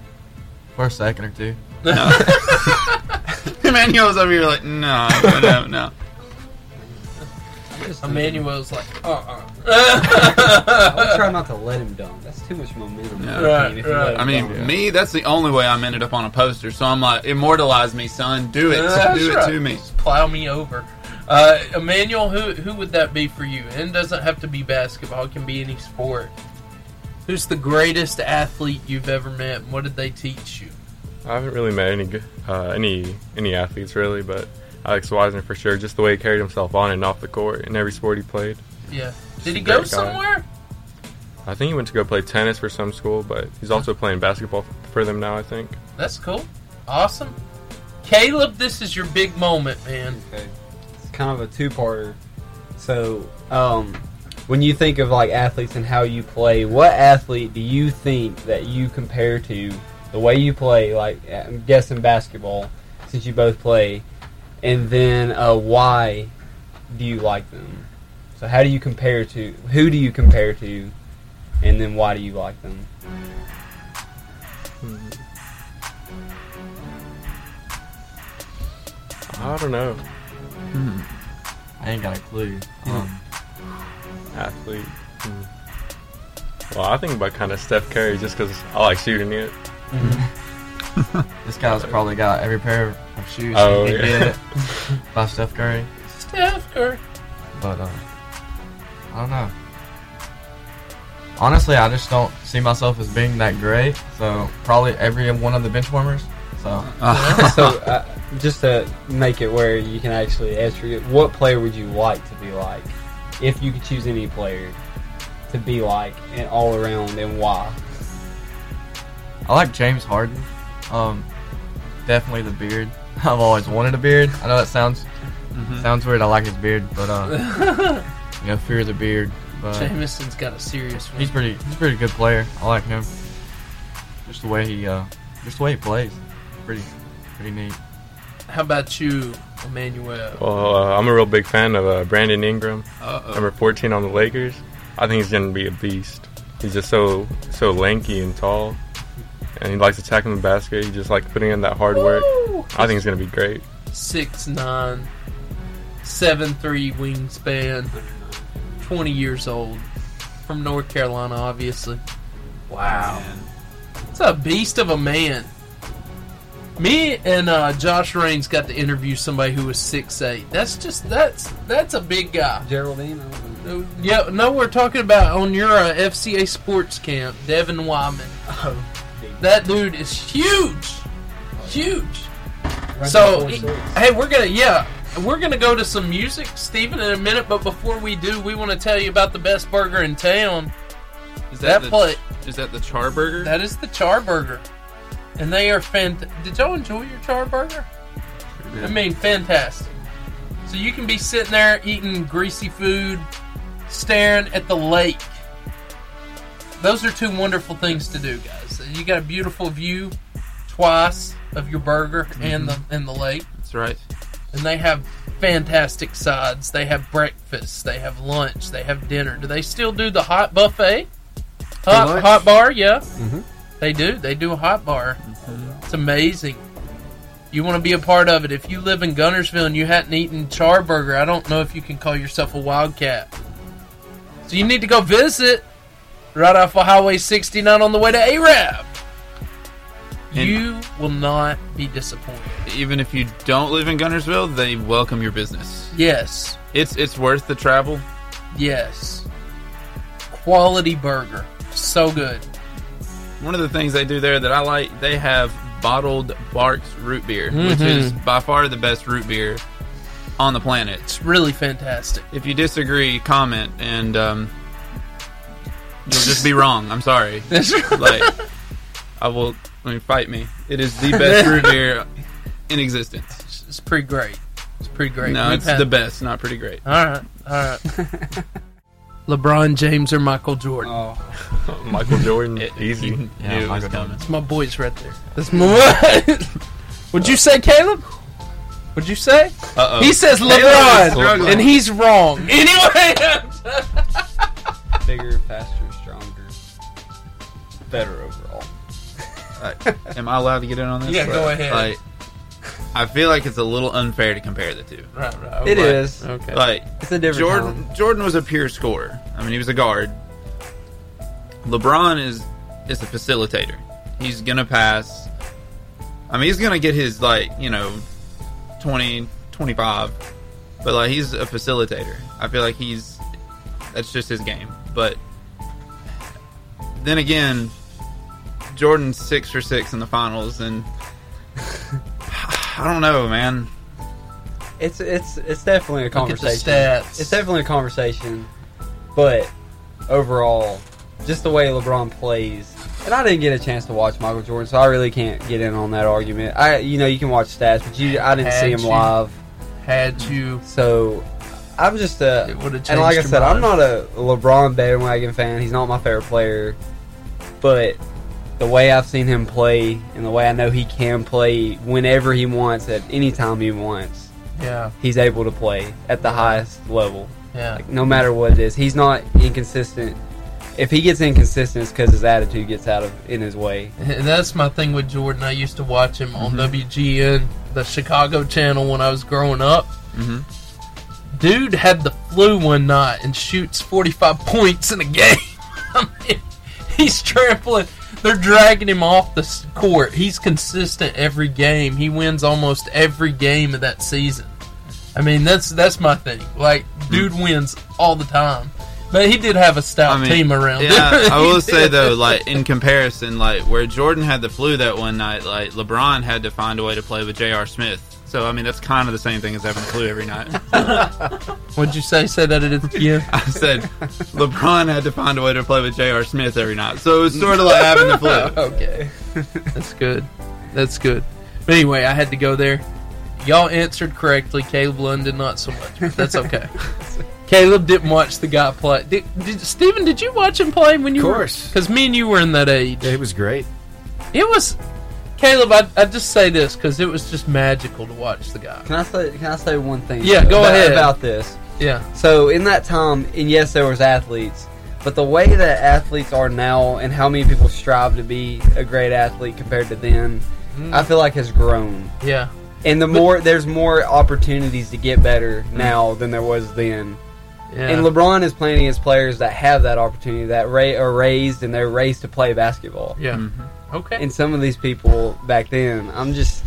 [SPEAKER 10] For a second or two.
[SPEAKER 2] No. Emmanuel's over here like, no, no, no.
[SPEAKER 1] Emmanuel's like, uh-uh.
[SPEAKER 5] I would try not to let him dunk. That's too much momentum.
[SPEAKER 2] No.
[SPEAKER 5] for a team if you let him
[SPEAKER 2] I mean,
[SPEAKER 5] dunk.
[SPEAKER 2] me, that's the only way I'm ended up on a poster. So I'm like, immortalize me, son. Do it.
[SPEAKER 1] That's
[SPEAKER 2] do
[SPEAKER 1] right.
[SPEAKER 2] it to me.
[SPEAKER 1] plow me over. Uh, Emmanuel, who who would that be for you? And it doesn't have to be basketball; it can be any sport. Who's the greatest athlete you've ever met? And what did they teach you?
[SPEAKER 11] I haven't really met any good- uh, any any athletes really, but Alex Wisner for sure. Just the way he carried himself on and off the court in every sport he played.
[SPEAKER 1] Yeah,
[SPEAKER 11] Just
[SPEAKER 1] did he
[SPEAKER 11] a
[SPEAKER 1] go
[SPEAKER 11] great guy.
[SPEAKER 1] somewhere?
[SPEAKER 11] I think he went to go play tennis for some school, but he's also playing basketball f- for them now. I think.
[SPEAKER 1] That's cool, awesome. Caleb, this is your big moment, man.
[SPEAKER 5] it's kind of a two-parter. So, um, when you think of like athletes and how you play, what athlete do you think that you compare to the way you play? Like, I'm guessing basketball, since you both play, and then uh, why do you like them? So, how do you compare to who do you compare to, and then why do you like them?
[SPEAKER 11] I don't know. Hmm.
[SPEAKER 10] I ain't got a clue. Um,
[SPEAKER 11] Athlete. Hmm.
[SPEAKER 1] Mm-hmm.
[SPEAKER 11] Well, I think about kind of Steph Curry just because I like shooting it.
[SPEAKER 10] This guy's probably got every pair of shoes
[SPEAKER 11] Oh,
[SPEAKER 10] he
[SPEAKER 11] yeah.
[SPEAKER 10] did by Steph Curry.
[SPEAKER 1] Steph Curry.
[SPEAKER 10] But uh, I don't know. Honestly, I just don't see myself as being that great. So probably every one of the bench warmers. So
[SPEAKER 5] so, uh, just to make it where you can actually answer it, what player would you like to be like if you could choose any player to be like and all around and why?
[SPEAKER 10] I like James Harden. Um, definitely the beard. I've always wanted a beard. I know that sounds sounds weird. I like his beard, but uh, you know, fear the beard. But
[SPEAKER 1] Jameson's got a serious one.
[SPEAKER 10] he's pretty. He's a pretty good player. I like him. Just the way he, uh, just the way he plays. Pretty, pretty neat.
[SPEAKER 1] How about you, Emmanuel?
[SPEAKER 11] Well, uh, I'm a real big fan of uh, Brandon Ingram,
[SPEAKER 1] Uh-oh.
[SPEAKER 11] number 14 on the Lakers. I think he's going to be a beast. He's just so so lanky and tall, and he likes attacking the basket. He just likes putting in that hard work. I think he's going to be great.
[SPEAKER 1] Six nine, seven three wingspan, twenty years old, from North Carolina, obviously. Wow, it's a beast of a man. Me and uh, Josh Raines got to interview somebody who was six eight. That's just that's that's a big guy. Uh,
[SPEAKER 5] Geraldine.
[SPEAKER 1] Yeah, no, we're talking about on your uh, FCA sports camp, Devin Wyman.
[SPEAKER 5] Oh,
[SPEAKER 1] That dude is huge, huge. So,
[SPEAKER 5] Right before six.
[SPEAKER 1] hey, we're gonna yeah, we're gonna go to some music, Steven, in a minute. But before we do, we want to tell you about the best burger in town.
[SPEAKER 2] Is that
[SPEAKER 1] that
[SPEAKER 2] the-
[SPEAKER 1] plate?
[SPEAKER 2] Is that the char burger?
[SPEAKER 1] That is the Char Burger, and they are fant. Did y'all enjoy your Char Burger? I mean, fantastic. So you can be sitting there eating greasy food, staring at the lake. Those are two wonderful things to do, guys. You got a beautiful view twice of your burger and the and the lake.
[SPEAKER 2] That's right.
[SPEAKER 1] And they have fantastic sides. They have breakfast. They have lunch. They have dinner. Do they still do the hot buffet?
[SPEAKER 6] For
[SPEAKER 1] Hot,
[SPEAKER 6] lunch?
[SPEAKER 1] hot bar, yeah.
[SPEAKER 6] Mhm.
[SPEAKER 1] They do. They do a hot bar. It's amazing. You want to be a part of it. If you live in Gunnersville and you hadn't eaten Charburger, I don't know if you can call yourself a wildcat. So you need to go visit right off of Highway 69 on the way to Arab.
[SPEAKER 2] And-
[SPEAKER 1] you will not be disappointed.
[SPEAKER 2] Even if you don't live in Gunnersville, they welcome your business.
[SPEAKER 1] Yes.
[SPEAKER 2] It's it's worth the travel.
[SPEAKER 1] Yes. Quality burger. So good.
[SPEAKER 2] One of the things they do there that I like, they have bottled Barks root beer, which
[SPEAKER 1] Mhm.
[SPEAKER 2] is by far the best root beer on the planet.
[SPEAKER 1] It's really fantastic.
[SPEAKER 2] If you disagree, comment, and um, you'll just be wrong. I'm sorry. like I will. I mean, fight me. It is the best root beer in existence.
[SPEAKER 1] It's pretty great. It's pretty great.
[SPEAKER 2] No,
[SPEAKER 1] We've
[SPEAKER 2] it's
[SPEAKER 1] had-
[SPEAKER 2] the best, not pretty great.
[SPEAKER 1] All right. All right. LeBron James or Michael Jordan?
[SPEAKER 2] Oh.
[SPEAKER 11] Michael Jordan, easy.
[SPEAKER 2] Yeah, Knew it was Michael coming.
[SPEAKER 1] That's my boys right there. That's my boy. Would you say Caleb? Would you say?
[SPEAKER 2] Uh-oh.
[SPEAKER 1] He says
[SPEAKER 2] Caleb is
[SPEAKER 1] LeBron,
[SPEAKER 2] struggling.
[SPEAKER 1] and he's wrong. Anyway,
[SPEAKER 5] Bigger, faster, stronger, better overall.
[SPEAKER 2] Like, Uh, am I allowed to get in on this?
[SPEAKER 5] Yeah, go ahead.
[SPEAKER 2] Like, I feel like it's a little unfair to compare the two.
[SPEAKER 1] Right, right.
[SPEAKER 5] It
[SPEAKER 2] Like-
[SPEAKER 5] is. Okay.
[SPEAKER 2] Like
[SPEAKER 5] It's a different
[SPEAKER 2] Jordan. Jordan was a pure scorer. I mean, he was a guard. LeBron is is a facilitator. He's gonna pass. I mean, he's gonna get his like you know 20, 25, but like he's a facilitator. I feel like he's that's just his game. But then again, Jordan's six for six in the finals, and I don't know, man.
[SPEAKER 5] It's it's it's definitely a
[SPEAKER 1] Look at the
[SPEAKER 5] conversation.
[SPEAKER 1] stats.
[SPEAKER 5] It's definitely a conversation, but overall, just the way LeBron plays, and I didn't get a chance to watch Michael Jordan, so I really can't get in on that argument. I you know you can watch stats, but you I didn't see
[SPEAKER 1] Had
[SPEAKER 5] him
[SPEAKER 1] you.
[SPEAKER 5] live,
[SPEAKER 1] had you?
[SPEAKER 5] so I'm just a
[SPEAKER 1] would've
[SPEAKER 5] and like I
[SPEAKER 1] changed your
[SPEAKER 5] said, I'm not
[SPEAKER 1] mind.
[SPEAKER 5] a LeBron bandwagon fan. He's not my favorite player, but the way I've seen him play and the way I know he can play whenever he wants at any time he wants
[SPEAKER 1] Yeah.
[SPEAKER 5] he's able to play at the highest level.
[SPEAKER 1] Yeah.
[SPEAKER 5] Like, no matter what it is, he's not inconsistent. If he gets inconsistent, it's because his attitude gets out of in his way.
[SPEAKER 1] And that's my thing with Jordan. I used to watch him
[SPEAKER 2] Mm-hmm.
[SPEAKER 1] on WGN, the Chicago channel, when I was growing up.
[SPEAKER 2] Mhm.
[SPEAKER 1] Dude had the flu one night and shoots 45 points in a game. I mean, he's trampling. They're dragging him off the s- court. He's consistent every game. He wins almost every game of that season. I mean, that's that's my thing. Like, dude wins all the time. But he did have a stout
[SPEAKER 2] Mm. I mean,
[SPEAKER 1] team around.
[SPEAKER 2] Yeah,
[SPEAKER 1] him.
[SPEAKER 2] I
[SPEAKER 1] He
[SPEAKER 2] will say
[SPEAKER 1] did.
[SPEAKER 2] though, like in comparison, like where Jordan had the flu that one night, like LeBron had to find a way to play with J.R. Smith. So I mean, that's kind of the same thing as having the flu every night.
[SPEAKER 1] What'd you say? Say that it again.
[SPEAKER 2] I said LeBron had to find a way to play with J.R. Smith every night. So it's sort of like having the flu.
[SPEAKER 1] okay, that's good. That's good. But anyway, I had to go there. Y'all answered correctly. Caleb London, not so much. But that's okay. Caleb didn't watch the guy play. Did, did Steven, did you watch him play when you? Of course. Because me and you were in that age.
[SPEAKER 3] It was great.
[SPEAKER 1] It was. Caleb, I, I just say this because it was just magical to watch the guy.
[SPEAKER 5] Can I say? Can I say one thing?
[SPEAKER 1] Yeah, go
[SPEAKER 5] about,
[SPEAKER 1] ahead.
[SPEAKER 5] about this.
[SPEAKER 1] Yeah.
[SPEAKER 5] So in that time, and yes, there was athletes, but the way that athletes are now, and how many people strive to be a great athlete compared to then,
[SPEAKER 1] Mm.
[SPEAKER 5] I feel like has grown.
[SPEAKER 1] Yeah.
[SPEAKER 5] And the more there's more opportunities to get better now than there was then.
[SPEAKER 1] Yeah.
[SPEAKER 5] And LeBron is playing against players that have that opportunity, that ra- are raised and they're raised to play basketball.
[SPEAKER 1] Yeah. Okay.
[SPEAKER 5] And some of these people back then, I'm just,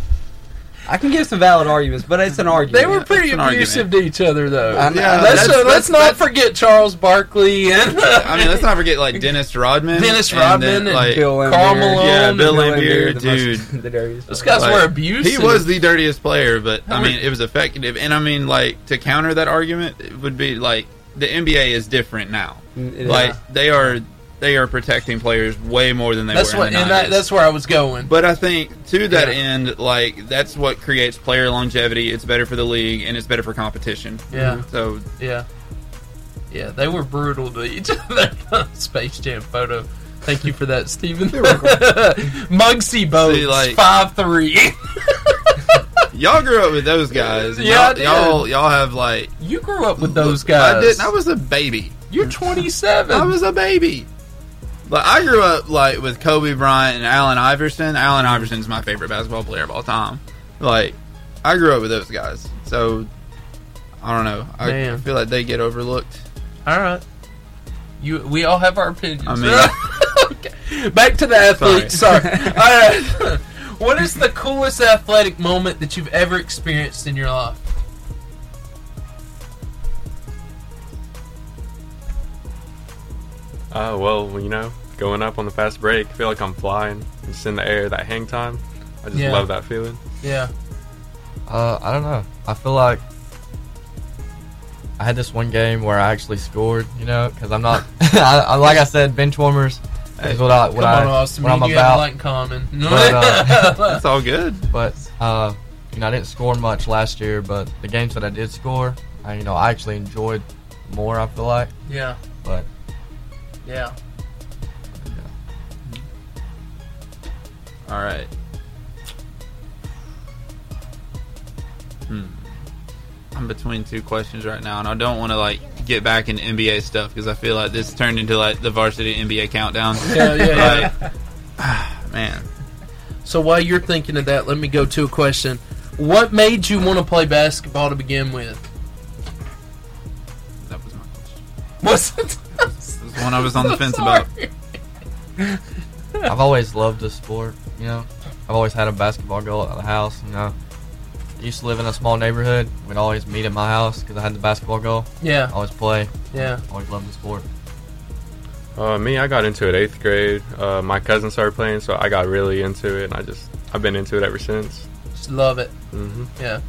[SPEAKER 5] I can give some valid arguments, but it's an argument.
[SPEAKER 1] They were pretty abusive to each other, though.
[SPEAKER 5] I know.
[SPEAKER 1] Yeah, let's,
[SPEAKER 5] That's-
[SPEAKER 1] uh, let's
[SPEAKER 5] that's-
[SPEAKER 1] not forget Charles Barkley and
[SPEAKER 2] I mean, let's not forget like Dennis Rodman,
[SPEAKER 1] Dennis
[SPEAKER 2] and then,
[SPEAKER 1] Rodman and Bill Laimbeer.
[SPEAKER 2] Karl Malone, yeah,
[SPEAKER 1] Malone
[SPEAKER 2] Bill
[SPEAKER 1] and Bill Laimbeer,
[SPEAKER 2] Laimbeer,
[SPEAKER 1] the
[SPEAKER 2] dude.
[SPEAKER 1] most- the dirtiest Those guys were abusive.
[SPEAKER 2] He was the dirtiest player, but I mean, it was effective. And I mean, like to counter that argument, it would be like the NBA is different now.
[SPEAKER 1] Mm, it
[SPEAKER 2] Like
[SPEAKER 1] is.
[SPEAKER 2] they are, they are protecting players way more than they
[SPEAKER 1] that's
[SPEAKER 2] were.
[SPEAKER 1] what,
[SPEAKER 2] in the
[SPEAKER 1] and that,
[SPEAKER 2] 90s.
[SPEAKER 1] that's where I was going.
[SPEAKER 2] But I think to that
[SPEAKER 1] Yeah.
[SPEAKER 2] end, like that's what creates player longevity. It's better for the league and it's better for competition.
[SPEAKER 1] Yeah.
[SPEAKER 2] So
[SPEAKER 1] Yeah. Yeah, they were brutal to each other. Space Jam photo. Thank you for that, Steven. Muggsy Bogues,
[SPEAKER 2] See, like-
[SPEAKER 1] five three.
[SPEAKER 2] y'all grew up with those guys.
[SPEAKER 1] Yeah, I
[SPEAKER 2] Y'all,
[SPEAKER 1] did.
[SPEAKER 2] y'all, y'all have like
[SPEAKER 1] you grew up with those
[SPEAKER 2] I
[SPEAKER 1] guys.
[SPEAKER 2] didn't. I was a baby.
[SPEAKER 1] You're 27.
[SPEAKER 2] I was a baby. Like I grew up like with Kobe Bryant and Allen Iverson. Allen Iverson is my favorite basketball player of all time. Like I grew up with those guys, so I don't know. I
[SPEAKER 1] Man.
[SPEAKER 2] feel like they get overlooked.
[SPEAKER 1] All right. You, we all have our opinions.
[SPEAKER 2] I mean-
[SPEAKER 1] Okay. back to the athletes. Sorry.
[SPEAKER 2] Sorry.
[SPEAKER 1] all right. What is the coolest athletic moment that you've ever experienced in your life?
[SPEAKER 11] Uh, well, you know, going up on the fast break, I feel like I'm flying. Just in the air, that hang time. I just
[SPEAKER 1] Yeah.
[SPEAKER 11] love that feeling.
[SPEAKER 1] Yeah.
[SPEAKER 10] Uh, I don't know. I feel like I had this one game where I actually scored. You know, because I'm not. I, I, like I said, bench warmers is what I what
[SPEAKER 1] Come
[SPEAKER 10] I
[SPEAKER 1] on, Austin.
[SPEAKER 10] what
[SPEAKER 1] me
[SPEAKER 10] I'm
[SPEAKER 1] and you have a
[SPEAKER 10] about. uh,
[SPEAKER 1] lot in common.
[SPEAKER 2] That's all good.
[SPEAKER 10] But uh, you know, I didn't score much last year, but the games that I did score, I you know, I actually enjoyed more. I feel like.
[SPEAKER 1] Yeah.
[SPEAKER 10] But
[SPEAKER 1] yeah.
[SPEAKER 2] All right. Hmm. I'm between two questions right now, and I don't want to like get back into NBA stuff because I feel like this turned into like the varsity NBA countdown.
[SPEAKER 1] Yeah, yeah, yeah.
[SPEAKER 2] Like, man.
[SPEAKER 1] So while you're thinking of that, let me go to a question. What made you want to play basketball to begin with?
[SPEAKER 2] That was my
[SPEAKER 1] What's it?
[SPEAKER 2] That's one I was on the fence about.
[SPEAKER 10] I've always loved this sport, you know. I've always had a basketball goal at the house, you know. I used to live in a small neighborhood. We'd always meet at my house because I had the basketball goal.
[SPEAKER 1] Yeah.
[SPEAKER 10] Always play.
[SPEAKER 1] Yeah.
[SPEAKER 10] Always loved the sport.
[SPEAKER 11] Uh, me, I got into it eighth grade. Uh, my cousin started playing, so I got really into it, and I just I've been into it ever since.
[SPEAKER 1] Just love it.
[SPEAKER 11] Mm-hmm.
[SPEAKER 1] Yeah.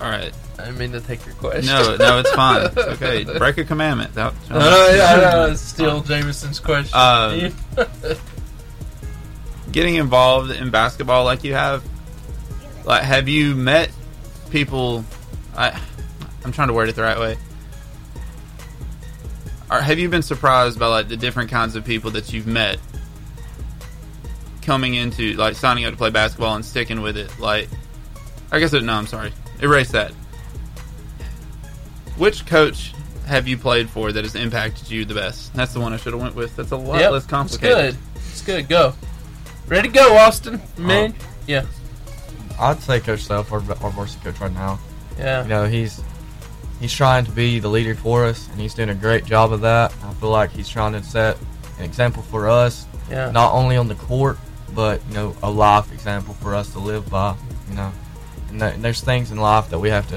[SPEAKER 2] All right.
[SPEAKER 1] I didn't mean to take your question.
[SPEAKER 2] No, no, it's fine. It's okay. Break a commandment. That,
[SPEAKER 1] No, no, Oh, yeah, no, it's still Jameson's question.
[SPEAKER 2] Um, getting involved in basketball like you have like have you met people I I'm trying to word it the right way or have you been surprised by like the different kinds of people that you've met coming into like signing up to play basketball and sticking with it like I guess it, no I'm sorry erase that which coach have you played for that has impacted you the best that's the one I should have went with that's a lot
[SPEAKER 1] Yep,
[SPEAKER 2] less complicated
[SPEAKER 1] It's good. It's good. Go. Ready to go, Austin.
[SPEAKER 2] Uh,
[SPEAKER 1] Man. Yeah.
[SPEAKER 10] I'd say Coach Self, our, our varsity coach right now.
[SPEAKER 1] Yeah.
[SPEAKER 10] You know, he's he's trying to be the leader for us, and he's doing a great job of that. I feel like he's trying to set an example for us,
[SPEAKER 1] Yeah.
[SPEAKER 10] not only on the court, but you know, a life example for us to live by. You know, and th- there's things in life that we have to,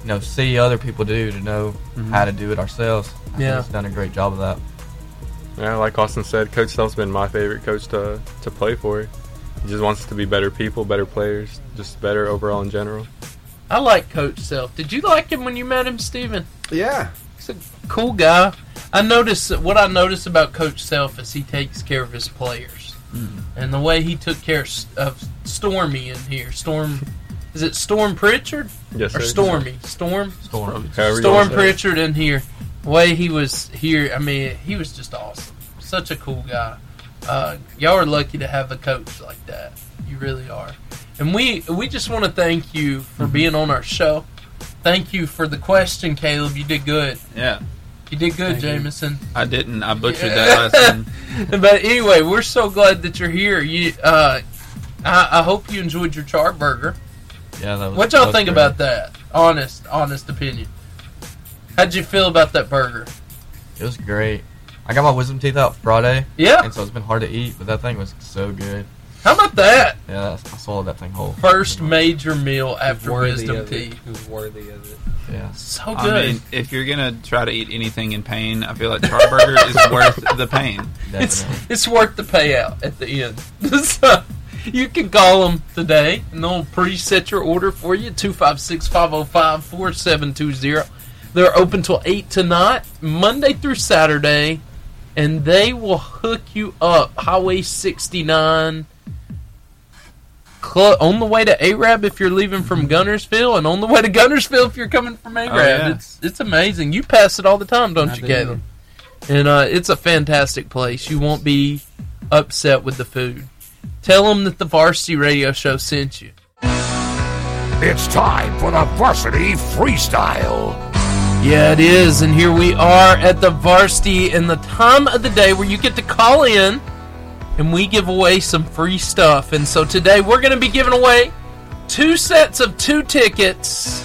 [SPEAKER 10] you know, see other people do to know
[SPEAKER 1] Mhm.
[SPEAKER 10] how to do it ourselves. I think
[SPEAKER 1] Yeah.
[SPEAKER 10] he's done a great job of that.
[SPEAKER 11] Yeah, like Austin said, Coach Self's been my favorite coach to, to play for. He just wants us to be better people, better players, just better overall in general.
[SPEAKER 1] I like Coach Self. Did you like him when you met him, Steven?
[SPEAKER 3] Yeah.
[SPEAKER 1] He's a cool guy. I notice what I notice about Coach Self is he takes care of his players. And the way he took care of Stormy in here, Storm, is it Storm Pritchard?
[SPEAKER 11] Yes,
[SPEAKER 1] Or
[SPEAKER 11] sir.
[SPEAKER 1] Stormy, Storm,
[SPEAKER 10] Storm.
[SPEAKER 11] However you
[SPEAKER 1] Storm
[SPEAKER 11] wanna say it.
[SPEAKER 1] Pritchard in here. The way he was here, I mean, he was just awesome. Such a cool guy. Uh, y'all are lucky to have a coach like that. You really are. And we we just want to thank you for
[SPEAKER 11] Mm-hmm.
[SPEAKER 1] being on our show. Thank you for the question, Caleb. You did good.
[SPEAKER 2] Yeah.
[SPEAKER 1] You did good,
[SPEAKER 2] Thank you.
[SPEAKER 1] Jamison.
[SPEAKER 2] I didn't. I butchered that last one.
[SPEAKER 1] but anyway, we're so glad that you're here. You, uh, I, I hope you enjoyed your char burger.
[SPEAKER 10] Yeah, that was.
[SPEAKER 1] What
[SPEAKER 10] that
[SPEAKER 1] y'all
[SPEAKER 10] was
[SPEAKER 1] think
[SPEAKER 10] great.
[SPEAKER 1] about that? Honest, honest opinion. How'd you feel about that burger?
[SPEAKER 10] It was great. I got my wisdom teeth out Friday.
[SPEAKER 1] Yeah.
[SPEAKER 10] And so it's been hard to eat, but that thing was so good.
[SPEAKER 1] How about that?
[SPEAKER 10] Yeah, that's- I swallowed that thing whole.
[SPEAKER 1] First major meal after
[SPEAKER 5] worthy
[SPEAKER 1] wisdom
[SPEAKER 5] of it.
[SPEAKER 1] teeth.
[SPEAKER 5] Who's worthy of it?
[SPEAKER 10] Yeah.
[SPEAKER 1] So good.
[SPEAKER 2] I mean, if you're gonna try to eat anything in pain, I feel like Charburger is worth the pain.
[SPEAKER 1] it's it's worth the payout at the end. so you can call them today, and they'll preset your order for you 256 505 4720. They're open till 8 tonight, Monday through Saturday, and they will hook you up. Highway 69. Cl- on the way to Arab if you're leaving from Gunnersville, and on the way to Gunnersville if you're coming from Arab.
[SPEAKER 2] yeah.
[SPEAKER 1] It's it's amazing. You pass it all the time, don't
[SPEAKER 2] I
[SPEAKER 1] you,
[SPEAKER 2] do.
[SPEAKER 1] Caleb? And uh, it's a fantastic place. You won't be upset with the food. Tell them that the Varsity Radio Show sent you.
[SPEAKER 8] It's time for the Varsity Freestyle.
[SPEAKER 1] Yeah, it is. And here we are at the Varsity and the time of the day where you get to call in and we give away some free stuff. And so today we're going to be giving away two sets of two tickets.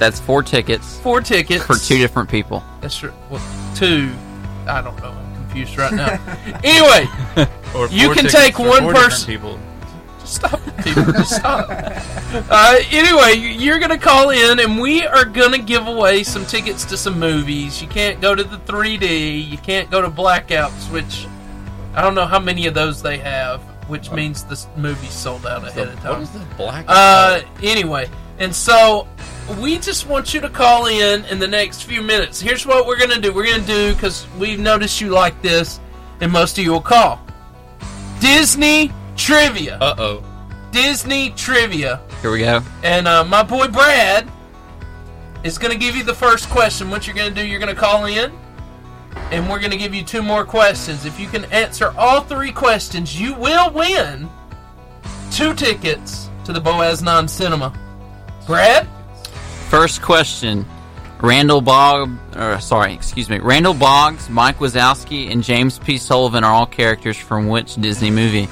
[SPEAKER 7] That's four tickets.
[SPEAKER 1] Four tickets.
[SPEAKER 7] For two different people.
[SPEAKER 1] That's right. Well, two. I don't know. I'm confused right now. anyway,
[SPEAKER 2] Or
[SPEAKER 1] you
[SPEAKER 2] four
[SPEAKER 1] can
[SPEAKER 2] tickets
[SPEAKER 1] take
[SPEAKER 2] for
[SPEAKER 1] one
[SPEAKER 2] four different
[SPEAKER 1] person.
[SPEAKER 2] People.
[SPEAKER 1] Just stop it, people. Just stop. Uh, anyway, you- you're going to call in, and we are going to give away some tickets to some movies. You can't go to the 3D. You can't go to Blackouts, which I don't know how many of those they have, which
[SPEAKER 2] Uh,
[SPEAKER 1] means the s- movie's sold out ahead of time. What is the
[SPEAKER 2] Blackout?
[SPEAKER 1] Uh, anyway, and so we just want you to call in in the next few minutes. Here's what we're going to do. We're going to do, because we've noticed you like this, and most of you will call. Disney Trivia.
[SPEAKER 2] Uh oh.
[SPEAKER 1] Disney Trivia.
[SPEAKER 7] Here we go.
[SPEAKER 1] And uh, my boy Brad is going to give you the first question. What you're going to do, you're going to call in, and we're going to give you two more questions. If you can answer all three questions, you will win two tickets to the Boaz Non Cinema. Brad?
[SPEAKER 7] First question. Randall Bog, or sorry, excuse me, Randall Boggs, Mike Wazowski, and James P. Sullivan are all characters from which Disney movie?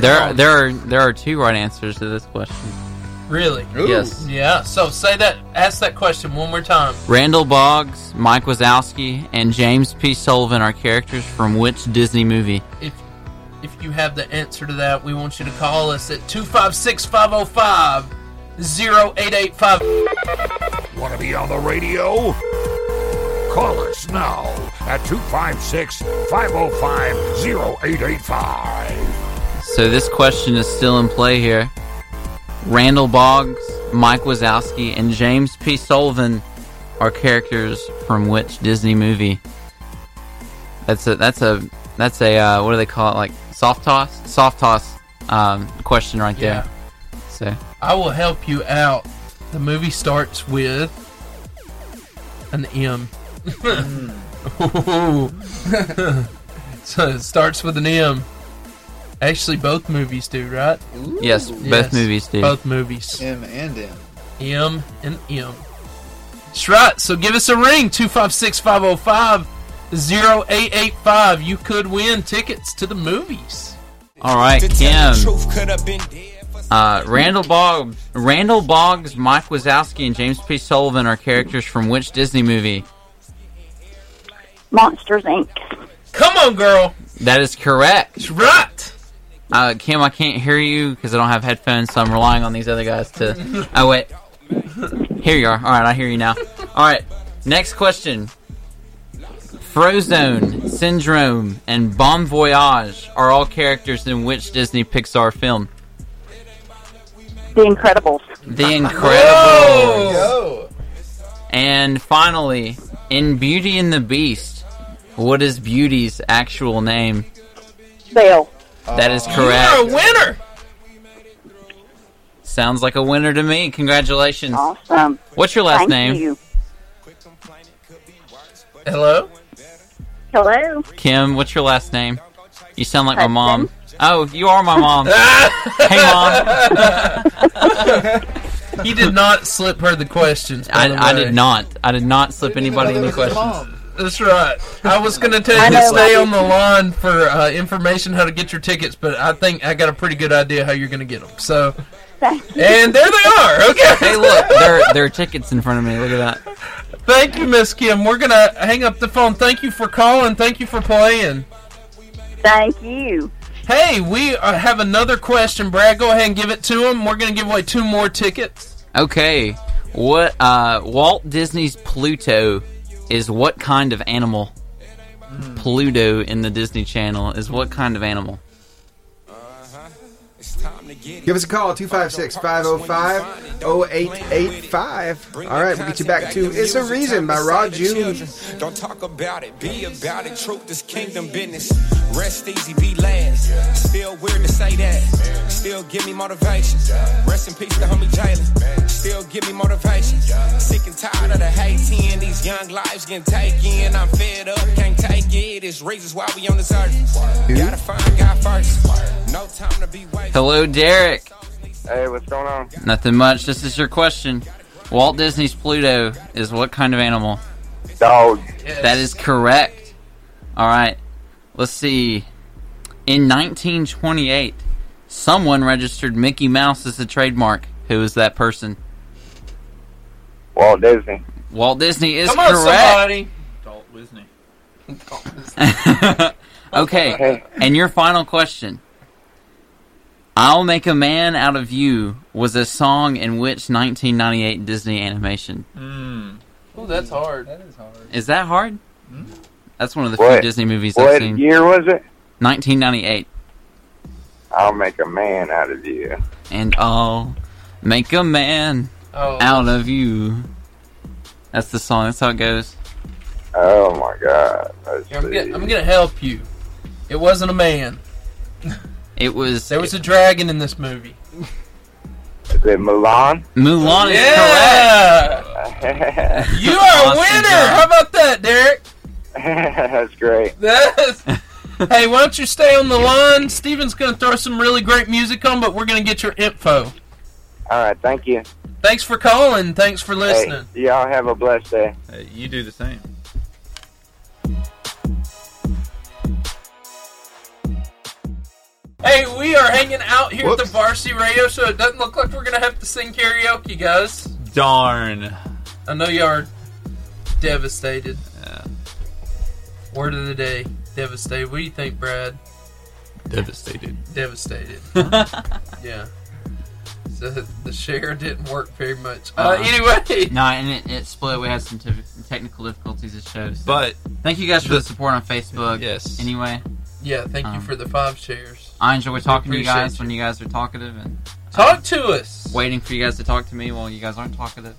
[SPEAKER 7] There, there are there are two right answers to this question.
[SPEAKER 1] Really?
[SPEAKER 7] Ooh. Yes.
[SPEAKER 1] Yeah. So say that. Ask that question one more time.
[SPEAKER 7] Randall Boggs, Mike Wazowski, and James P. Sullivan are characters from which Disney movie?
[SPEAKER 1] If if you have the answer to that, we want you to call us at 256 505 0885.
[SPEAKER 8] Want to be on the radio? Call us now at 256 505 0885.
[SPEAKER 7] So this question is still in play here. Randall Boggs, Mike Wazowski, and James P. Sullivan are characters from which Disney movie? That's a that's a that's a uh, what do they call it? Like soft toss, soft toss um, question right there. So
[SPEAKER 1] I will help you out. The movie starts with an M. Ooh. so it starts with an M. Actually, both movies do, right?
[SPEAKER 7] Yes, both movies do.
[SPEAKER 1] Both movies.
[SPEAKER 12] M and M.
[SPEAKER 1] M and M. That's right. So give us a ring 256 505 0885. You could win tickets to the movies.
[SPEAKER 7] all right, Kim. Uh, Randall Boggs, Randall Boggs, Mike Wazowski, and James P. Sullivan are characters from which Disney movie?
[SPEAKER 13] Monsters Inc.
[SPEAKER 1] Come on, girl.
[SPEAKER 7] That is correct.
[SPEAKER 1] That's right.
[SPEAKER 7] Uh, Kim, I can't hear you because I don't have headphones, so I'm relying on these other guys to. Oh wait, here you are. All right, I hear you now. All right, next question. Frozone, Syndrome, and Bon Voyage are all characters in which Disney Pixar film?
[SPEAKER 12] The Incredibles.
[SPEAKER 7] The
[SPEAKER 1] Oh.
[SPEAKER 7] Incredibles. And finally, in Beauty and the Beast, what is Beauty's actual name?
[SPEAKER 12] Belle.
[SPEAKER 7] That is correct.
[SPEAKER 1] You're a winner.
[SPEAKER 7] Sounds like a winner to me. Congratulations.
[SPEAKER 12] Awesome.
[SPEAKER 7] What's your last
[SPEAKER 12] Thank
[SPEAKER 7] name?
[SPEAKER 12] you.
[SPEAKER 1] Hello?
[SPEAKER 12] Hello.
[SPEAKER 7] Kim, what's your last name? You sound like my mom. Oh, you are my mom. hey, mom.
[SPEAKER 1] He did not slip her the questions. by
[SPEAKER 7] I,
[SPEAKER 1] the
[SPEAKER 7] I
[SPEAKER 1] way.
[SPEAKER 7] did not. I did not slip anybody any questions.
[SPEAKER 1] That's right. I was going to tell
[SPEAKER 7] I
[SPEAKER 1] you to
[SPEAKER 7] know,
[SPEAKER 1] stay
[SPEAKER 7] I
[SPEAKER 1] on the line for uh, information how to get your tickets, but I think I got a pretty good idea how you're going to get them. So, and there they are. Okay.
[SPEAKER 7] Hey, look, there, there are tickets in front of me. Look at that.
[SPEAKER 1] Thank you, Miss Kim. We're gonna hang up the phone. Thank you for calling. Thank you for playing.
[SPEAKER 12] Thank you.
[SPEAKER 1] Hey, we uh, have another question, Brad. Go ahead and give it to him. We're gonna give away two more tickets.
[SPEAKER 7] Okay, what? Uh, Walt Disney's Pluto is what kind of animal? Pluto in the Disney Channel is what kind of animal?
[SPEAKER 3] Give us a call, 256 505 0885. All right, we'll get you back to It's a Reason by Rod June.
[SPEAKER 13] Don't talk about it, be about it. Truth is kingdom business. Rest easy, be last. Still weird to say that. Still give me motivation. Rest in peace to homie Jalen. Still give me motivation. Sick and tired of the hating. These young lives getting taken. I'm fed up, can't take it. It's reasons why we on this earth. Gotta find God first. No time to be wasted.
[SPEAKER 7] Hello, Derek.
[SPEAKER 14] Hey, what's going on?
[SPEAKER 7] Nothing much. This is your question. Walt Disney's Pluto is what kind of animal?
[SPEAKER 14] Dog.
[SPEAKER 7] That is correct. All right. Let's see. In 1928, someone registered Mickey Mouse as a trademark. Who is that person?
[SPEAKER 14] Walt Disney.
[SPEAKER 7] Walt Disney is
[SPEAKER 1] Come on,
[SPEAKER 7] correct.
[SPEAKER 1] somebody.
[SPEAKER 2] Walt Disney.
[SPEAKER 7] okay. And your final question. I'll Make a Man Out of You was a song in which 1998 Disney animation?
[SPEAKER 2] Mm.
[SPEAKER 1] Oh, that's hard. That is hard.
[SPEAKER 7] Is that hard?
[SPEAKER 1] Hmm?
[SPEAKER 7] That's one of the few
[SPEAKER 14] What-
[SPEAKER 7] Disney movies I've
[SPEAKER 14] What
[SPEAKER 7] seen.
[SPEAKER 14] year was it?
[SPEAKER 7] 1998.
[SPEAKER 14] I'll make a man out of you.
[SPEAKER 7] And I'll make a man
[SPEAKER 1] Oh.
[SPEAKER 7] out of you. That's the song. That's how it goes.
[SPEAKER 14] Oh my god. Let's
[SPEAKER 1] I'm gonna, I'm gonna help you. It wasn't a man.
[SPEAKER 7] It was.
[SPEAKER 1] There was a dragon in this movie.
[SPEAKER 14] Is it Mulan?
[SPEAKER 7] Mulan is
[SPEAKER 1] yeah. You are a
[SPEAKER 14] Awesome
[SPEAKER 1] winner.
[SPEAKER 14] job.
[SPEAKER 1] How about that, Derek?
[SPEAKER 14] That's great.
[SPEAKER 1] That's- hey, why don't you stay on the line? Steven's going to throw some really great music on, but we're going to get your info.
[SPEAKER 14] All right, thank you.
[SPEAKER 1] Thanks for calling. Thanks for listening.
[SPEAKER 14] Hey, y'all have a blessed day.
[SPEAKER 2] you do the same.
[SPEAKER 1] Hey, we are hanging out here at the Varsity Radio Show. It doesn't look like we're going to have to sing karaoke, guys.
[SPEAKER 2] Darn.
[SPEAKER 1] I know you are devastated. Word of the day devastated. What do you think, Brad?
[SPEAKER 2] Devastated.
[SPEAKER 1] Devastated. yeah. So the share didn't work very much. Uh, anyway.
[SPEAKER 7] No, Uh-huh. and it, it split. We had some t- technical difficulties at shows.
[SPEAKER 2] But
[SPEAKER 7] thank you guys for
[SPEAKER 2] the-
[SPEAKER 7] the support on Facebook.
[SPEAKER 2] Yes.
[SPEAKER 7] Anyway,
[SPEAKER 1] Yeah, thank you
[SPEAKER 7] Um,
[SPEAKER 1] for the five shares.
[SPEAKER 7] I enjoy talking to you
[SPEAKER 1] Appreciate
[SPEAKER 7] guys when you guys are talkative and uh,
[SPEAKER 1] Talk to us.
[SPEAKER 7] waiting for you guys to talk to me while you guys aren't talkative.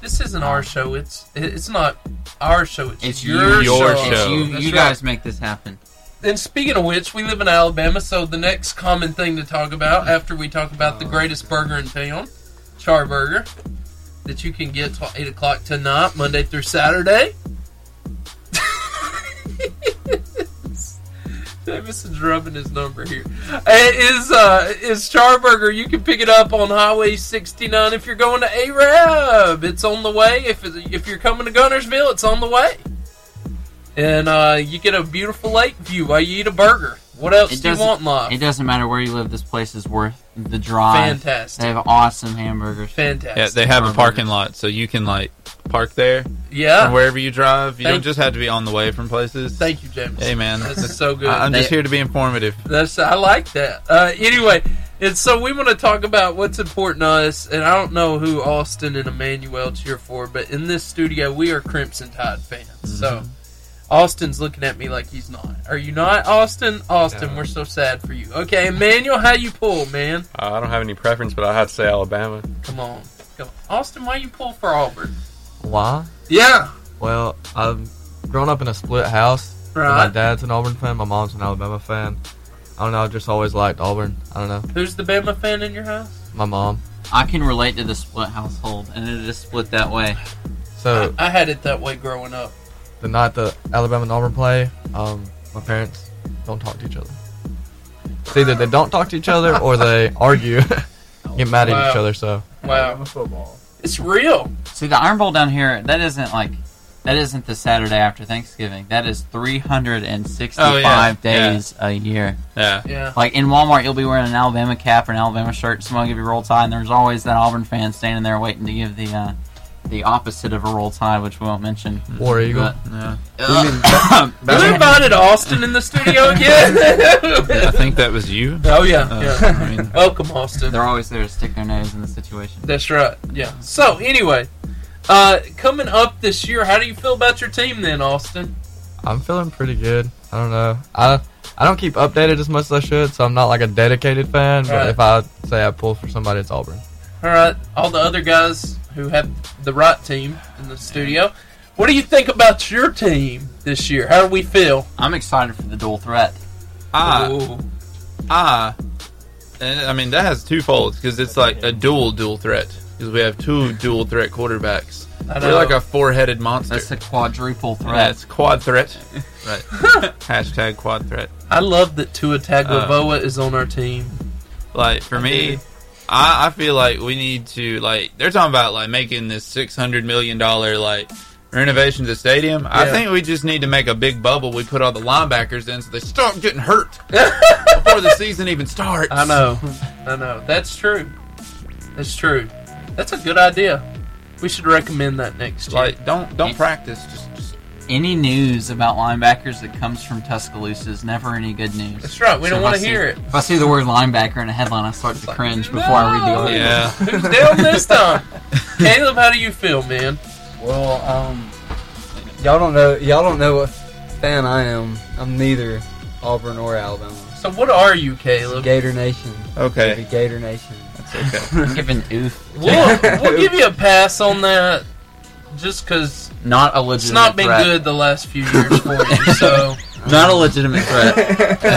[SPEAKER 1] This isn't our show. It's it's not our show. It's,
[SPEAKER 7] It's
[SPEAKER 1] your,
[SPEAKER 7] you- your
[SPEAKER 1] show.
[SPEAKER 7] show. You-
[SPEAKER 1] That's
[SPEAKER 7] you
[SPEAKER 1] right.
[SPEAKER 7] guys make this happen.
[SPEAKER 1] And speaking of which, we live in Alabama, so the next common thing to talk about after we talk about the greatest burger in town, Char Burger, that you can get till eight o'clock tonight, Monday through Saturday. Davison's rubbing his number here. It is uh is Charburger. You can pick it up on Highway 69 if you're going to Arab. It's on the way. If it, if you're coming to Gunnersville, it's on the way. And uh, you get a beautiful lake view while you eat a burger. What else do you
[SPEAKER 7] doesn't-
[SPEAKER 1] want in life?
[SPEAKER 7] It doesn't matter where you live. This place is worth the drive.
[SPEAKER 1] Fantastic.
[SPEAKER 7] They have awesome hamburgers.
[SPEAKER 1] Fantastic.
[SPEAKER 2] Yeah, they have a parking lot, so you can like park there.
[SPEAKER 1] Yeah.
[SPEAKER 2] From wherever you drive, you
[SPEAKER 1] Thank-
[SPEAKER 2] don't just have to be on the way from places.
[SPEAKER 1] Thank you, James.
[SPEAKER 2] Hey, man,
[SPEAKER 1] This is so good.
[SPEAKER 2] I, am just
[SPEAKER 1] They-
[SPEAKER 2] here to be informative.
[SPEAKER 1] That's I like that. Uh, anyway, and so we want to talk about what's important to us, and I don't know who Austin and Emmanuel cheer for, but in this studio we are Crimson Tide fans. So Austin's looking at me like he's not. Are you not, Austin? Austin, we're so sad for you. Okay, Emmanuel, how you pull, man?
[SPEAKER 11] I don't have any preference, but I have to say Alabama.
[SPEAKER 1] Come on, come on, Austin, why you pull for Auburn?
[SPEAKER 10] Why?
[SPEAKER 1] Yeah.
[SPEAKER 10] Well, I've grown up in a split house. My
[SPEAKER 1] Right.
[SPEAKER 10] dad's an Auburn fan. My mom's an Alabama fan. I don't know. I've just always liked Auburn. I don't know.
[SPEAKER 1] Who's the Bama fan in your house?
[SPEAKER 10] My mom.
[SPEAKER 7] I can relate to the split household, and it is split that way.
[SPEAKER 10] So
[SPEAKER 1] I had it that way growing up.
[SPEAKER 10] the night the Alabama and Auburn play, um, my parents don't talk to each other. It's either they don't talk to each other or they argue, get mad at each
[SPEAKER 7] Wow.
[SPEAKER 10] other. So
[SPEAKER 1] Wow. It's real.
[SPEAKER 7] See, the Iron Bowl down here, that isn't like. That isn't the Saturday after Thanksgiving. That is 365
[SPEAKER 2] Oh, yeah.
[SPEAKER 7] days a year.
[SPEAKER 2] Yeah.
[SPEAKER 1] Yeah.
[SPEAKER 7] Like in Walmart, you'll be wearing an Alabama cap or an Alabama shirt. and Someone will give you a roll tide, and there's always that Auburn fan standing there waiting to give the uh, the opposite of a roll tide, which we won't mention.
[SPEAKER 10] War Eagle.
[SPEAKER 7] yeah.
[SPEAKER 10] You mean that-
[SPEAKER 1] You invited Austin in the studio again.
[SPEAKER 7] I
[SPEAKER 2] think that was you.
[SPEAKER 1] Oh yeah,
[SPEAKER 7] Uh,
[SPEAKER 1] yeah.
[SPEAKER 7] I mean-
[SPEAKER 1] Welcome, Austin.
[SPEAKER 7] They're always there to stick their nose in the situation.
[SPEAKER 1] That's right. Yeah. So anyway, uh, coming up this year, how do you feel about your team then, Austin?
[SPEAKER 10] I'm feeling pretty good. I don't know. I I don't keep updated as much as I should, so I'm not like a dedicated fan. But
[SPEAKER 1] Right.
[SPEAKER 10] if I say I pull for somebody, it's Auburn.
[SPEAKER 1] All right, all the other guys who have the right team in the studio. What do you think about your team this year? How do we feel?
[SPEAKER 7] I'm excited for the dual threat.
[SPEAKER 2] Ah.
[SPEAKER 1] Ooh.
[SPEAKER 2] Ah, and I mean that has two folds because it's like a dual dual threat because we have two dual threat quarterbacks.
[SPEAKER 7] I
[SPEAKER 2] We're
[SPEAKER 7] know.
[SPEAKER 2] like a four headed monster.
[SPEAKER 7] That's a quadruple threat.
[SPEAKER 2] That's quad threat. Right. Hashtag quad threat.
[SPEAKER 1] I love that Tua Tagovailoa is on our team.
[SPEAKER 2] Like for me, I, I feel like we need to like they're talking about like making this six hundred million dollar like renovation to the stadium. I
[SPEAKER 1] Yeah.
[SPEAKER 2] think we just need to make a big bubble. We put all the linebackers in so they start getting hurt before the season e- even starts.
[SPEAKER 1] I know. I know. That's true. That's true. That's a good idea. We should recommend that next year.
[SPEAKER 2] Like, don't don't practice. Just
[SPEAKER 7] Any news about linebackers that comes from Tuscaloosa is never any good news.
[SPEAKER 1] That's right, we don't
[SPEAKER 7] if
[SPEAKER 1] wanna
[SPEAKER 7] I see-
[SPEAKER 1] hear it.
[SPEAKER 7] If I see the word linebacker in a headline, I start to cringe before I read the article.
[SPEAKER 2] Yeah.
[SPEAKER 1] Who's down this time? Caleb, how do you feel, man?
[SPEAKER 4] Well, um, y'all don't know y'all don't know what fan I am. I'm neither Auburn or Alabama.
[SPEAKER 1] So what are you, Caleb?
[SPEAKER 4] Gator Nation.
[SPEAKER 2] Okay.
[SPEAKER 4] Should be Gator Nation.
[SPEAKER 2] That's
[SPEAKER 7] okay. Give an oof.
[SPEAKER 1] We'll, we'll give you a pass on that just because
[SPEAKER 7] Not a
[SPEAKER 1] it's
[SPEAKER 7] legitimate
[SPEAKER 1] not been
[SPEAKER 7] threat.
[SPEAKER 1] good the last few years for you. So
[SPEAKER 7] Not a legitimate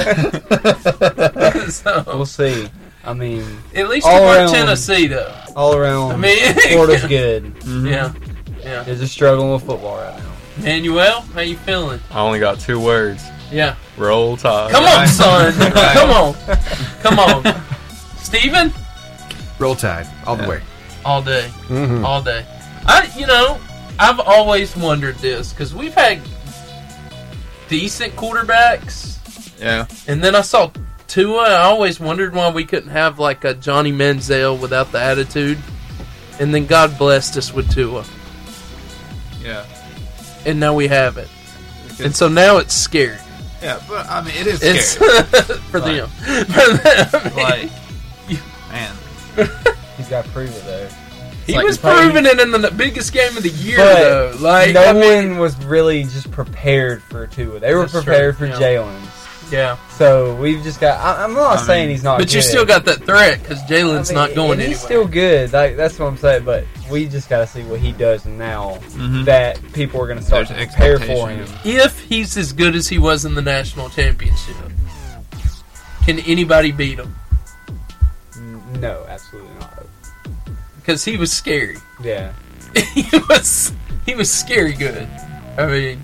[SPEAKER 7] threat.
[SPEAKER 1] So-
[SPEAKER 4] We'll see. I mean,
[SPEAKER 1] At least you weren't Tennessee, though.
[SPEAKER 4] All around,
[SPEAKER 1] I mean-
[SPEAKER 4] Florida's good. Mm-hmm.
[SPEAKER 1] Yeah. Yeah.
[SPEAKER 4] They're just struggling with football right now.
[SPEAKER 1] Manuel, how you feeling?
[SPEAKER 11] I only got two words.
[SPEAKER 1] Yeah.
[SPEAKER 11] Roll Tide.
[SPEAKER 1] Come on, son. Come on. Come on. Steven?
[SPEAKER 3] Roll Tide all the way.
[SPEAKER 1] all day,
[SPEAKER 3] Mhm.
[SPEAKER 1] all day. I, you know, I've always wondered this because we've had decent quarterbacks,
[SPEAKER 2] Yeah.
[SPEAKER 1] and then I saw Tua. And I always wondered why we couldn't have like a Johnny Manziel without the attitude, and then God blessed us with Tua,
[SPEAKER 2] Yeah.
[SPEAKER 1] and now we have it, and so now it's scary.
[SPEAKER 2] Yeah, but I mean, it is
[SPEAKER 1] It's-
[SPEAKER 2] scary
[SPEAKER 1] for
[SPEAKER 2] Like-
[SPEAKER 1] them. For them, I mean-
[SPEAKER 2] like, man,
[SPEAKER 4] He's got proven though.
[SPEAKER 1] He was proving it in the biggest game of the year, though. Like
[SPEAKER 4] no
[SPEAKER 1] I mean-
[SPEAKER 4] one was really just prepared for Tua. They were
[SPEAKER 1] That's true,
[SPEAKER 4] prepared for
[SPEAKER 1] yeah.
[SPEAKER 4] Jalen.
[SPEAKER 1] Yeah.
[SPEAKER 4] So we've just got. I, I'm not
[SPEAKER 1] I
[SPEAKER 4] saying
[SPEAKER 1] mean-
[SPEAKER 4] he's not.
[SPEAKER 1] But you
[SPEAKER 4] good.
[SPEAKER 1] still got that threat because Jalen's
[SPEAKER 4] I mean,
[SPEAKER 1] not going
[SPEAKER 4] and
[SPEAKER 1] anywhere.
[SPEAKER 4] He's still good. Like that's what I'm saying. But we just got to see what he does now.
[SPEAKER 1] Mhm.
[SPEAKER 4] That people are going to start to prepare for him.
[SPEAKER 1] If he's as good as he was in the national championship, can anybody beat him?
[SPEAKER 4] N- No, absolutely not.
[SPEAKER 1] Because he was scary.
[SPEAKER 4] Yeah.
[SPEAKER 1] he was he was scary good. I mean,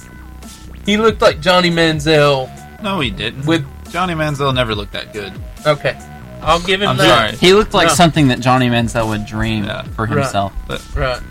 [SPEAKER 1] he looked like Johnny Manziel.
[SPEAKER 2] No, he didn't.
[SPEAKER 1] With
[SPEAKER 2] Johnny Manziel never looked that good.
[SPEAKER 1] okay, I'll give him
[SPEAKER 2] I'm
[SPEAKER 1] that.
[SPEAKER 2] sorry.
[SPEAKER 7] He looked like
[SPEAKER 1] No.
[SPEAKER 7] something that Johnny Manziel would dream for
[SPEAKER 1] Right.
[SPEAKER 7] himself.
[SPEAKER 1] Right.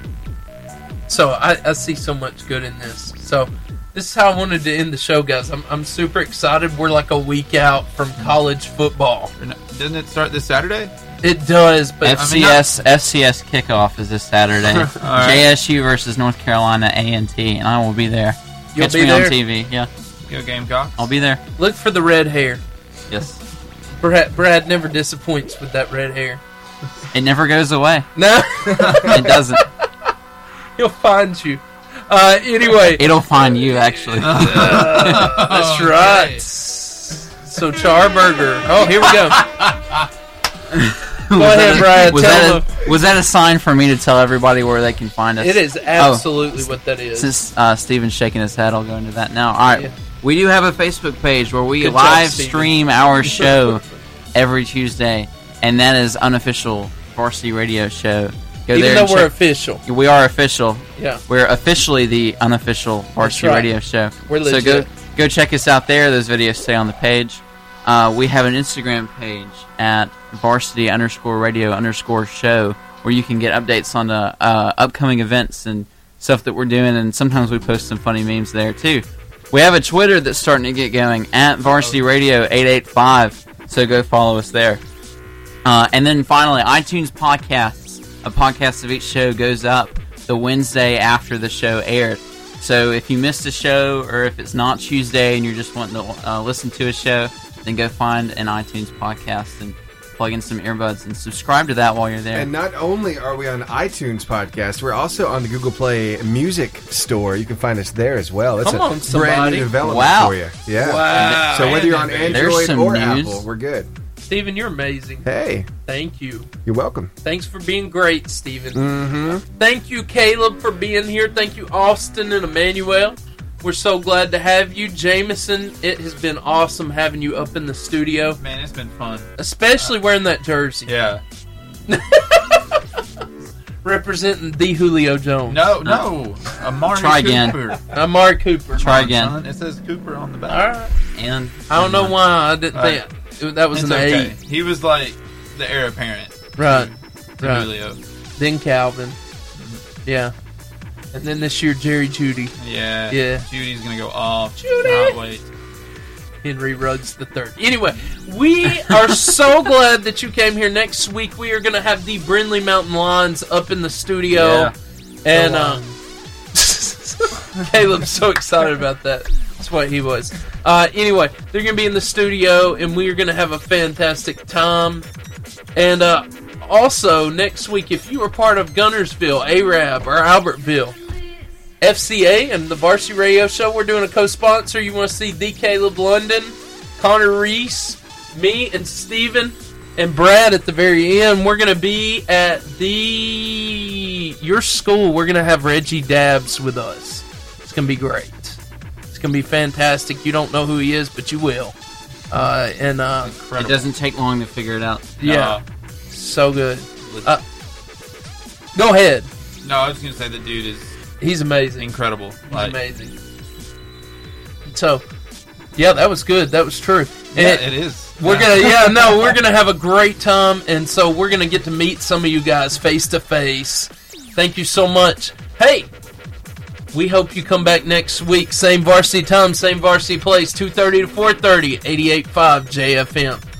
[SPEAKER 1] So I, I see so much good in this. So this is how I wanted to end the show, guys. I'm, I'm super excited. We're like a week out from college football.
[SPEAKER 2] Doesn't it start this Saturday?
[SPEAKER 1] It does, but I mean,
[SPEAKER 7] FCS FCS kickoff is this Saturday.
[SPEAKER 1] All right.
[SPEAKER 7] JSU versus North Carolina A and T, and I will be there.
[SPEAKER 1] You'll
[SPEAKER 7] Catch
[SPEAKER 1] be
[SPEAKER 7] me
[SPEAKER 1] there?
[SPEAKER 7] on TV. Yeah,
[SPEAKER 2] Go Gamecock.
[SPEAKER 7] I'll be there.
[SPEAKER 1] Look for the red hair.
[SPEAKER 7] Yes.
[SPEAKER 1] Brad, Brad never disappoints with that red hair.
[SPEAKER 7] It never goes away.
[SPEAKER 1] No,
[SPEAKER 7] it doesn't.
[SPEAKER 1] He'll find you. Uh, anyway,
[SPEAKER 7] It'll find you actually.
[SPEAKER 1] Uh, that's right. So Charburger. Oh, here we go.
[SPEAKER 7] Was
[SPEAKER 1] go ahead,
[SPEAKER 7] that a-
[SPEAKER 1] Brad.
[SPEAKER 7] Was
[SPEAKER 1] tell
[SPEAKER 7] that, a, was that a sign for me to tell everybody where they can find us? Oh.
[SPEAKER 1] It is absolutely what that is.
[SPEAKER 7] Since uh, Steven's shaking his head, I'll go into that now. All right.
[SPEAKER 1] Yeah.
[SPEAKER 7] We do have a Facebook page where we
[SPEAKER 1] Good job,
[SPEAKER 7] live
[SPEAKER 1] Steven.
[SPEAKER 7] stream our show every Tuesday, and that is unofficial varsity radio show. Go
[SPEAKER 1] Even
[SPEAKER 7] there
[SPEAKER 1] though
[SPEAKER 7] and
[SPEAKER 1] we're
[SPEAKER 7] check-
[SPEAKER 1] official.
[SPEAKER 7] We are official.
[SPEAKER 1] Yeah.
[SPEAKER 7] We're officially the unofficial varsity
[SPEAKER 1] right.
[SPEAKER 7] radio show.
[SPEAKER 1] We're
[SPEAKER 7] so
[SPEAKER 1] legit.
[SPEAKER 7] go go check us out there. Those videos stay on the page. Uh, we have an Instagram page at varsity underscore radio underscore show where you can get updates on the uh, upcoming events and stuff that we're doing. And sometimes we post some funny memes there too. We have a Twitter that's starting to get going at varsity radio 885. So go follow us there. Uh, and then finally, iTunes podcasts. A podcast of each show goes up the Wednesday after the show aired. So if you missed a show, or if it's not Tuesday and you're just wanting to uh, listen to a show, then go find an iTunes podcast and plug in some earbuds and subscribe to that while you're there.
[SPEAKER 3] And not only are we on iTunes podcast, we're also on the Google Play Music Store. You can find us there as well. That's
[SPEAKER 7] Come
[SPEAKER 3] a
[SPEAKER 7] on,
[SPEAKER 3] brand
[SPEAKER 7] somebody.
[SPEAKER 3] new development
[SPEAKER 7] Wow.
[SPEAKER 3] for you. Yeah.
[SPEAKER 1] Wow.
[SPEAKER 3] So whether you're on
[SPEAKER 1] There's
[SPEAKER 3] Android
[SPEAKER 7] some
[SPEAKER 3] or
[SPEAKER 7] news.
[SPEAKER 3] Apple, we're good.
[SPEAKER 1] Steven, you're amazing.
[SPEAKER 3] Hey.
[SPEAKER 1] Thank you.
[SPEAKER 3] You're welcome.
[SPEAKER 1] Thanks for being great, Steven.
[SPEAKER 3] Mm-hmm.
[SPEAKER 1] Thank you, Caleb, for being here. Thank you, Austin and Emmanuel. We're so glad to have you. Jameson, it has been awesome having you up in the studio.
[SPEAKER 2] Man, it's been fun. Uh,
[SPEAKER 1] Especially wearing that jersey.
[SPEAKER 2] Yeah.
[SPEAKER 1] Representing the Julio Jones.
[SPEAKER 2] No, no. Amari
[SPEAKER 1] Try again.
[SPEAKER 2] Cooper.
[SPEAKER 1] Amari Cooper.
[SPEAKER 7] Try again.
[SPEAKER 2] Son, It says Cooper on the back.
[SPEAKER 1] All right.
[SPEAKER 7] And
[SPEAKER 1] I don't know why I didn't
[SPEAKER 2] All right.
[SPEAKER 1] think that was
[SPEAKER 2] It's
[SPEAKER 1] an
[SPEAKER 2] okay.
[SPEAKER 1] eight.
[SPEAKER 2] He was like the heir apparent.
[SPEAKER 1] Right.
[SPEAKER 2] To
[SPEAKER 1] Right.
[SPEAKER 2] Julio. Mm-hmm.
[SPEAKER 1] Then Calvin. Yeah. And then this year, Jerry Judy.
[SPEAKER 2] Yeah.
[SPEAKER 1] Yeah.
[SPEAKER 2] Judy's gonna go off.
[SPEAKER 1] Judy.
[SPEAKER 2] Cannot wait.
[SPEAKER 1] Henry Ruggs the third. Anyway, we are so glad that you came here. Next week we are going to have the Brindley Mountain Lions up in the studio,
[SPEAKER 2] Yeah.
[SPEAKER 1] and uh, Caleb's so excited about that. That's what he was. Uh, anyway, they're going to be in the studio, and we are going to have a fantastic time. And uh, also next week, if you are part of Gunnersville, Arab, or Albertville. FCA and the Varsity Radio Show. We're doing a co-sponsor. You want to see D. Caleb London, Connor Reese, me, and Steven, and Brad at the very end. We're gonna be at the your school. We're gonna have Reggie Dabs with us. It's gonna be great. It's gonna be fantastic. You don't know who he is, but you will. Uh, and uh,
[SPEAKER 7] It doesn't take long to figure it out. Uh,
[SPEAKER 1] Yeah, so good. Uh, go ahead.
[SPEAKER 2] No, I was gonna say the dude is
[SPEAKER 1] He's amazing.
[SPEAKER 2] incredible.
[SPEAKER 1] He's
[SPEAKER 2] Like,
[SPEAKER 1] amazing. So, yeah, that was good. That was true. And
[SPEAKER 2] Yeah, it is.
[SPEAKER 1] We're gonna, yeah, no, we're gonna have a great time, and so we're gonna get to meet some of you guys face to face. Thank you so much. Hey, we hope you come back next week. Same varsity time, same varsity place, 2.30 to 4.30, 88.5 JFM.